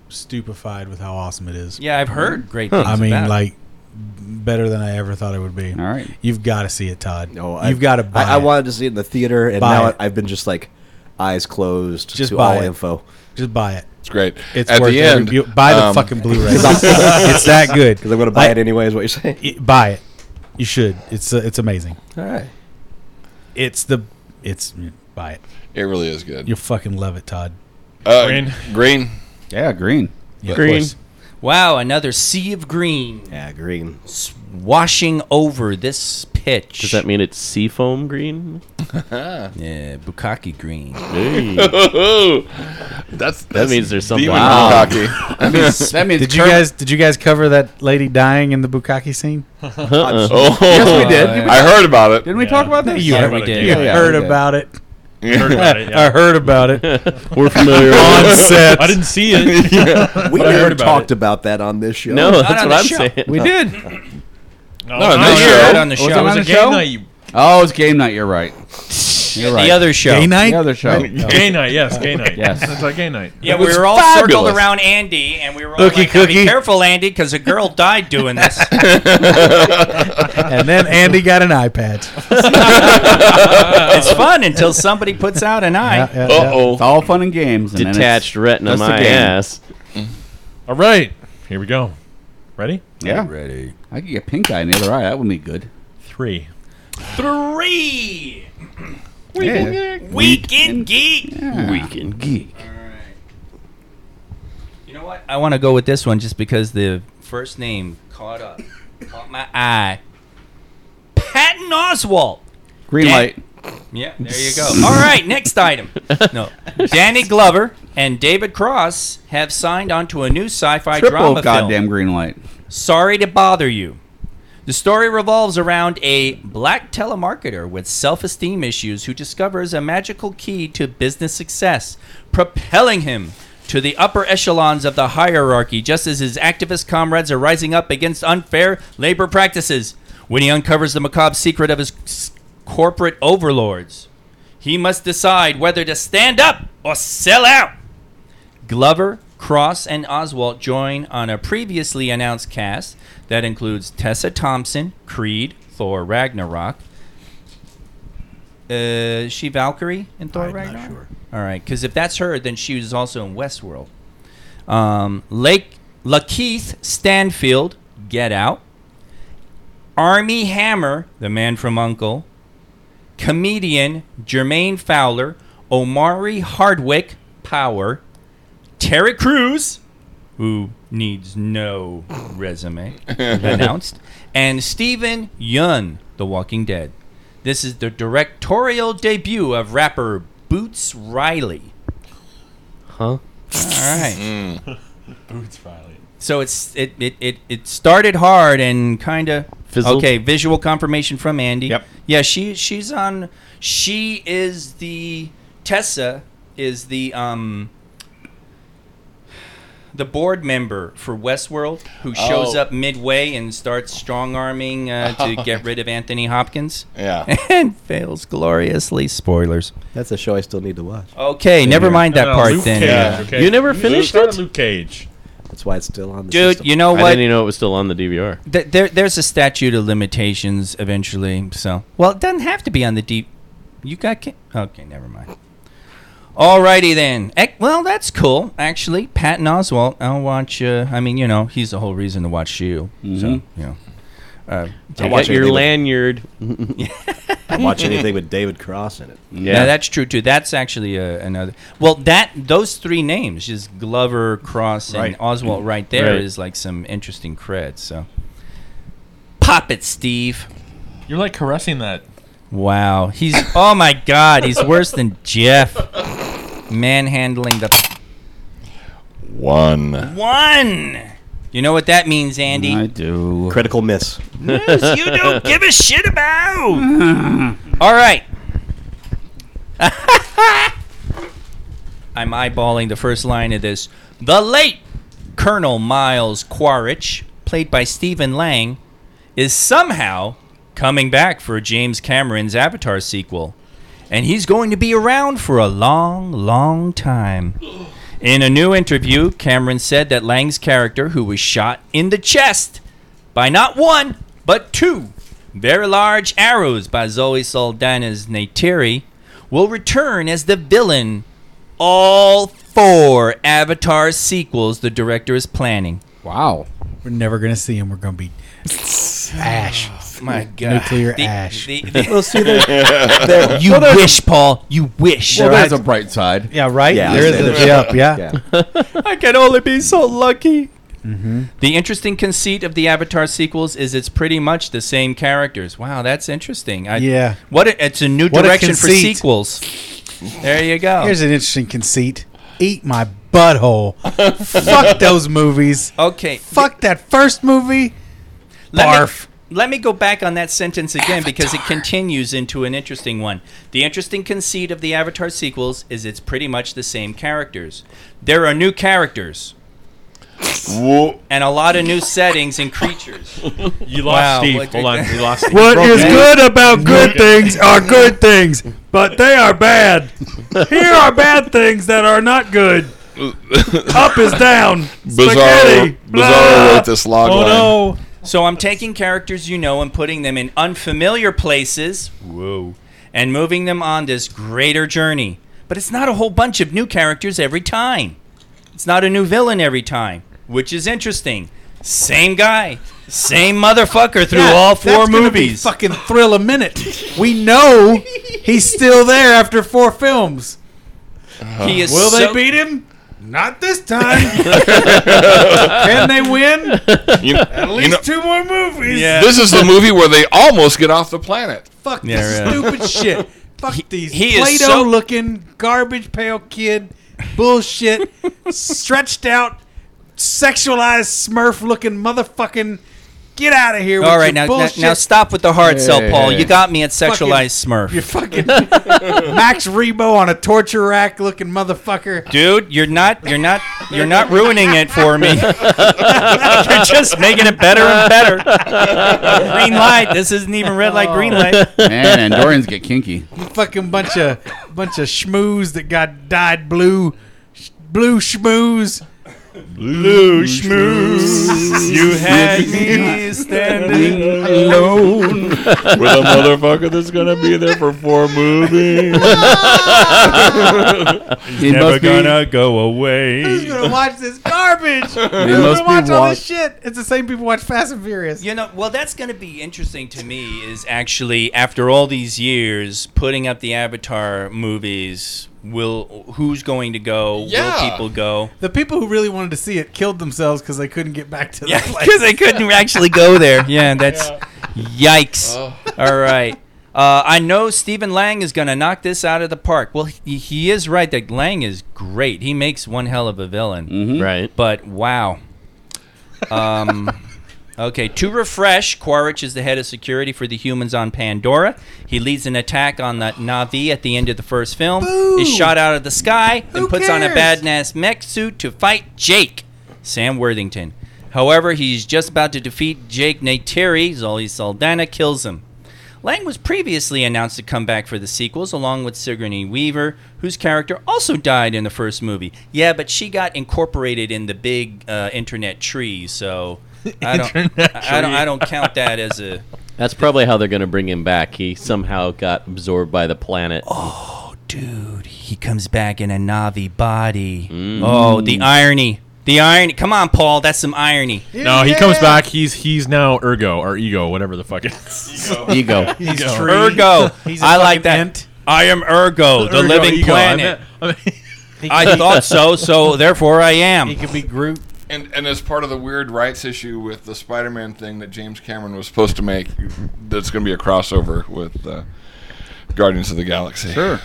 Speaker 10: Stupefied with how awesome it is.
Speaker 6: Yeah, I've heard great things.
Speaker 10: I mean,
Speaker 6: about it.
Speaker 10: like better than I ever thought it would be.
Speaker 4: All right.
Speaker 10: You've got to see it, Todd.
Speaker 7: No, I-
Speaker 10: You've got to buy
Speaker 7: I, I
Speaker 10: it.
Speaker 7: wanted to see it in the theater, and
Speaker 10: Buy
Speaker 7: now
Speaker 10: it.
Speaker 7: I, I've been just like eyes closed
Speaker 10: Just
Speaker 7: to
Speaker 10: buy
Speaker 7: all
Speaker 10: it.
Speaker 7: info.
Speaker 10: Just buy it.
Speaker 5: It's great.
Speaker 10: It's
Speaker 5: At
Speaker 10: worth
Speaker 5: the
Speaker 10: every
Speaker 5: end,
Speaker 10: bu- buy the
Speaker 5: um,
Speaker 10: fucking Blu-ray. it's that good.
Speaker 7: Because I'm going to buy
Speaker 10: I-
Speaker 7: it anyway. Is what you're saying?
Speaker 10: i- buy it. You should. It's uh, it's amazing.
Speaker 7: All right.
Speaker 10: It's the it's mm, buy it.
Speaker 5: It really is good.
Speaker 10: You'll fucking love it, Todd.
Speaker 5: Uh,
Speaker 8: Green.
Speaker 5: Green.
Speaker 4: Yeah, green.
Speaker 10: Yeah, of
Speaker 2: Green.
Speaker 10: course.
Speaker 6: wow, another sea of green.
Speaker 7: Yeah, green.
Speaker 6: washing over this pitch.
Speaker 2: Does that mean it's seafoam green?
Speaker 6: yeah, bukkake green?
Speaker 2: Hey.
Speaker 5: That's, that's
Speaker 2: that means there's something.
Speaker 5: demon
Speaker 2: wrong.
Speaker 5: cocky.
Speaker 4: That means, that means
Speaker 10: Did you
Speaker 4: Kerm-
Speaker 10: guys did you guys cover that lady dying in the bukkake scene?
Speaker 5: Oh,
Speaker 4: Yes, we did. Did we,
Speaker 5: I heard about it.
Speaker 4: didn't we talk about this?
Speaker 10: You
Speaker 8: Sorry
Speaker 10: heard,
Speaker 8: about
Speaker 6: we
Speaker 8: it,
Speaker 6: did.
Speaker 8: yeah.
Speaker 4: Yeah,
Speaker 10: heard
Speaker 4: okay.
Speaker 10: about it.
Speaker 8: Heard about it, yeah.
Speaker 10: I heard about it
Speaker 2: We're familiar.
Speaker 10: on set.
Speaker 8: I didn't see it.
Speaker 7: We
Speaker 8: But I
Speaker 7: never
Speaker 8: heard about
Speaker 7: talked
Speaker 8: it.
Speaker 7: about that on this show.
Speaker 2: no,
Speaker 6: Not
Speaker 2: that's
Speaker 6: on
Speaker 2: what I'm
Speaker 6: the show.
Speaker 2: saying.
Speaker 4: We did.
Speaker 5: No,
Speaker 8: not
Speaker 5: no,
Speaker 8: here.
Speaker 5: you're
Speaker 6: Not
Speaker 5: show.
Speaker 6: on the
Speaker 4: Was it
Speaker 6: show.
Speaker 8: It was
Speaker 4: on
Speaker 8: a
Speaker 4: the
Speaker 8: game
Speaker 4: show?
Speaker 8: night. You,
Speaker 4: Oh, it's game night. You're right. You're right.
Speaker 6: The other show.
Speaker 10: Day night.
Speaker 4: The other show.
Speaker 8: gay night. Yes, gay night.
Speaker 4: Yes.
Speaker 8: it's like gay night.
Speaker 6: Yeah, we
Speaker 5: was
Speaker 6: were all circled
Speaker 5: fabulous.
Speaker 6: around Andy, and we were all
Speaker 10: Ookie
Speaker 6: like, "Now
Speaker 10: cookie."
Speaker 6: "Be careful, Andy, because a girl died doing this."
Speaker 10: and then Andy got an iPad.
Speaker 6: it's fun until somebody puts out an eye.
Speaker 10: Yeah, yeah, yeah.
Speaker 5: Uh
Speaker 4: It's
Speaker 5: oh.
Speaker 4: all fun and games. And then it's-
Speaker 2: Detached retina,
Speaker 4: that's the
Speaker 2: my
Speaker 4: game.
Speaker 2: ass.
Speaker 8: All right, here we go. Ready?
Speaker 4: Yeah. Ready. I could get pink eye in the other eye. That would be good.
Speaker 8: Three.
Speaker 6: Three
Speaker 4: Yeah.
Speaker 6: weekend geek.
Speaker 2: Weekend geek.
Speaker 6: You know what? I want to go with this one just because the first name caught up, caught my eye. Patton Oswalt.
Speaker 4: Green
Speaker 6: Yeah.
Speaker 4: light.
Speaker 6: Yeah, there you go. All right, next item. No, Danny Glover and David Cross have signed on to a new sci-fi
Speaker 4: Triple
Speaker 6: drama
Speaker 4: goddamn
Speaker 6: film.
Speaker 4: green light.
Speaker 6: Sorry to bother you. The story revolves around a black telemarketer with self-esteem issues who discovers a magical key to business success, propelling him to the upper echelons of the hierarchy just as his activist comrades are rising up against unfair labor practices. When he uncovers the macabre secret of his s- corporate overlords, he must decide whether to stand up or sell out. Glover, Cross, and Oswalt join on a previously announced cast that includes Tessa Thompson, Creed, Thor Ragnarok. Uh, is she Valkyrie in Thor Ragnarok? All right, because if that's her, then she was also in Westworld. Um, Lake Lakeith Stanfield, Get Out. Army Hammer, the man from Uncle, comedian Jermaine Fowler, Omari Hardwick, Power, Terry Crews, who needs no resume announced, and Stephen Yun, The Walking Dead. This is the directorial debut of rapper Boots Riley.
Speaker 2: Huh?
Speaker 6: All right.
Speaker 8: Mm. Boots finally.
Speaker 6: So it's it it, it, it started hard and kind of
Speaker 2: Fizzled.
Speaker 6: okay. Visual confirmation from Andy.
Speaker 4: Yep.
Speaker 6: Yeah, she she's on. She is the Tessa is the um. the board member for Westworld who shows
Speaker 5: Oh.
Speaker 6: up midway and starts strong arming uh, to get rid of Anthony Hopkins
Speaker 5: Yeah.
Speaker 6: and fails gloriously. Spoilers.
Speaker 7: That's a show I still need to watch.
Speaker 6: Okay, never mind that
Speaker 8: Uh,
Speaker 6: part
Speaker 8: Luke
Speaker 6: then.
Speaker 8: Cage,
Speaker 5: Yeah.
Speaker 8: okay?
Speaker 2: You never
Speaker 8: Luke-
Speaker 2: finished
Speaker 8: start
Speaker 2: it?
Speaker 8: Luke Cage.
Speaker 7: That's why it's still on the
Speaker 6: Dude,
Speaker 7: system.
Speaker 6: you know
Speaker 2: I
Speaker 6: what?
Speaker 2: didn't even know it was still on the DVR.
Speaker 6: Th- there, there's a statute of limitations eventually. So, well, it doesn't have to be on the deep. You got ca- okay. Never mind. Alrighty then. Ec- well, that's cool actually. Patton Oswalt. I'll watch. Uh, I mean, you know, he's the whole reason to watch you. So, you know. Uh,
Speaker 7: I
Speaker 2: Get
Speaker 7: watch
Speaker 2: Mm-hmm. your
Speaker 7: anything with-
Speaker 2: lanyard.
Speaker 8: e-
Speaker 7: I watch anything with David Cross in it.
Speaker 6: yeah, that's true too. That's actually uh, another. Well, that those three names, just Glover, Cross, and Oswalt, right there, is
Speaker 2: Right.
Speaker 6: like some interesting cred. So, pop it, Steve.
Speaker 8: You're like caressing that.
Speaker 6: Wow, he's oh my god, he's worse than Jeff. Manhandling the
Speaker 5: One.
Speaker 6: one. You know what that means, Andy?
Speaker 4: I do.
Speaker 7: Critical miss.
Speaker 6: News you don't give a shit about. All right. I'm eyeballing the first line of this. The late Colonel Miles Quaritch, played by Stephen Lang, is somehow coming back for James Cameron's Avatar sequel. And he's going to be around for a long, long time. In a new interview, Cameron said that Lang's character, who was shot in the chest, by not one, but two very large arrows by Zoe Saldana's Neytiri, will return as the villain all four Avatar sequels the director is planning.
Speaker 3: Wow. We're never gonna see him. We're gonna be ash.
Speaker 6: My God.
Speaker 3: Nuclear
Speaker 6: The-
Speaker 3: ash.
Speaker 6: the-
Speaker 7: Well,
Speaker 6: the-
Speaker 7: see, there's,
Speaker 6: you wish, Paul. You wish.
Speaker 4: Well, there's a bright side.
Speaker 3: yeah, right.
Speaker 7: Yeah,
Speaker 3: there
Speaker 7: I
Speaker 3: is
Speaker 7: said
Speaker 3: a
Speaker 7: it.
Speaker 3: jump. Yeah.
Speaker 7: Yeah.
Speaker 6: I can only be so lucky. Mm-hmm. The interesting conceit of the Avatar sequels is it's pretty much the same characters. Wow, that's interesting. I,
Speaker 3: Yeah.
Speaker 6: What a, it's a new
Speaker 3: What a
Speaker 6: direction for
Speaker 3: conceit.
Speaker 6: sequels. There you go.
Speaker 3: Here's an interesting conceit. Eat my butthole. Fuck those movies.
Speaker 6: okay.
Speaker 3: Fuck that first movie.
Speaker 6: Let
Speaker 3: Barf.
Speaker 6: Me, let me go back on that sentence again because it continues into an interesting one. The interesting conceit of the Avatar sequels is it's pretty much the same characters. There are new characters
Speaker 5: Whoa.
Speaker 6: and a lot of new settings and creatures.
Speaker 8: You lost
Speaker 6: Wow,
Speaker 8: Steve.
Speaker 6: what-
Speaker 8: Hold on, you lost Steve.
Speaker 10: What is good about good things are good things, but they are bad. Here are bad things that are not good. Up is down.
Speaker 5: Bizarro,
Speaker 10: Spaghetti.
Speaker 5: Bizarro
Speaker 10: Blah.
Speaker 5: wrote this log
Speaker 8: Oh
Speaker 5: line.
Speaker 8: no!
Speaker 6: So I'm taking characters you know and putting them in unfamiliar places. Whoa. And moving them on this greater journey. But it's not a whole bunch of new characters every time. It's not a new villain every time, which is interesting. Same guy, same motherfucker through
Speaker 3: Yeah,
Speaker 6: all four
Speaker 3: that's gonna be
Speaker 6: movies.
Speaker 3: fucking thrill a minute. We know he's still there after four films.
Speaker 9: Uh-huh.
Speaker 6: He is
Speaker 3: Will
Speaker 6: so-
Speaker 3: they beat him? Not this time. Can they win?
Speaker 5: You- you know-
Speaker 3: Two more movies.
Speaker 6: Yeah.
Speaker 5: this is the movie where they almost get off the planet.
Speaker 3: Fuck
Speaker 6: Yeah,
Speaker 3: this
Speaker 6: really.
Speaker 3: stupid shit. Fuck these
Speaker 6: he is so-
Speaker 3: Play-Doh looking garbage pail kid bullshit stretched out sexualized smurf looking motherfucking get out of here
Speaker 6: All
Speaker 3: with
Speaker 6: right,
Speaker 3: your
Speaker 6: now, now
Speaker 3: bullshit.
Speaker 6: now stop with the hard sell, Paul. You got me at sexualized
Speaker 3: you're
Speaker 6: Smurf,
Speaker 3: fucking Max Rebo on a torture rack looking motherfucker.
Speaker 6: dude. You're not, you're not, you're not ruining it for me. you're just making it better and better. green light. This isn't even red light, green light.
Speaker 4: Man, Andorians get kinky.
Speaker 3: Fucking bunch of bunch of schmooze that got dyed blue. Sh- Blue schmooze.
Speaker 8: Blue schmooze, you had me standing.
Speaker 5: With a motherfucker that's gonna be there for four movies.
Speaker 4: It must be-
Speaker 8: go
Speaker 3: Who's
Speaker 8: away.
Speaker 3: gonna watch this garbage? Who's
Speaker 4: must
Speaker 3: gonna
Speaker 4: be
Speaker 3: watch all
Speaker 4: watch-
Speaker 3: this shit? It's the same people watch Fast and Furious.
Speaker 6: You know, well, that's going to be interesting to me. Is actually after all these years putting up the Avatar movies, will who's going to go?
Speaker 5: Yeah.
Speaker 6: Will people go?
Speaker 3: The people who really wanted to see it killed themselves because they couldn't get back to the
Speaker 6: Yeah,
Speaker 3: place.
Speaker 6: because I couldn't actually go there. Yeah, that's yikes.
Speaker 3: Oh.
Speaker 6: All right. Uh, I know Stephen Lang is going to knock this out of the park. Well, he, he is right that Lang is great. He makes one hell of a villain.
Speaker 2: Right.
Speaker 6: But wow. Um, okay, to refresh, Quaritch is the head of security for the humans on Pandora. He leads an attack on the Navi at the end of the first film, is shot out of the sky, and puts on a
Speaker 3: cares?
Speaker 6: badass mech suit to fight Jake, Sam Worthington. However, he's just about to defeat Jake Neytiri. Zoli Saldana kills him. Lang was previously announced to come back for the sequels, along with Sigourney Weaver, whose character also died in the first movie. Yeah, but she got incorporated in the big uh, internet tree, so I don't,
Speaker 8: Internet
Speaker 6: I, I don't,
Speaker 8: tree.
Speaker 6: I don't count that as a.
Speaker 2: That's probably how they're going to bring him back. He somehow got absorbed by the planet.
Speaker 6: dude, he comes back in a Navi body.
Speaker 5: Mm.
Speaker 6: Oh, the irony. The irony. Come on, Paul. That's some irony.
Speaker 8: No, he comes back. He's he's now ergo or ego, whatever the fuck it is.
Speaker 2: Ego.
Speaker 10: He's
Speaker 8: Ego.
Speaker 10: tree.
Speaker 6: Ergo.
Speaker 10: He's a
Speaker 6: I like
Speaker 10: fucking
Speaker 6: that.
Speaker 10: ant.
Speaker 6: I am Ergo, the
Speaker 8: Ergo,
Speaker 6: living
Speaker 8: ego, I
Speaker 6: planet.
Speaker 8: meant- I mean-
Speaker 6: I thought so, so therefore I
Speaker 10: He
Speaker 6: am.
Speaker 10: could be Groot.
Speaker 5: And and as part of the weird rights issue with the Spider-Man thing that James Cameron was supposed to make, that's going to be a crossover with uh, Guardians of the Galaxy. Sure.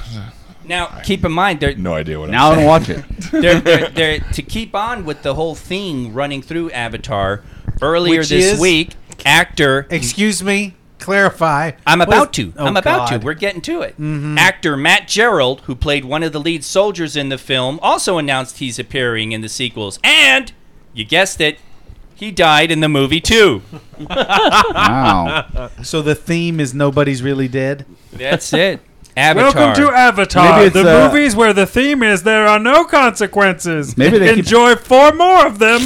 Speaker 6: Now, keep in mind, they're,
Speaker 5: No idea what.
Speaker 4: Now I don't watch it.
Speaker 6: they're, they're, they're, to keep on with the whole theme running through Avatar, earlier
Speaker 10: Which
Speaker 6: this
Speaker 10: is-
Speaker 6: week, actor
Speaker 10: Excuse me. Clarify.
Speaker 6: I'm
Speaker 10: What
Speaker 6: about
Speaker 10: is-
Speaker 6: to.
Speaker 10: Oh,
Speaker 6: I'm about
Speaker 10: God.
Speaker 6: to. We're getting to it. Actor Matt Gerald, who played one of the lead soldiers in the film, also announced he's appearing in the sequels. And you guessed it, he died in the movie too.
Speaker 4: Wow.
Speaker 10: so the theme is nobody's really dead.
Speaker 6: That's it. Avatar.
Speaker 9: Avatar,
Speaker 4: Maybe it's, uh,
Speaker 9: where the theme is there are no consequences.
Speaker 4: Maybe they keep-
Speaker 9: four more of them.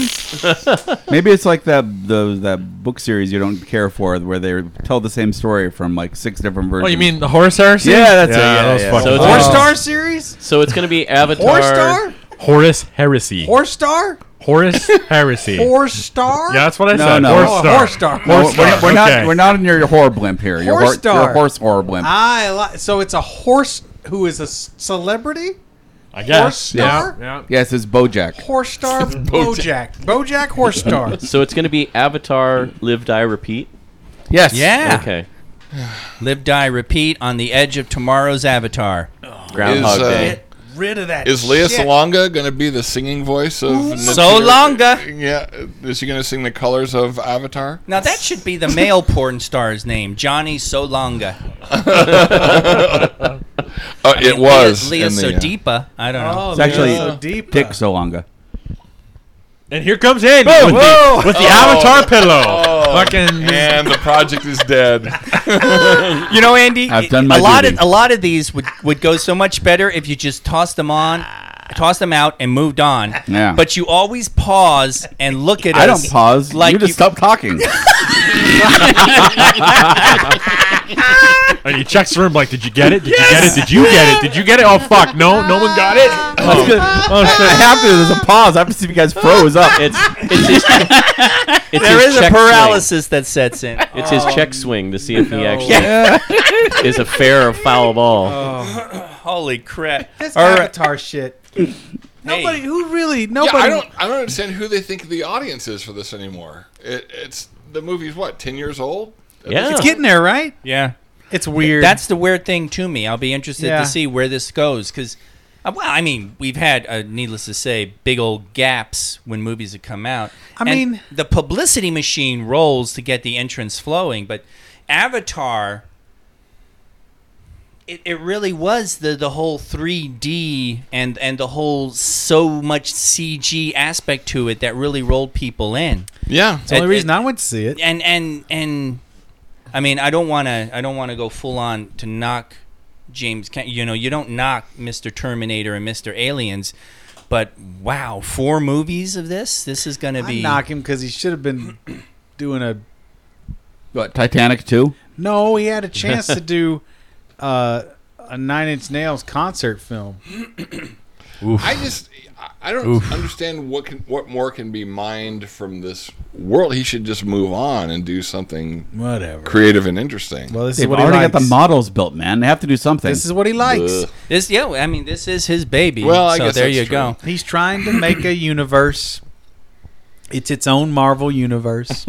Speaker 4: Maybe it's like that the that book series you don't care for, where they tell the same story from like six different versions.
Speaker 8: oh, you mean the horse heresy?
Speaker 4: Yeah, that's it.
Speaker 8: Yeah,
Speaker 4: Yeah,
Speaker 8: that was
Speaker 4: yeah.
Speaker 8: fucking
Speaker 2: So it's-
Speaker 10: Four
Speaker 2: Oh.
Speaker 10: star series.
Speaker 2: So it's going to be
Speaker 3: Four
Speaker 2: Avatar.
Speaker 3: star?
Speaker 8: Horus heresy.
Speaker 3: Four star?
Speaker 8: Horus heresy.
Speaker 3: Four star?
Speaker 8: yeah, that's what I
Speaker 4: No,
Speaker 8: said.
Speaker 4: no.
Speaker 8: Horse
Speaker 4: Oh,
Speaker 8: star.
Speaker 3: horse star.
Speaker 4: No,
Speaker 8: Horse
Speaker 4: we're,
Speaker 8: star.
Speaker 4: we're not
Speaker 8: Okay.
Speaker 4: we're not in your horror blimp here. Your,
Speaker 3: Horse
Speaker 4: hor-
Speaker 3: star. Ah.
Speaker 4: your horse horror blimp.
Speaker 3: I li- so it's a horse who is a s- celebrity?
Speaker 8: I guess.
Speaker 3: Horse star?
Speaker 8: Yeah. yeah.
Speaker 4: yes, it's BoJack.
Speaker 3: Horse star Bojack. Bojack Horse Star.
Speaker 2: So it's going to be Avatar Live Die Repeat.
Speaker 4: Yes.
Speaker 6: yeah.
Speaker 2: Okay.
Speaker 6: Live, die, repeat on the edge of tomorrow's Avatar.
Speaker 2: Groundhog
Speaker 5: Is, uh,
Speaker 2: Day.
Speaker 5: Get
Speaker 3: rid of that.
Speaker 5: Is Leah
Speaker 3: shit.
Speaker 5: Salonga going to be the singing voice of Natura-
Speaker 6: Solonga.
Speaker 5: Yeah, is she going to sing the colors of Avatar?
Speaker 6: Now that should be the male porn star's name, Johnny Solonga.
Speaker 5: Uh, it was
Speaker 6: Leah
Speaker 5: in the, uh,
Speaker 6: Sodipa. I don't know.
Speaker 4: It's actually
Speaker 3: so deep.
Speaker 4: Dick Solonga.
Speaker 8: And here comes Andy with the, with the avatar pillow. Fucking
Speaker 5: Oh. and the project is dead.
Speaker 6: You know, Andy,
Speaker 4: I've done my
Speaker 6: a lot
Speaker 4: duty.
Speaker 6: of a lot of these would, would go so much better if you just tossed them on, tossed them out, and moved on.
Speaker 4: Yeah.
Speaker 6: But you always pause and look at
Speaker 4: I
Speaker 6: us.
Speaker 4: don't pause.
Speaker 6: Like
Speaker 4: you just
Speaker 6: you-
Speaker 4: stop talking.
Speaker 8: and he checks the room like, did you get it? Did you get it? Did you get it? Did you get it? Oh fuck, no, no one got it.
Speaker 4: It's good.
Speaker 8: Oh
Speaker 4: I
Speaker 8: shit.
Speaker 4: have to. There's a pause. I have to see if you guys froze up.
Speaker 2: It's it's his, it's
Speaker 6: There
Speaker 2: his
Speaker 6: is a
Speaker 2: check
Speaker 6: paralysis that sets in. Oh,
Speaker 2: Swing. It's his check swing to see if he actually is a fair or foul
Speaker 6: Oh.
Speaker 2: ball.
Speaker 5: Oh.
Speaker 6: Holy crap!
Speaker 10: That's
Speaker 6: All right.
Speaker 10: Avatar shit.
Speaker 6: Hey,
Speaker 3: Nobody who really
Speaker 5: Yeah,
Speaker 3: nobody
Speaker 5: I don't. I don't understand who they think the audience is for this anymore. It, it's the movie's what ten years old.
Speaker 2: Yeah.
Speaker 10: It's getting there, right?
Speaker 6: yeah,
Speaker 10: It's weird.
Speaker 6: that's the weird thing to me. I'll be interested
Speaker 10: Yeah.
Speaker 6: to see where this goes because. Well, I mean, we've had, uh, needless to say, big old gaps when movies have come out.
Speaker 10: I
Speaker 6: And
Speaker 10: mean-
Speaker 6: the publicity machine rolls to get the entrance flowing, but Avatar, it, it really was the, the whole 3D and, and the whole so much CG aspect to it that really rolled people in.
Speaker 5: Yeah,
Speaker 10: It's the only
Speaker 6: it-
Speaker 10: reason
Speaker 6: it-
Speaker 10: I went to see it.
Speaker 6: And and and I mean, I don't want to I don't want to go full on to knock James. Cam- you know, you don't knock Mr. Terminator and Mr. Aliens, but wow, four movies of this. This is going to
Speaker 10: I
Speaker 6: be
Speaker 10: knock him because he should have been doing a.
Speaker 4: What, Titanic too.
Speaker 10: No, he had a chance to do uh, a Nine Inch Nails concert film.
Speaker 5: I just I- I don't understand what can what more can be mined from this world. He should just move on and do something
Speaker 9: Whatever.
Speaker 5: creative and interesting.
Speaker 10: Well, this
Speaker 4: They've
Speaker 10: is what he
Speaker 4: already
Speaker 10: likes.
Speaker 4: got the models built, man. They have to do something.
Speaker 10: this is what he likes.
Speaker 5: Ugh.
Speaker 6: this. Yeah, I mean, this is his baby.
Speaker 5: Well, I
Speaker 6: so
Speaker 5: guess
Speaker 6: there
Speaker 5: that's
Speaker 6: you
Speaker 5: true.
Speaker 6: go.
Speaker 10: He's trying to make a universe. It's its own Marvel universe.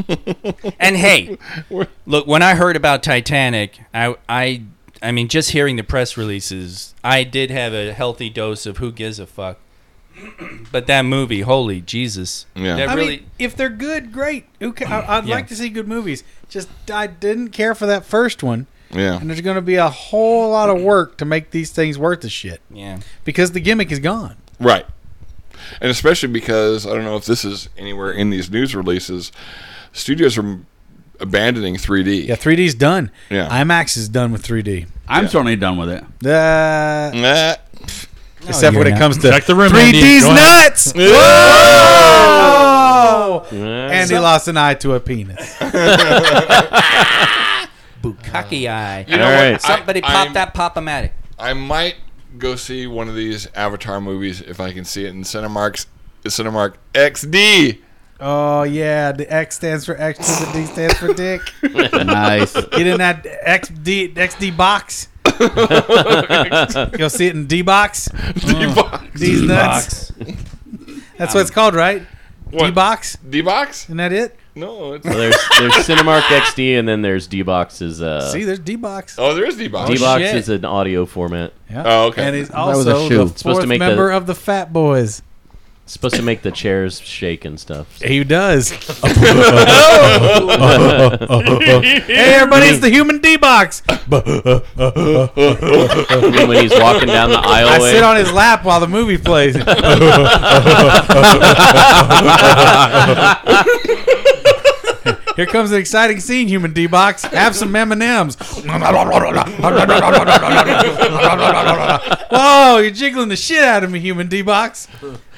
Speaker 6: And hey, look, when I heard about Titanic, I I I mean, just hearing the press releases, I did have a healthy dose of who gives a fuck. But that movie, holy Jesus!
Speaker 5: Yeah.
Speaker 6: That
Speaker 3: I
Speaker 6: really,
Speaker 3: mean, if they're good, great. Who ca- I, I'd
Speaker 6: Yeah.
Speaker 3: like to see good movies. Just I didn't care for that first one,
Speaker 5: yeah,
Speaker 10: and there's going to be a whole lot of work to make these things worth the shit
Speaker 6: yeah.
Speaker 10: because the gimmick is gone.
Speaker 5: right. and especially because I don't know if this is anywhere in these news releases. Studios are m- abandoning 3D.
Speaker 3: Yeah, 3D's done.
Speaker 5: Yeah.
Speaker 3: IMAX is done with 3D.
Speaker 4: I'm certainly done with it.
Speaker 3: Uh,
Speaker 5: Nah.
Speaker 3: except when
Speaker 6: you're
Speaker 3: it comes to
Speaker 8: Check the room, Andy.
Speaker 3: 3D's
Speaker 8: Go ahead.
Speaker 3: nuts. Whoa! Andy lost an eye to a penis.
Speaker 6: Bukkake eye.
Speaker 5: Uh, You know what?
Speaker 2: Alright.
Speaker 6: Somebody
Speaker 5: I-
Speaker 6: pop
Speaker 5: I'm-
Speaker 6: that pop-o-matic.
Speaker 5: I might go see one of these Avatar movies if I can see it in Cinemark's Cinemark XD.
Speaker 3: Oh yeah, the X stands for extra, the D stands for dick.
Speaker 4: Nice.
Speaker 3: Get in that XD XD box. You'll see it in D box. D's nuts. That's what it's called, right? D box.
Speaker 5: D box?
Speaker 3: Isn't that it?
Speaker 5: No, it's
Speaker 2: So there's there's Cinemark XD and then there's D-Box's. Uh,
Speaker 3: See, there's D box.
Speaker 5: Oh, there is D box.
Speaker 2: D-Box
Speaker 3: shit.
Speaker 2: is an audio format.
Speaker 5: Oh, okay.
Speaker 3: And he's
Speaker 4: was a
Speaker 3: also
Speaker 4: shoe.
Speaker 3: the
Speaker 4: Supposed
Speaker 2: to
Speaker 3: fourth
Speaker 2: make the-
Speaker 3: member of the Fat Boys.
Speaker 2: It's supposed to make the chairs shake and stuff.
Speaker 3: He does. Oh. hey, everybody, it's the human D box.
Speaker 2: I mean, when he's walking down the
Speaker 3: I
Speaker 2: aisleway.
Speaker 3: sit on his lap while the movie plays. Here comes an exciting scene, human D box. Have some M and M's. Whoa, you're jiggling the shit out of me, human D box.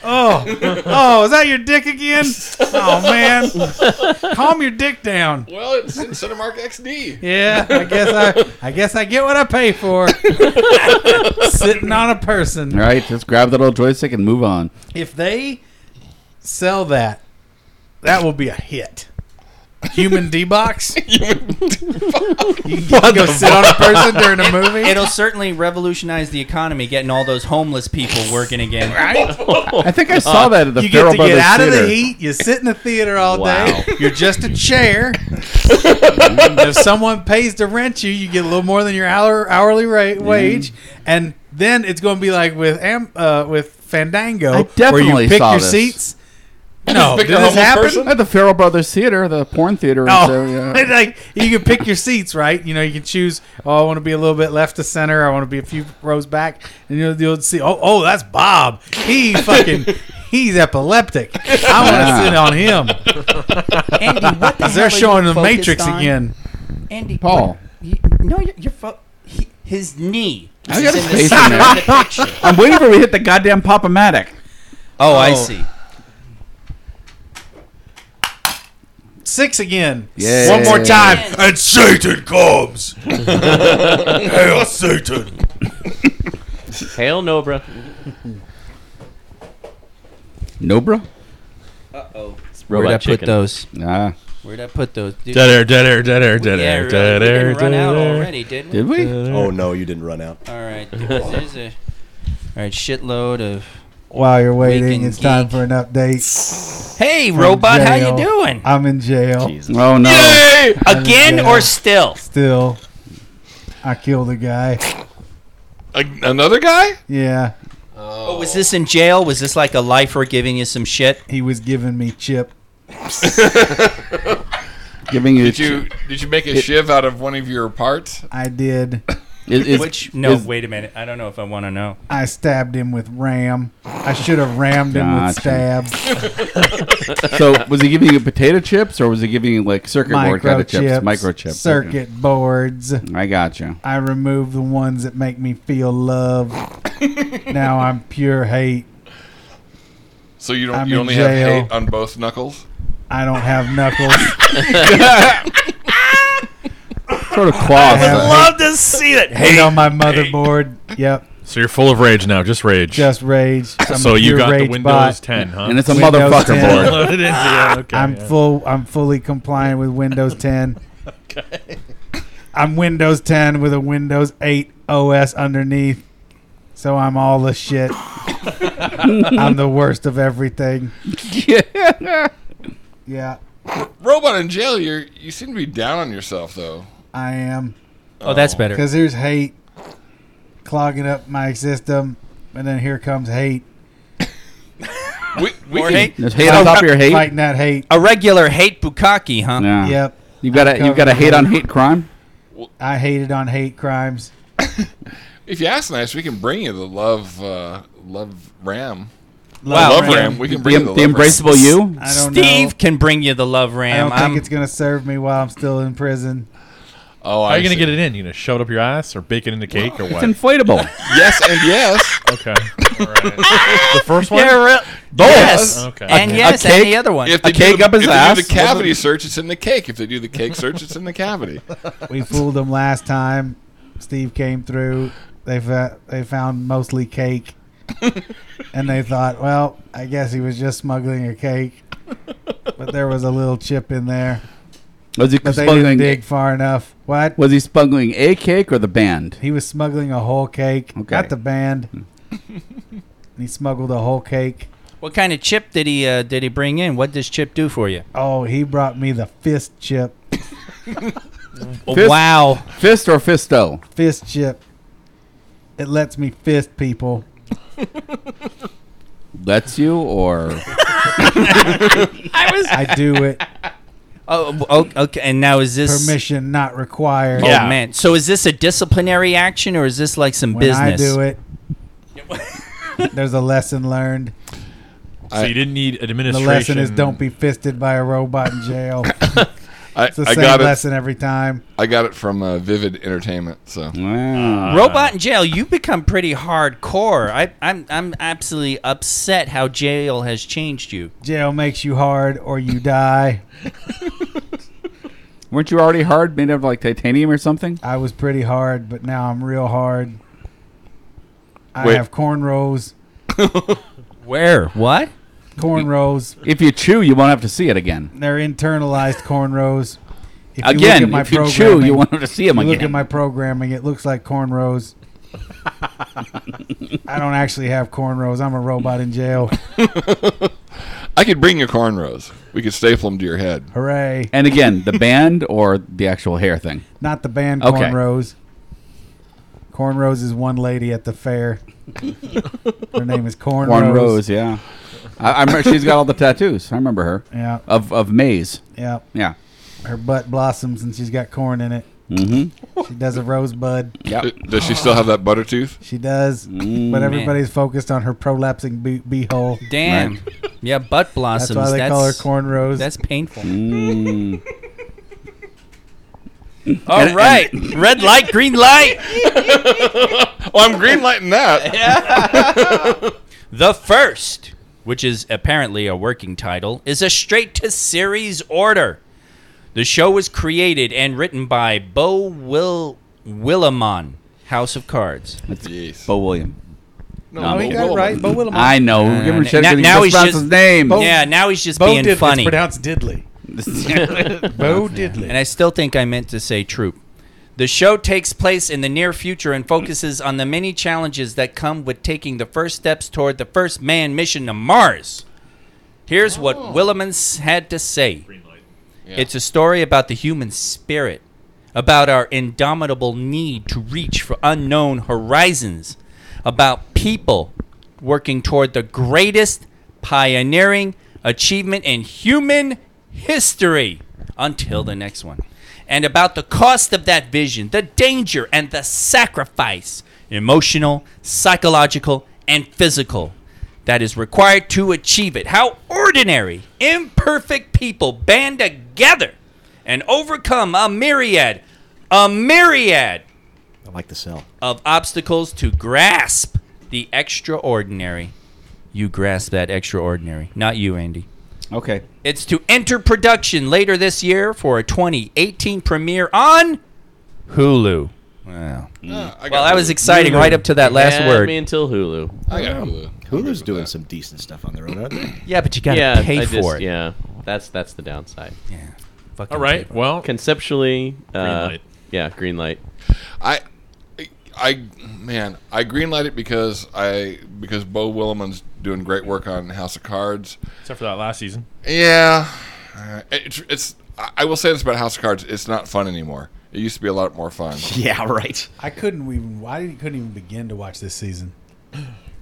Speaker 3: Oh, oh, is that your dick again? Oh man, calm your dick down.
Speaker 5: well, it's in Cinemark XD.
Speaker 3: Yeah, I guess I, I guess I get what I pay for. Sitting on a person.
Speaker 4: All right, just grab that old joystick and move on.
Speaker 3: If they sell that, that will be a hit. Human D box. You can go sit on a person during a movie.
Speaker 6: It'll certainly revolutionize the economy, getting all those homeless people working again.
Speaker 4: I think I saw that at the
Speaker 3: you get
Speaker 4: Farrell
Speaker 3: to get
Speaker 4: Brothers
Speaker 3: out of
Speaker 4: Theater.
Speaker 3: the heat. You sit in the theater all
Speaker 2: Wow.
Speaker 3: day. You're just a chair. And if someone pays to rent you, you get a little more than your hour, hourly
Speaker 4: Mm.
Speaker 3: rate wage, and then it's going to be like with Am, uh, with Fandango,
Speaker 4: I
Speaker 3: where
Speaker 4: definitely
Speaker 3: you pick
Speaker 4: saw
Speaker 3: your
Speaker 4: this.
Speaker 3: seats. No,
Speaker 5: Pick
Speaker 3: did
Speaker 5: a
Speaker 3: this
Speaker 5: homeless
Speaker 3: happen?
Speaker 5: person?
Speaker 4: At the Farrell Brothers Theater, the porn theater.
Speaker 3: Oh,
Speaker 4: Oh. So, yeah.
Speaker 3: like you can pick your seats, right? You know, you can choose. Oh, I want to be a little bit left to center. I want to be a few rows back, and you'll, you'll see. Oh, oh, that's Bob. He fucking, he's epileptic. I want to sit on him.
Speaker 6: Andy, what the hell
Speaker 3: Because they're
Speaker 6: are you
Speaker 3: showing the
Speaker 6: focused
Speaker 3: Matrix
Speaker 6: on?
Speaker 3: again.
Speaker 6: Andy,
Speaker 4: Paul.
Speaker 6: what- you- no, you're, you're fo- he, his knee.
Speaker 4: I got
Speaker 6: is
Speaker 4: his
Speaker 6: in the
Speaker 4: face in
Speaker 6: center of
Speaker 4: there.
Speaker 6: the picture.
Speaker 4: I'm waiting for we hit the goddamn Pop-O-Matic.
Speaker 6: Oh, I
Speaker 3: Oh.
Speaker 6: see.
Speaker 3: Six again.
Speaker 4: Yeah.
Speaker 3: One more time.
Speaker 12: And Satan comes. Hail Satan.
Speaker 2: Hail Nobra.
Speaker 4: Nobra?
Speaker 2: It's
Speaker 6: Where'd I
Speaker 2: robot
Speaker 6: put
Speaker 2: chicken.
Speaker 6: those?
Speaker 4: Ah,
Speaker 6: Where'd I put those? Dude,
Speaker 8: Dead air, dead air, dead air,
Speaker 6: yeah, really,
Speaker 8: dead air, dead
Speaker 6: we
Speaker 8: air,
Speaker 6: didn't run
Speaker 8: dead
Speaker 6: out
Speaker 8: air.
Speaker 6: already, did we?
Speaker 4: did we?
Speaker 7: Oh no, you didn't run out.
Speaker 6: All right, there's, there's a all right shitload of.
Speaker 10: While you're waiting,
Speaker 6: Weekend
Speaker 10: it's time
Speaker 6: geek.
Speaker 10: for an update.
Speaker 6: Hey, robot, how
Speaker 10: jail.
Speaker 6: you doing?
Speaker 10: I'm in jail
Speaker 4: Oh, no.
Speaker 6: Again
Speaker 10: jail.
Speaker 6: or still?
Speaker 10: still. I killed a guy.
Speaker 5: A- another guy?
Speaker 10: Yeah,
Speaker 6: Oh, was this in jail? Was this like a lifer giving you some shit?
Speaker 10: he was giving me chip.
Speaker 4: Giving you...
Speaker 5: Did you did you make a shiv out of one of your parts?
Speaker 10: I did.
Speaker 4: is- is-
Speaker 6: Which? No,
Speaker 4: is-
Speaker 6: wait a minute. I don't know if I want to know.
Speaker 10: I stabbed him with ram. I should have rammed him
Speaker 4: Gotcha.
Speaker 10: with stab.
Speaker 4: so was he giving you potato chips or was he giving you like circuit board kind of chips?
Speaker 10: Microchips,
Speaker 4: Microchips.
Speaker 10: circuit boards.
Speaker 4: I got you.
Speaker 10: I remove the ones that make me feel love. now I'm pure hate.
Speaker 5: So you don't
Speaker 10: I'm
Speaker 5: you
Speaker 10: in
Speaker 5: only
Speaker 10: jail.
Speaker 5: have hate on both knuckles?
Speaker 10: I don't have knuckles.
Speaker 4: Sort of
Speaker 10: I
Speaker 4: claws.
Speaker 10: have
Speaker 4: though.
Speaker 10: love to see it. Hate on my motherboard. Yep,
Speaker 8: So you're full of rage now, just rage.
Speaker 10: just rage. I'm
Speaker 8: so
Speaker 10: a
Speaker 8: you
Speaker 10: pure
Speaker 8: got the
Speaker 10: rage
Speaker 8: Windows
Speaker 10: bot.
Speaker 8: 10, huh?
Speaker 4: And it's a
Speaker 10: Windows
Speaker 4: motherfucker
Speaker 10: 10.
Speaker 4: board.
Speaker 8: Loaded into you, okay,
Speaker 10: I'm
Speaker 8: yeah.
Speaker 10: full. I'm fully compliant with Windows 10. I'm Windows 10 with a Windows 8 OS underneath, so I'm all the shit. I'm the worst of everything. Yeah,
Speaker 5: Robot in jail, you are you seem to be down on yourself though.
Speaker 10: I am.
Speaker 6: Oh, that's better.
Speaker 10: Because here's hate clogging up my system, and then here comes hate.
Speaker 5: We, we
Speaker 6: More
Speaker 5: can-
Speaker 6: hate?
Speaker 4: There's hate on top of your hate.
Speaker 10: Fighting that hate.
Speaker 6: A regular hate bukkake, huh?
Speaker 4: Yeah.
Speaker 10: Yep.
Speaker 4: You've got a you've got a hate on hate crime.
Speaker 10: I hated on hate crimes.
Speaker 5: If you ask nice, we can bring you the love uh, love ram.
Speaker 6: Wow.
Speaker 5: love ram. We can bring
Speaker 4: The-
Speaker 5: you
Speaker 4: the
Speaker 5: love ram.
Speaker 4: embraceable you?
Speaker 3: I don't
Speaker 6: Steve
Speaker 3: know.
Speaker 6: can bring you the love
Speaker 3: I
Speaker 6: ram.
Speaker 3: don't think
Speaker 6: I'm-
Speaker 3: it's gonna serve me while I'm still in prison.
Speaker 5: Oh,
Speaker 8: How are
Speaker 5: I
Speaker 8: you gonna
Speaker 5: see.
Speaker 8: get it in? You gonna shove it up your ass or bake it in the cake or what?
Speaker 4: It's inflatable.
Speaker 5: Yes and yes.
Speaker 8: okay. All right. the first one.
Speaker 6: Yeah, re-
Speaker 4: Both.
Speaker 6: Yes.
Speaker 8: Oh, Okay.
Speaker 6: And
Speaker 4: A- a
Speaker 6: yes, and
Speaker 4: cake?
Speaker 6: the other one.
Speaker 5: If they
Speaker 4: A
Speaker 5: do
Speaker 4: cake
Speaker 5: the,
Speaker 4: up his
Speaker 5: if
Speaker 4: ass?
Speaker 5: They do the cavity search, it's in the cake. If they do the cake search, it's in the cavity.
Speaker 3: We fooled them last time. Steve came through. They fa- they found mostly cake, and they thought, well, I guess he was just smuggling a cake, but there was a little chip in there.
Speaker 4: Was he
Speaker 3: But they didn't
Speaker 4: smuggling?
Speaker 3: dig far enough. What?
Speaker 4: Was he smuggling a cake or the band?
Speaker 3: He was smuggling a whole cake.
Speaker 4: Okay. Hmm.
Speaker 3: Got the band. And he smuggled a whole cake.
Speaker 6: What kind of chip did he uh, did he bring in? What does chip do for you?
Speaker 3: Oh, he brought me the fist chip.
Speaker 4: Fist-
Speaker 6: Wow.
Speaker 4: Fist or fisto?
Speaker 3: Fist chip. It lets me fist people.
Speaker 4: Lets you or
Speaker 3: I do it.
Speaker 6: Oh, oh, okay. And now is this
Speaker 3: Permission not required.
Speaker 6: Oh man. So is this a disciplinary action or is this like some
Speaker 3: when
Speaker 6: business?
Speaker 3: I do it, there's a lesson learned.
Speaker 8: So you didn't need
Speaker 3: The
Speaker 8: administration.
Speaker 3: lesson is don't be fisted by a robot in jail. It's
Speaker 5: I,
Speaker 3: the
Speaker 5: I
Speaker 3: same
Speaker 5: got it.
Speaker 3: lesson every time.
Speaker 5: I got it from uh, Vivid Entertainment. So Uh,
Speaker 4: wow.
Speaker 6: Robot in jail, you've become pretty hardcore. I, I'm I'm absolutely upset how jail has changed you.
Speaker 3: Jail makes you hard or you die.
Speaker 4: Weren't you already hard, made out of like titanium or something?
Speaker 3: I was pretty hard, but now I'm real hard. I
Speaker 5: Wait.
Speaker 3: have cornrows.
Speaker 6: Where? What?
Speaker 3: Cornrows.
Speaker 4: If you chew, you won't have to see it again.
Speaker 3: They're internalized cornrows. If look
Speaker 4: again,
Speaker 3: at my
Speaker 4: if you chew, you
Speaker 3: programming-
Speaker 4: won't have to see them
Speaker 3: You
Speaker 4: again.
Speaker 3: look at my programming, it looks like cornrows. I don't actually have cornrows. I'm a robot in jail.
Speaker 5: I could bring you cornrows. We could staple them to your head.
Speaker 3: Hooray.
Speaker 4: and again, the band or the actual hair thing.
Speaker 3: Not the band
Speaker 4: Okay.
Speaker 3: cornrows. Cornrows is one lady at the fair. Her name is Cornrows.
Speaker 4: Warren Rose, yeah. I, I remember she's got all the tattoos. I remember her
Speaker 3: Yeah,
Speaker 4: of of maize.
Speaker 3: yeah.
Speaker 4: Yeah.
Speaker 3: Her butt blossoms and she's got corn in it.
Speaker 4: Mm-hmm.
Speaker 3: She does a rosebud.
Speaker 4: Yep.
Speaker 5: D- Does she still have that butter tooth?
Speaker 3: She does.
Speaker 4: Mm.
Speaker 3: But everybody's focused on her prolapsing be- beehole.
Speaker 6: Damn. Yeah, butt
Speaker 3: That's
Speaker 6: blossoms.
Speaker 3: why they
Speaker 6: that's,
Speaker 3: call her cornrows.
Speaker 6: That's painful.
Speaker 4: Mm.
Speaker 6: All right. Red light, green light.
Speaker 5: Oh, I'm green lighting that.
Speaker 6: The first, which is apparently a working title, is a straight to series order. The show was created and written by Bo Will Willimon, House of Cards.
Speaker 5: Yes.
Speaker 4: Bo William.
Speaker 5: No,
Speaker 4: he
Speaker 5: Bo-
Speaker 13: Bo Willimon.
Speaker 4: I know.
Speaker 6: Uh,
Speaker 4: Give him
Speaker 6: n-
Speaker 4: shit.
Speaker 6: now-
Speaker 4: Now,
Speaker 6: now
Speaker 4: now
Speaker 6: he's
Speaker 4: he's
Speaker 6: just-
Speaker 4: his name.
Speaker 6: yeah, now he's just
Speaker 13: Bo
Speaker 6: being
Speaker 13: Diddley.
Speaker 6: funny.
Speaker 13: It's pronounced Diddley. Bo Diddley.
Speaker 6: And I still think I meant to say troop. The show takes place in the near future and focuses on the many challenges that come with taking the first steps toward the first manned mission to Mars. Here's what Willimans had to say It's a story about the human spirit, about our indomitable need to reach for unknown horizons, about people working toward the greatest pioneering achievement in human history until the next one. And about the cost of that vision, the danger and the sacrifice, emotional, psychological, and physical, that is required to achieve it. How ordinary, imperfect people band together and overcome a myriad, a myriad
Speaker 7: I like the sell.
Speaker 6: of obstacles to grasp the extraordinary. You grasp that extraordinary, not you, Andy.
Speaker 4: Okay.
Speaker 6: It's to enter production later this year for a 2018 premiere on Hulu. Wow.
Speaker 5: Ah, I got
Speaker 6: Well, that was
Speaker 5: Hulu.
Speaker 6: exciting right up to that last
Speaker 2: Yeah,
Speaker 6: word.
Speaker 2: Me until Hulu.
Speaker 5: I got Hulu.
Speaker 7: Oh, Hulu's doing some decent stuff on their own, aren't they?
Speaker 6: yeah, but you gotta
Speaker 2: yeah,
Speaker 6: pay
Speaker 2: I
Speaker 6: for
Speaker 2: just-
Speaker 6: it.
Speaker 2: Yeah, that's that's the downside.
Speaker 6: Fucking
Speaker 8: All right.
Speaker 6: pay for it.
Speaker 8: Well,
Speaker 2: Conceptually, uh,
Speaker 8: Green light.
Speaker 2: yeah, green light.
Speaker 5: I, I, man, I greenlight it because I because Bo Williman's doing great work on House of Cards.
Speaker 8: except for that last season.
Speaker 5: Yeah, Uh, it's, it's. I I will say this about House of Cards: it's not fun anymore. It used to be a lot more fun.
Speaker 7: Yeah, right.
Speaker 10: I couldn't even. Why did, couldn't even begin to watch this season?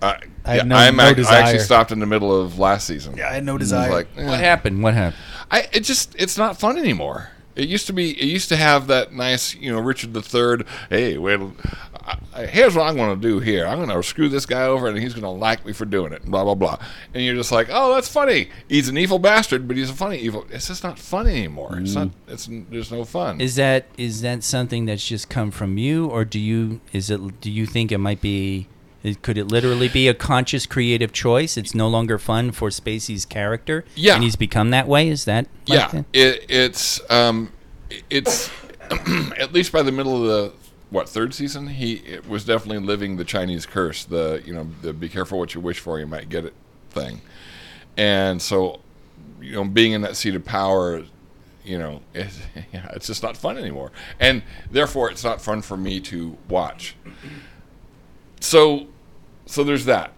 Speaker 5: I,
Speaker 10: I had
Speaker 5: yeah,
Speaker 10: no-
Speaker 5: I'm
Speaker 10: no
Speaker 5: act- I
Speaker 10: desire.
Speaker 5: actually stopped in the middle of last season.
Speaker 10: I had no
Speaker 5: I
Speaker 10: desire.
Speaker 5: was like, eh.
Speaker 6: What happened? What happened?
Speaker 5: I, it just it's not fun anymore. It used to be. It used to have that nice, you know, Richard the Third. Hey, well, I, I "Hey, here's what I'm going to do here. I'm going to screw this guy over, and he's going to like me for doing it. Blah blah blah. And you're just like, oh, that's funny. He's an evil bastard, but he's a funny evil. It's just not fun anymore. It's not. It's there's no fun.
Speaker 6: Is that is that something that's just come from you, or do you is it do you think it might be? It, could it literally be a conscious creative choice? It's no longer fun for Spacey's character,
Speaker 5: Yeah.
Speaker 6: and he's become that way. Is that like
Speaker 5: yeah,
Speaker 6: that?
Speaker 5: it, it's um, it's at least by the middle of the what third season, he it was definitely living the Chinese curse, the you know the be careful what you wish for, you might get it thing, and so you know being in that seat of power, you know it, yeah, it's just not fun anymore, and therefore it's not fun for me to watch. So, so there's that.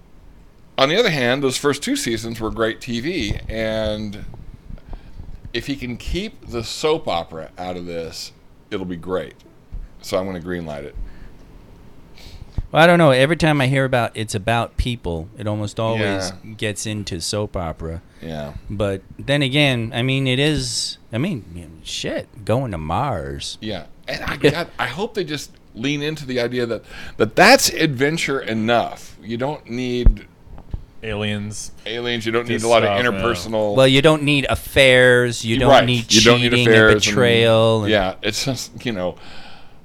Speaker 5: On the other hand, those first two seasons were great TV, and if he can keep the soap opera out of this, it'll be great. So I'm going to greenlight it.
Speaker 6: Well, I don't know. Every time I hear about it's about people, it almost always
Speaker 5: Yeah.
Speaker 6: gets into soap opera.
Speaker 5: Yeah.
Speaker 6: But then again, I mean, it is. I mean, man, shit, going to Mars.
Speaker 5: Yeah. And I God, I hope they just lean into the idea that that that's adventure enough. You don't need
Speaker 8: Aliens.
Speaker 5: aliens, you don't need
Speaker 8: Just
Speaker 5: a lot of
Speaker 8: stuff, yeah.
Speaker 5: interpersonal
Speaker 6: Well, you don't need affairs. You don't
Speaker 5: Right.
Speaker 6: need
Speaker 5: You
Speaker 6: cheating
Speaker 5: don't need
Speaker 6: and
Speaker 5: affairs and-
Speaker 6: betrayal. and-
Speaker 5: yeah, it's just, you know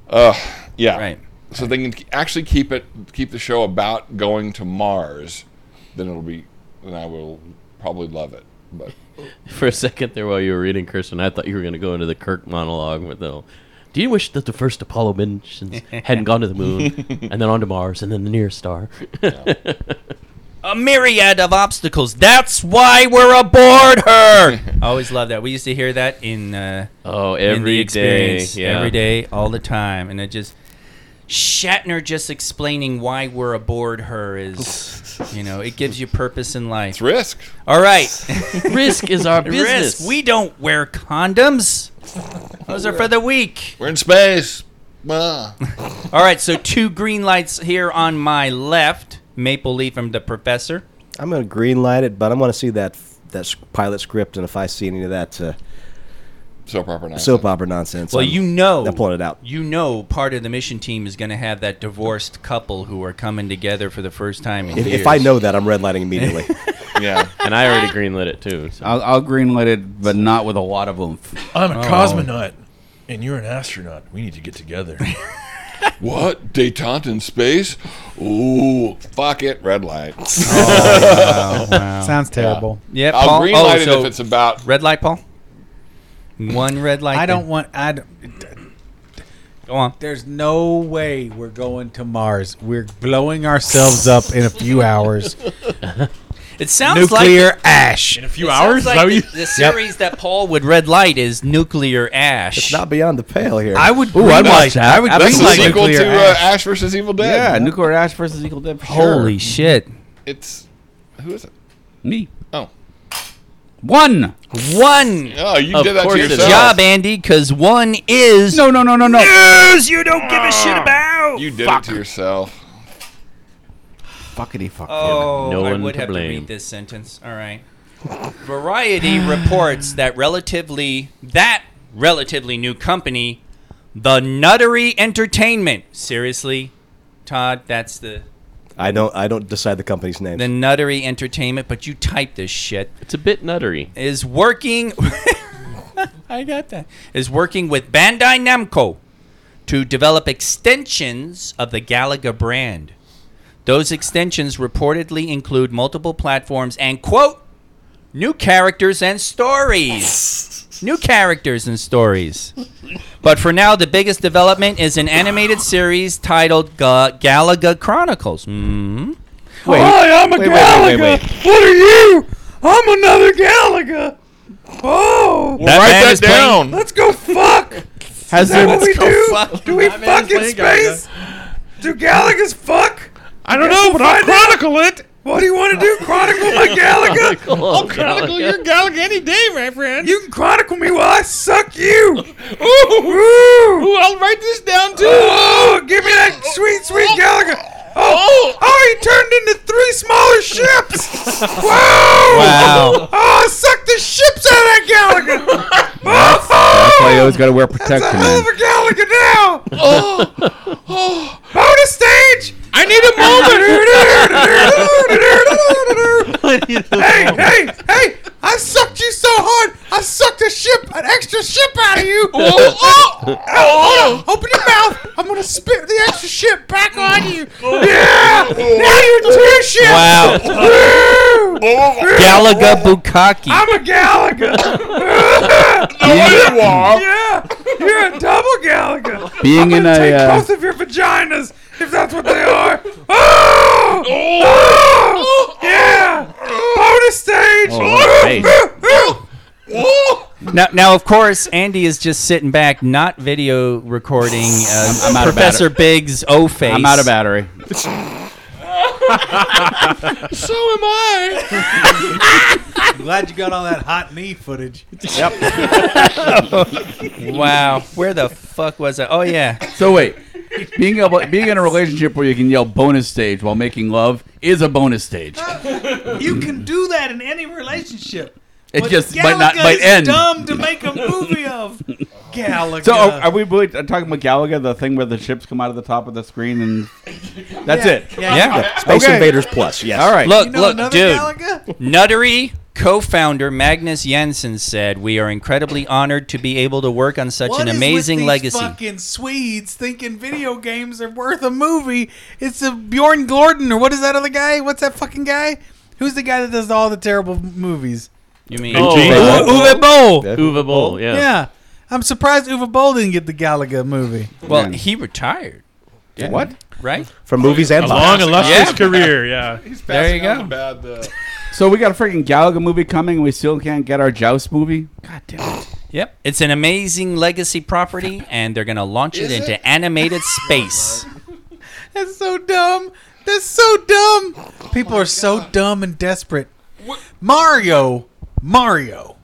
Speaker 5: uh yeah.
Speaker 6: Right.
Speaker 5: So they can actually keep it keep the show about going to Mars, then it'll be then I will probably love it. But
Speaker 2: For a second there, while you were reading Kirsten, I thought you were going to go into the Kirk monologue with the. Do you wish that the first Apollo missions hadn't gone to the moon, and then on to Mars, and then the nearest star?
Speaker 6: a myriad of obstacles. That's why we're aboard her. I always love that. We used to hear that in uh,
Speaker 2: Oh,
Speaker 6: in the
Speaker 2: every day,
Speaker 6: experience,
Speaker 2: yeah.
Speaker 6: every day, all the time, and it just Shatner just explaining why we're aboard her is, you know, it gives you purpose in life.
Speaker 5: it's risk.
Speaker 6: All right,
Speaker 2: Risk is our business.
Speaker 6: Risk. We don't wear condoms. Those are for the weak.
Speaker 5: We're in space. Ah.
Speaker 6: All right, so two green lights here on my left. Maple Leaf from the Professor.
Speaker 7: I'm gonna green light it, but I want to see that that s- pilot script, and if I see any of that uh,
Speaker 5: soap opera nonsense.
Speaker 7: soap opera nonsense,
Speaker 6: Well,
Speaker 7: I'm-
Speaker 6: you know,
Speaker 7: I'm pulling it out.
Speaker 6: You know, part of the mission team is going to have that divorced couple who are coming together for the first time. In
Speaker 7: If,
Speaker 6: years.
Speaker 7: if I know that, I'm red lighting immediately.
Speaker 5: Yeah.
Speaker 2: and I already greenlit it too. So.
Speaker 4: I'll, I'll greenlight it, but not with a lot of oomph. Uh,
Speaker 8: I'm a cosmonaut, and you're an astronaut. We need to get together.
Speaker 5: What? Detente in space? Ooh, fuck it. Red light.
Speaker 6: Oh,
Speaker 14: Sounds terrible.
Speaker 6: yeah,
Speaker 5: I'll
Speaker 6: Paul.
Speaker 5: green
Speaker 6: oh,
Speaker 5: light it
Speaker 6: so
Speaker 5: if it's about.
Speaker 6: red light, Paul. One red light.
Speaker 14: I don't
Speaker 6: then.
Speaker 14: want. I don't,
Speaker 6: go on.
Speaker 14: there's no way we're going to Mars. We're blowing ourselves up in a few hours.
Speaker 6: It sounds
Speaker 14: Nuclear
Speaker 6: like
Speaker 14: ash.
Speaker 8: In a few hours? Is
Speaker 6: Sounds
Speaker 8: that
Speaker 6: like
Speaker 8: what you-
Speaker 6: the, the series that Paul would red light is nuclear ash.
Speaker 7: it's not beyond the pale here.
Speaker 14: I would.
Speaker 4: Ooh, I'd
Speaker 14: greenlight
Speaker 4: watch that.
Speaker 14: I would
Speaker 5: That's
Speaker 14: green
Speaker 5: the
Speaker 14: light
Speaker 5: sequel
Speaker 14: nuclear
Speaker 5: to
Speaker 14: ash.
Speaker 5: Uh, Ash versus Evil Dead.
Speaker 4: Yeah, nuclear ash versus equal dead. For
Speaker 6: Holy
Speaker 4: sure.
Speaker 6: shit!
Speaker 5: It's who is it?
Speaker 4: me
Speaker 5: Oh,
Speaker 4: one.
Speaker 6: One
Speaker 5: oh, you
Speaker 2: Of
Speaker 5: did that to
Speaker 2: course it is.
Speaker 5: yourself.
Speaker 6: job, Andy, because one is
Speaker 4: No, no, no, no, no.
Speaker 6: news you don't give a shit about.
Speaker 5: Uh, You did it to yourself.
Speaker 4: Fuckity fuck.
Speaker 6: Oh,
Speaker 2: No
Speaker 6: I
Speaker 2: one
Speaker 6: would
Speaker 2: to
Speaker 6: have to
Speaker 2: blame.
Speaker 6: read this sentence. All right. Variety reports that relatively that relatively new company, the Nuttery Entertainment. Seriously, Todd, that's the
Speaker 7: I don't. I don't decide the company's name.
Speaker 6: the Nuttery Entertainment. But you type this shit
Speaker 2: It's a bit nuttery.
Speaker 6: is working. I got that. Is working with Bandai Namco to develop extensions of the Galaga brand. Those extensions reportedly include multiple platforms and quote new characters and stories. new characters and stories. But for now, the biggest development is an animated series titled Ga- Galaga Chronicles. Mm-hmm.
Speaker 4: Wait, Hi, I'm a wait, Galaga. Wait, wait, wait.
Speaker 9: Oh.
Speaker 5: Well, write that down.
Speaker 4: Has there been,
Speaker 6: Do we fuck in space?
Speaker 8: I don't know, but I'll chronicle it.
Speaker 14: What do you want to do? Chronicle my Galaga?
Speaker 2: Oh,
Speaker 8: Chronicle your Galaga any day, my friend.
Speaker 14: You can chronicle me while I suck you.
Speaker 8: Ooh, I'll write this down too.
Speaker 14: Oh, give me that sweet, sweet Galaga. Oh, oh, he turned into three smaller ships. Whoa. Oh,
Speaker 6: Wow.
Speaker 14: I sucked the ships out of that Galaga. Oh,
Speaker 4: That's why you always got to wear protection.
Speaker 14: Hell
Speaker 4: man.
Speaker 14: of a Galaga now. Oh, oh. Bonus stage.
Speaker 5: oh.
Speaker 10: oh, open your mouth. I'm going to spit the extra shit back on you.
Speaker 5: Oh.
Speaker 10: Yeah. Now you're tear shit.
Speaker 6: Wow.
Speaker 5: Oh.
Speaker 6: Galaga Bukaki.
Speaker 10: I'm a Gallagher.
Speaker 5: you are.
Speaker 10: Yeah. You're a double Gallagher.
Speaker 4: Being in a
Speaker 10: Take
Speaker 4: uh,
Speaker 10: both of your vaginas if that's what they are. Oh! Oh! Yeah. Bonus stage.
Speaker 4: Oh,
Speaker 10: Oh!
Speaker 2: hey.
Speaker 6: Now, now, of course, Andy is just sitting back, not video recording uh,
Speaker 4: I'm out of
Speaker 6: Professor Biggs' O face.
Speaker 4: I'm out of battery.
Speaker 5: So am I.
Speaker 3: Glad you got all that hot knee footage.
Speaker 6: Wow, where the fuck was I? Oh yeah,
Speaker 4: So wait, being able, being in a relationship where you can yell bonus stage while making love is a bonus stage.
Speaker 10: You can do that in any relationship.
Speaker 4: It
Speaker 10: But
Speaker 4: just might not
Speaker 10: Galaga
Speaker 4: might
Speaker 10: is
Speaker 4: end.
Speaker 10: dumb to make a movie of. Galaga.
Speaker 4: So are, are we really talking about Galaga, the thing where the ships come out of the top of the screen and that's it?
Speaker 6: yeah.
Speaker 15: Space
Speaker 4: Okay.
Speaker 15: Invaders Plus. Yes.
Speaker 4: All right.
Speaker 6: Look,
Speaker 10: You know
Speaker 6: look,
Speaker 10: another
Speaker 6: dude.
Speaker 10: Galaga?
Speaker 6: Nuttery co-founder Magnus Jensen said, "We are incredibly honored to be able to work on such
Speaker 10: What
Speaker 6: an
Speaker 10: is with
Speaker 6: amazing
Speaker 10: these
Speaker 6: legacy."
Speaker 10: Fucking Swedes thinking video games are worth a movie. It's a Bjorn Gordon or what is that other guy? What's that fucking guy? Who's the guy that does all the terrible movies?
Speaker 6: you mean?
Speaker 2: Oh,
Speaker 10: U- Uwe Boll.
Speaker 2: Uwe Boll, yeah.
Speaker 10: Yeah. I'm surprised Uwe Boll didn't get the Galaga movie.
Speaker 6: Well, he retired,
Speaker 4: What?
Speaker 6: right?
Speaker 15: From movies and
Speaker 8: A long
Speaker 15: books.
Speaker 8: and illustrious career, yeah.
Speaker 5: He's
Speaker 6: There you
Speaker 5: passing on
Speaker 6: go.
Speaker 5: the bad. Uh,
Speaker 4: So we got a freaking Galaga movie coming, and we still can't get our Joust movie. God damn it!
Speaker 6: Yep. It's an amazing legacy property, and they're gonna launch it
Speaker 5: Is
Speaker 6: into
Speaker 5: it?
Speaker 6: animated space.
Speaker 10: That's so dumb. That's so dumb. People
Speaker 5: Oh
Speaker 10: are so dumb and desperate.
Speaker 3: Mario, Mario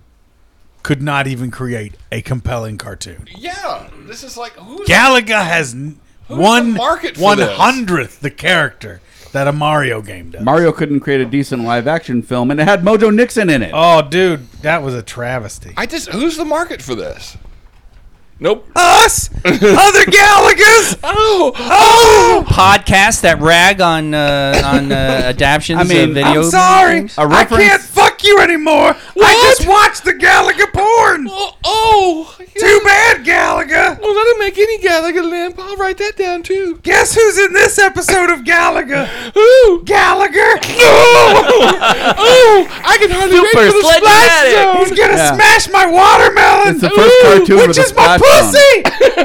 Speaker 3: could not even create a compelling cartoon.
Speaker 5: yeah, this is like who's
Speaker 3: Galaga has n- one
Speaker 5: the market for
Speaker 3: one
Speaker 5: this?
Speaker 3: hundredth the character that a Mario game does.
Speaker 4: Mario couldn't create a decent live-action film, and it had Mojo Nixon in it.
Speaker 3: oh, dude, that was a travesty.
Speaker 5: I just who's the market for this? Nope.
Speaker 3: Us, other Galagas.
Speaker 5: Oh,
Speaker 6: Podcasts that rag on uh, on uh, adaptions
Speaker 4: I mean,
Speaker 6: of video.
Speaker 4: I'm
Speaker 3: Sorry,
Speaker 4: A reference.
Speaker 3: I can't fuck you anymore. I just watched the Galaga porn.
Speaker 5: oh, oh.
Speaker 3: Too bad, Galaga.
Speaker 5: Well, that didn't make any Gallagher limp. I'll write that down too.
Speaker 3: Guess who's in this episode of Galaga?
Speaker 5: Ooh,
Speaker 3: Gallagher.
Speaker 5: oh, I can hardly wait for the splash zone.
Speaker 3: He's gonna
Speaker 4: Yeah.
Speaker 3: smash my watermelon.
Speaker 4: It's the first cartoon with
Speaker 3: which
Speaker 4: a
Speaker 3: is my
Speaker 4: splash
Speaker 3: pussy.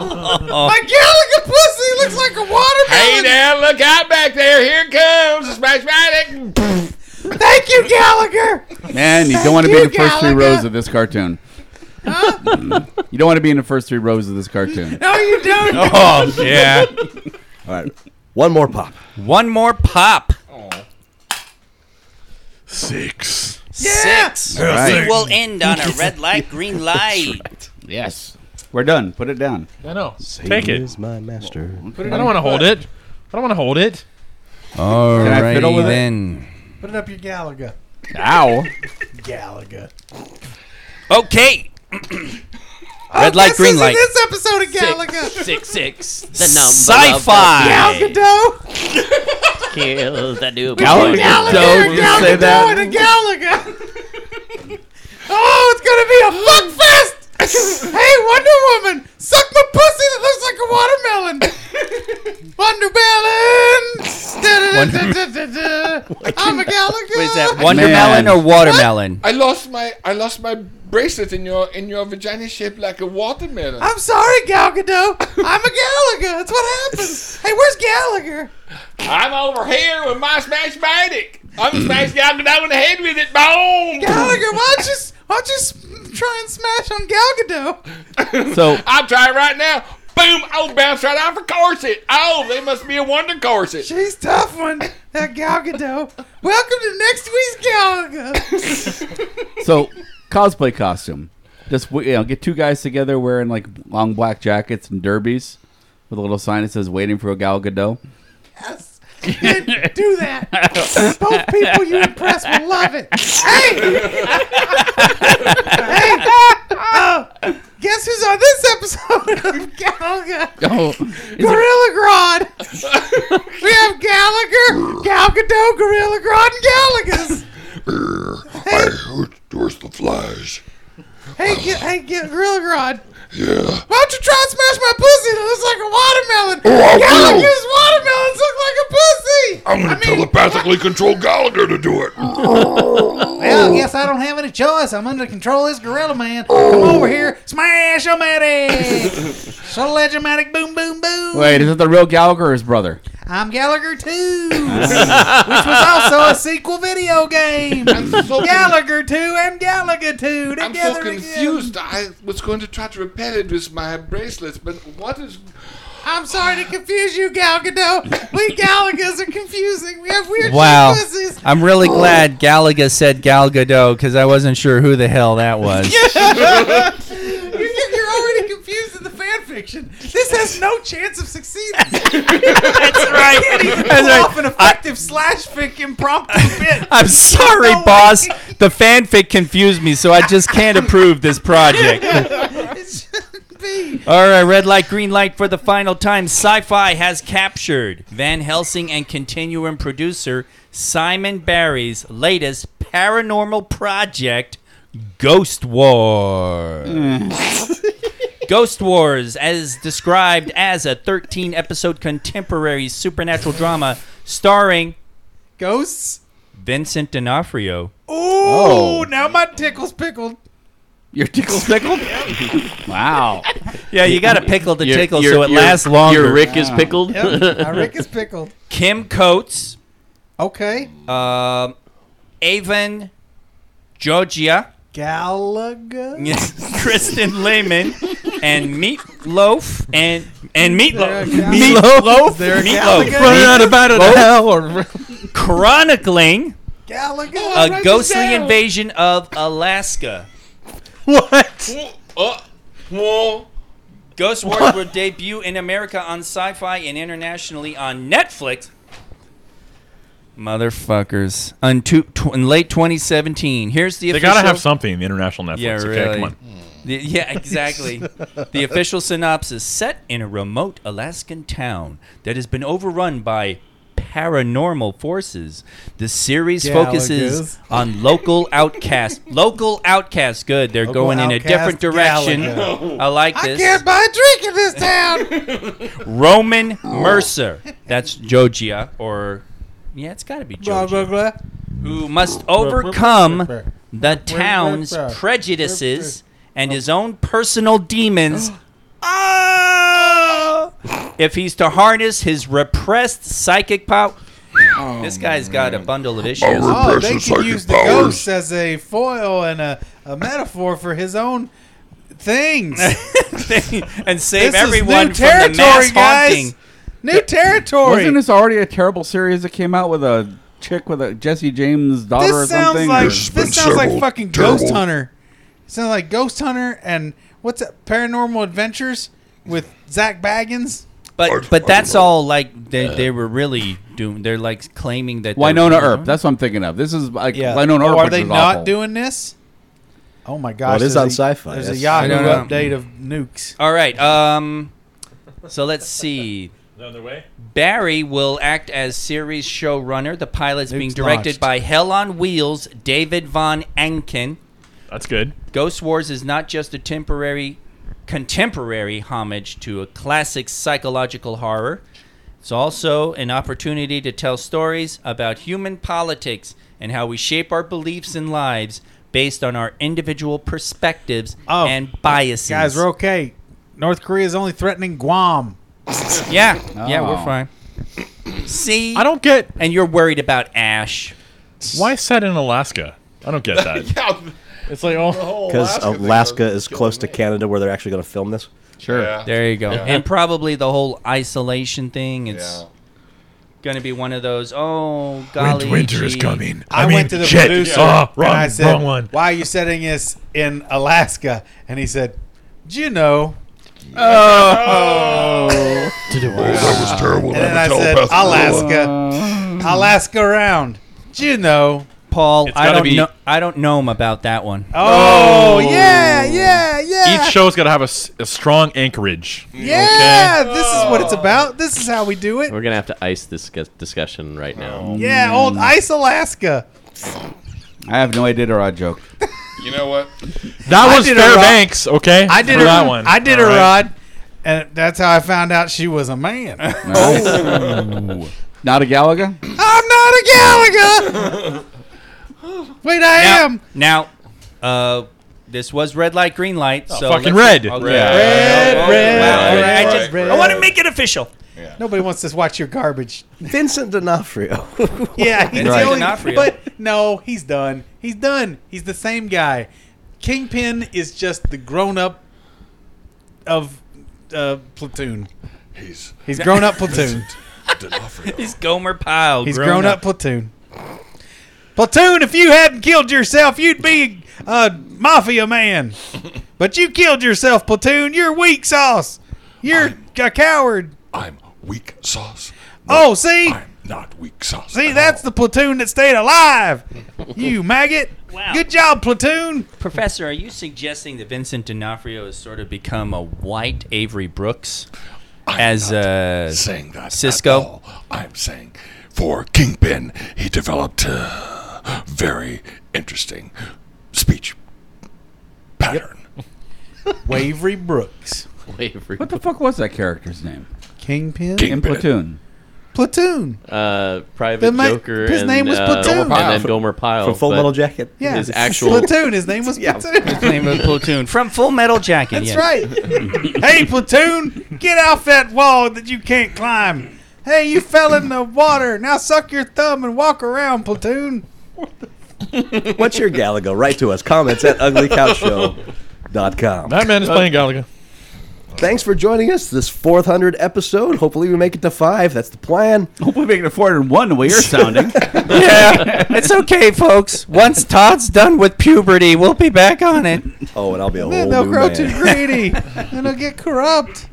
Speaker 3: oh, my Gallagher pussy looks like a
Speaker 5: Hey
Speaker 3: watermelon.
Speaker 5: now, look out back there. Here it comes the smash magic.
Speaker 3: Thank you, Gallagher.
Speaker 4: Man, you don't want to be in the
Speaker 3: you,
Speaker 4: first three
Speaker 3: Galaga.
Speaker 4: rows of this cartoon. you don't want to be in the first three rows of this cartoon.
Speaker 3: No, you don't.
Speaker 6: Oh yeah.
Speaker 15: All right. One more pop.
Speaker 6: One more pop.
Speaker 8: Six.
Speaker 6: Six.
Speaker 4: right.
Speaker 6: We will end on a red light, green light.
Speaker 4: Yes. We're done. Put it down.
Speaker 8: I know. Take it.
Speaker 15: Is my master.
Speaker 8: I don't want to hold it. I don't want to hold it.
Speaker 6: All
Speaker 4: Can I fiddle with it?
Speaker 6: then.
Speaker 10: Put it up your Galaga.
Speaker 4: Ow.
Speaker 10: Galaga.
Speaker 6: Okay. red light,
Speaker 10: This
Speaker 6: green
Speaker 10: is
Speaker 6: light.
Speaker 10: this episode of Galaga.
Speaker 2: Six, six. The number
Speaker 6: Sci-fi.
Speaker 10: Galgado.
Speaker 2: of kill the newborn.
Speaker 4: Galaga. Don't just say that.
Speaker 10: Going to Galaga. oh, it's gonna be a fuckfest. hey, Wonder Woman, suck my pussy that looks like a watermelon. Wonder Melon. I'm a Galaga.
Speaker 6: What is that? Wonder
Speaker 4: Man.
Speaker 6: melon or watermelon?
Speaker 5: I lost my I lost my bracelet in your in your vagina shaped like a watermelon.
Speaker 10: I'm sorry, Gal Gadot. I'm a Gallagher. That's what happens. Hey, where's Gallagher?
Speaker 5: I'm over here with my smash magic. I'm smash down in the head with it. Boom.
Speaker 10: Gallagher, why don't you, why don't you s- try and smash on Gal Gadot?
Speaker 4: So
Speaker 5: I'll try it right now. Boom! Oh, bounce right off a corset. Oh, they must be a wonder corset.
Speaker 10: She's a tough one, that Gal Gadot. Welcome to next week's Galaga.
Speaker 4: so cosplay costume. Just you know, get two guys together wearing like long black jackets and derbies with a little sign that says "Waiting for a Gal Gadot."
Speaker 10: Yes. And do that. Both people you impress will love it. Hey! hey! Oh, guess who's on this episode of Galaga?
Speaker 4: Oh,
Speaker 10: Gorilla Grodd. we have Gallagher, Gal Gadot, Gorilla Grodd, and Gallagher's.
Speaker 16: I heard there's the flies.
Speaker 10: Hey, Ga- hey, Ga- Gorilla
Speaker 5: I'm going to telepathically control Gallagher to do it.
Speaker 3: Well, I guess I don't have any choice. I'm under control of this gorilla man. Come over here, smash him at it. so legimatic boom, boom, boom.
Speaker 4: Wait, is it the real Gallagher or his brother?
Speaker 3: I'm Gallagher 2, which was also a sequel video game.
Speaker 5: so con-
Speaker 3: Gallagher 2 and Gallagher 2 together
Speaker 5: I'm so
Speaker 3: again.
Speaker 5: confused. I was going to try to repel it with my bracelets, but what is.
Speaker 3: I'm sorry to confuse you, Gal Gadot. We Gallagher's are confusing. We have weird
Speaker 6: Wow.
Speaker 3: choices.
Speaker 6: I'm really glad Galaga said Gal Gadot because I wasn't sure who the hell that was.
Speaker 3: You're, you're you're already confused in the fan fiction. This has no chance of succeeding. That's right. Can't even pull
Speaker 6: That's right.
Speaker 3: off an effective slash fic impromptu bit.
Speaker 6: I'm sorry,
Speaker 3: No way.
Speaker 6: boss. The fanfic confused me, so I just can't approve this project.
Speaker 3: It shouldn't be.
Speaker 6: All right, red light, green light for the final time. Sci fi has captured Van Helsing and Continuum producer Simon Barry's latest paranormal project, Ghost Wars. Ghost Wars, as described as a 13 episode contemporary supernatural drama starring
Speaker 3: Ghosts.
Speaker 6: Vincent D'Onofrio.
Speaker 3: Ooh, now my tickle's pickled.
Speaker 4: Your tickle pickled? wow.
Speaker 6: Yeah, you got to pickle the
Speaker 2: Your-
Speaker 6: tickle
Speaker 2: your-
Speaker 6: so it
Speaker 2: your-
Speaker 6: lasts longer.
Speaker 2: Your Rick is pickled.
Speaker 3: Yep, my Rick is pickled.
Speaker 6: Kim Coates,
Speaker 3: Okay.
Speaker 6: um, Avon Georgia,
Speaker 3: Galaga.
Speaker 6: Kristen Lehman, and Meatloaf, and and Meatloaf,
Speaker 3: There a Gallagher?
Speaker 6: Meatloaf,
Speaker 3: there a
Speaker 6: Meatloaf,
Speaker 3: Gallagher?
Speaker 9: Run out about it hell or
Speaker 6: chronicling
Speaker 3: Galaga.
Speaker 6: a ghostly invasion of Alaska.
Speaker 9: what?
Speaker 5: Uh, well,
Speaker 6: Ghost Wars will debut in America on Sci-Fi and internationally on Netflix. Motherfuckers, on two, tw- in late 2017. Here's the
Speaker 8: They
Speaker 6: official.
Speaker 8: gotta have something in the international Netflix.
Speaker 6: Yeah,
Speaker 8: okay,
Speaker 6: really.
Speaker 8: come on.
Speaker 6: The- yeah, exactly. the official synopsis set in a remote Alaskan town that has been overrun by paranormal forces. The series focuses
Speaker 3: Gallagher's.
Speaker 6: on local outcasts. local outcasts, good. They're going in a different
Speaker 3: outcast
Speaker 6: direction. I like
Speaker 3: I
Speaker 6: this.
Speaker 3: can't buy a drink in this town.
Speaker 6: Roman
Speaker 3: Oh.
Speaker 6: Mercer. That's Georgia or yeah, it's got to be
Speaker 3: blah, blah,
Speaker 6: Georgia.
Speaker 3: blah.
Speaker 6: Who must overcome the town's prejudices and his own personal demons Ah! if he's to harness his repressed psychic power. This guy's got a bundle of issues.
Speaker 5: Our
Speaker 3: Oh, they
Speaker 5: repressive
Speaker 3: can
Speaker 5: psychic
Speaker 3: use the
Speaker 5: powers.
Speaker 3: ghosts as a foil and a, a metaphor for his own things.
Speaker 6: and save
Speaker 3: This is
Speaker 6: everyone from
Speaker 3: new
Speaker 6: the mass
Speaker 3: territory, guys.
Speaker 6: haunting.
Speaker 3: New territory.
Speaker 4: Wasn't this already a terrible series that came out with a chick with a Jesse James daughter or
Speaker 3: this sounds
Speaker 4: something?
Speaker 3: like
Speaker 5: There's been
Speaker 3: this sounds like
Speaker 5: several
Speaker 3: fucking
Speaker 5: terrible-
Speaker 3: Ghost Hunter. It sounds like Ghost Hunter and what's that? Paranormal Adventures with Zach Baggins.
Speaker 6: But but that's all like they, they were really doing. They're like claiming that they're-
Speaker 4: Winona Earp. That's what I'm thinking of. This is like Winona
Speaker 3: Oh,
Speaker 4: Earp.
Speaker 3: are
Speaker 4: which
Speaker 3: they
Speaker 4: is
Speaker 3: not
Speaker 4: awful.
Speaker 3: doing this? Oh my gosh!
Speaker 7: Well, it is
Speaker 3: there's
Speaker 7: on
Speaker 3: a-
Speaker 7: Sci-Fi.
Speaker 3: There's a
Speaker 7: That's-
Speaker 3: Yahoo
Speaker 6: I don't know.
Speaker 3: update of nukes.
Speaker 6: All right. Um, so let's see.
Speaker 8: Another way.
Speaker 6: Barry will act as series showrunner. The pilot's being
Speaker 3: Nukes
Speaker 6: directed
Speaker 3: launched.
Speaker 6: by Hell on Wheels, David von Anken.
Speaker 8: That's good.
Speaker 6: Ghost Wars is not just a temporary, contemporary homage to a classic psychological horror. It's also an opportunity to tell stories about human politics and how we shape our beliefs and lives based on our individual perspectives
Speaker 3: Oh,
Speaker 6: and biases.
Speaker 3: Guys, we're okay. North Korea is only threatening Guam.
Speaker 6: Yeah, yeah,
Speaker 4: Oh.
Speaker 6: we're fine. See,
Speaker 8: I don't get
Speaker 6: And you're worried about Ash.
Speaker 8: why set in Alaska. I don't get that.
Speaker 5: yeah,
Speaker 8: It's like oh,
Speaker 7: Because
Speaker 5: thing
Speaker 7: Alaska
Speaker 5: doesn't
Speaker 7: is
Speaker 5: kill
Speaker 7: close to
Speaker 5: me.
Speaker 7: Canada where they're actually going to film this.
Speaker 4: Sure.
Speaker 5: Yeah.
Speaker 6: There you go.
Speaker 5: Yeah.
Speaker 6: And probably the whole isolation thing. It's
Speaker 5: Yeah.
Speaker 6: gonna be one of those. Oh, golly, gee."
Speaker 3: I,
Speaker 8: mean,
Speaker 3: went to the
Speaker 8: shit.
Speaker 3: producer
Speaker 8: Ah, wrong,
Speaker 3: and I said,
Speaker 8: wrong one.
Speaker 3: "Why are you setting this in Alaska?" And he said, "Do you know?"
Speaker 8: Oh.
Speaker 5: that was terrible.
Speaker 3: And then I said, "Alaska, Alaska round." Do you know?
Speaker 6: Paul, I
Speaker 8: gotta
Speaker 6: don't
Speaker 8: be-
Speaker 6: know. I don't know him about that one.
Speaker 3: Oh, yeah, yeah, yeah,
Speaker 8: Each show's got to have a, s- a strong anchorage.
Speaker 3: yeah. This is what it's about. This is how we do it.
Speaker 2: We're gonna have to ice this gu- discussion right
Speaker 5: Um,
Speaker 2: now.
Speaker 3: Yeah,
Speaker 8: Mm.
Speaker 3: old Ice Alaska.
Speaker 4: I have no idea to rod joke.
Speaker 5: You know what?
Speaker 8: That was
Speaker 3: did a
Speaker 8: Fairbanks, okay?
Speaker 3: I did
Speaker 8: For
Speaker 3: a,
Speaker 8: that one.
Speaker 3: I did
Speaker 8: All
Speaker 3: a
Speaker 8: right.
Speaker 3: rod, and that's how I found out she was a man.
Speaker 4: Not a Galaga?
Speaker 3: Oh,
Speaker 5: oh
Speaker 6: Gallagher.
Speaker 10: Wait, I
Speaker 6: now,
Speaker 10: am.
Speaker 6: Now, uh, this was red light, green light. so
Speaker 8: Oh, fucking
Speaker 6: let's-
Speaker 8: red.
Speaker 6: Okay.
Speaker 5: Red,
Speaker 6: Wow.
Speaker 5: red,
Speaker 6: Wow.
Speaker 5: red,
Speaker 6: I
Speaker 5: red,
Speaker 6: just-
Speaker 5: red.
Speaker 6: I want to make it official.
Speaker 10: Nobody wants to watch your garbage.
Speaker 7: Vincent D'Onofrio.
Speaker 10: Yeah, he's
Speaker 6: Right.
Speaker 10: the only,
Speaker 6: D'Onofrio.
Speaker 10: but no, he's done. He's done. He's the same guy. Kingpin is just the grown up of uh, platoon.
Speaker 5: He's
Speaker 10: He's grown up platoon.
Speaker 5: D'Onofrio.
Speaker 6: He's Gomer Pyle.
Speaker 10: He's grown, up. platoon. Platoon, if you hadn't killed yourself, you'd be a mafia man. but you killed yourself, platoon. You're weak sauce. You're a coward.
Speaker 5: I'm weak sauce.
Speaker 10: Oh, see,
Speaker 5: I'm not weak sauce.
Speaker 10: see,
Speaker 5: at
Speaker 10: that's
Speaker 5: all.
Speaker 10: the platoon that stayed alive. You maggot. Good job, platoon.
Speaker 6: Professor, are you suggesting that Vincent D'Onofrio has sort of become a white Avery Brooks
Speaker 5: I'm
Speaker 6: as
Speaker 5: not
Speaker 6: uh,
Speaker 5: saying that at
Speaker 6: Cisco?
Speaker 5: all. I'm saying for Kingpin, he developed a very interesting speech pattern.
Speaker 10: Wavery Brooks.
Speaker 4: What the fuck was that character's name?
Speaker 10: Kingpin?
Speaker 4: In Platoon.
Speaker 10: Platoon.
Speaker 2: uh, Private
Speaker 10: The ma-
Speaker 2: Joker.
Speaker 10: his
Speaker 2: and,
Speaker 10: name was
Speaker 2: uh,
Speaker 10: Platoon.
Speaker 2: and then Gomer Pyle.
Speaker 7: From Full
Speaker 2: Oh, but
Speaker 7: Metal Jacket.
Speaker 10: Yeah.
Speaker 2: His actual.
Speaker 10: Platoon. His name was Platoon.
Speaker 6: name of platoon from Full Metal Jacket.
Speaker 10: That's right. hey, platoon, get off that wall that you can't climb. Hey, you fell in the water. Now suck your thumb and walk around, platoon.
Speaker 7: What's your Gallagher? Write to us. Comments at uglycouchshow.com.
Speaker 8: That man is playing Galaga.
Speaker 7: Thanks for joining us this 400 episode. Hopefully, we make it to five. That's the plan.
Speaker 4: Hopefully, we can afford in one the way you're sounding.
Speaker 6: yeah, it's okay, folks. Once Todd's done with puberty, we'll be back on it.
Speaker 7: Oh, and I'll be a
Speaker 10: Then
Speaker 7: whole
Speaker 10: they'll
Speaker 7: new
Speaker 10: grow too
Speaker 7: man.
Speaker 10: greedy and they'll get corrupt.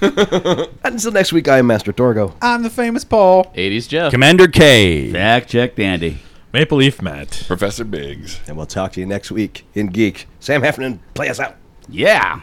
Speaker 7: Until next week, I am Master Torgo.
Speaker 10: I'm the famous Paul.
Speaker 2: 80s Jeff.
Speaker 6: Commander K.
Speaker 4: Jack, Jack, Dandy.
Speaker 8: Maple Leaf Matt.
Speaker 5: Professor Biggs.
Speaker 7: And we'll talk to you next week in Geek. Sam Heffernan, play us out.
Speaker 4: Yeah.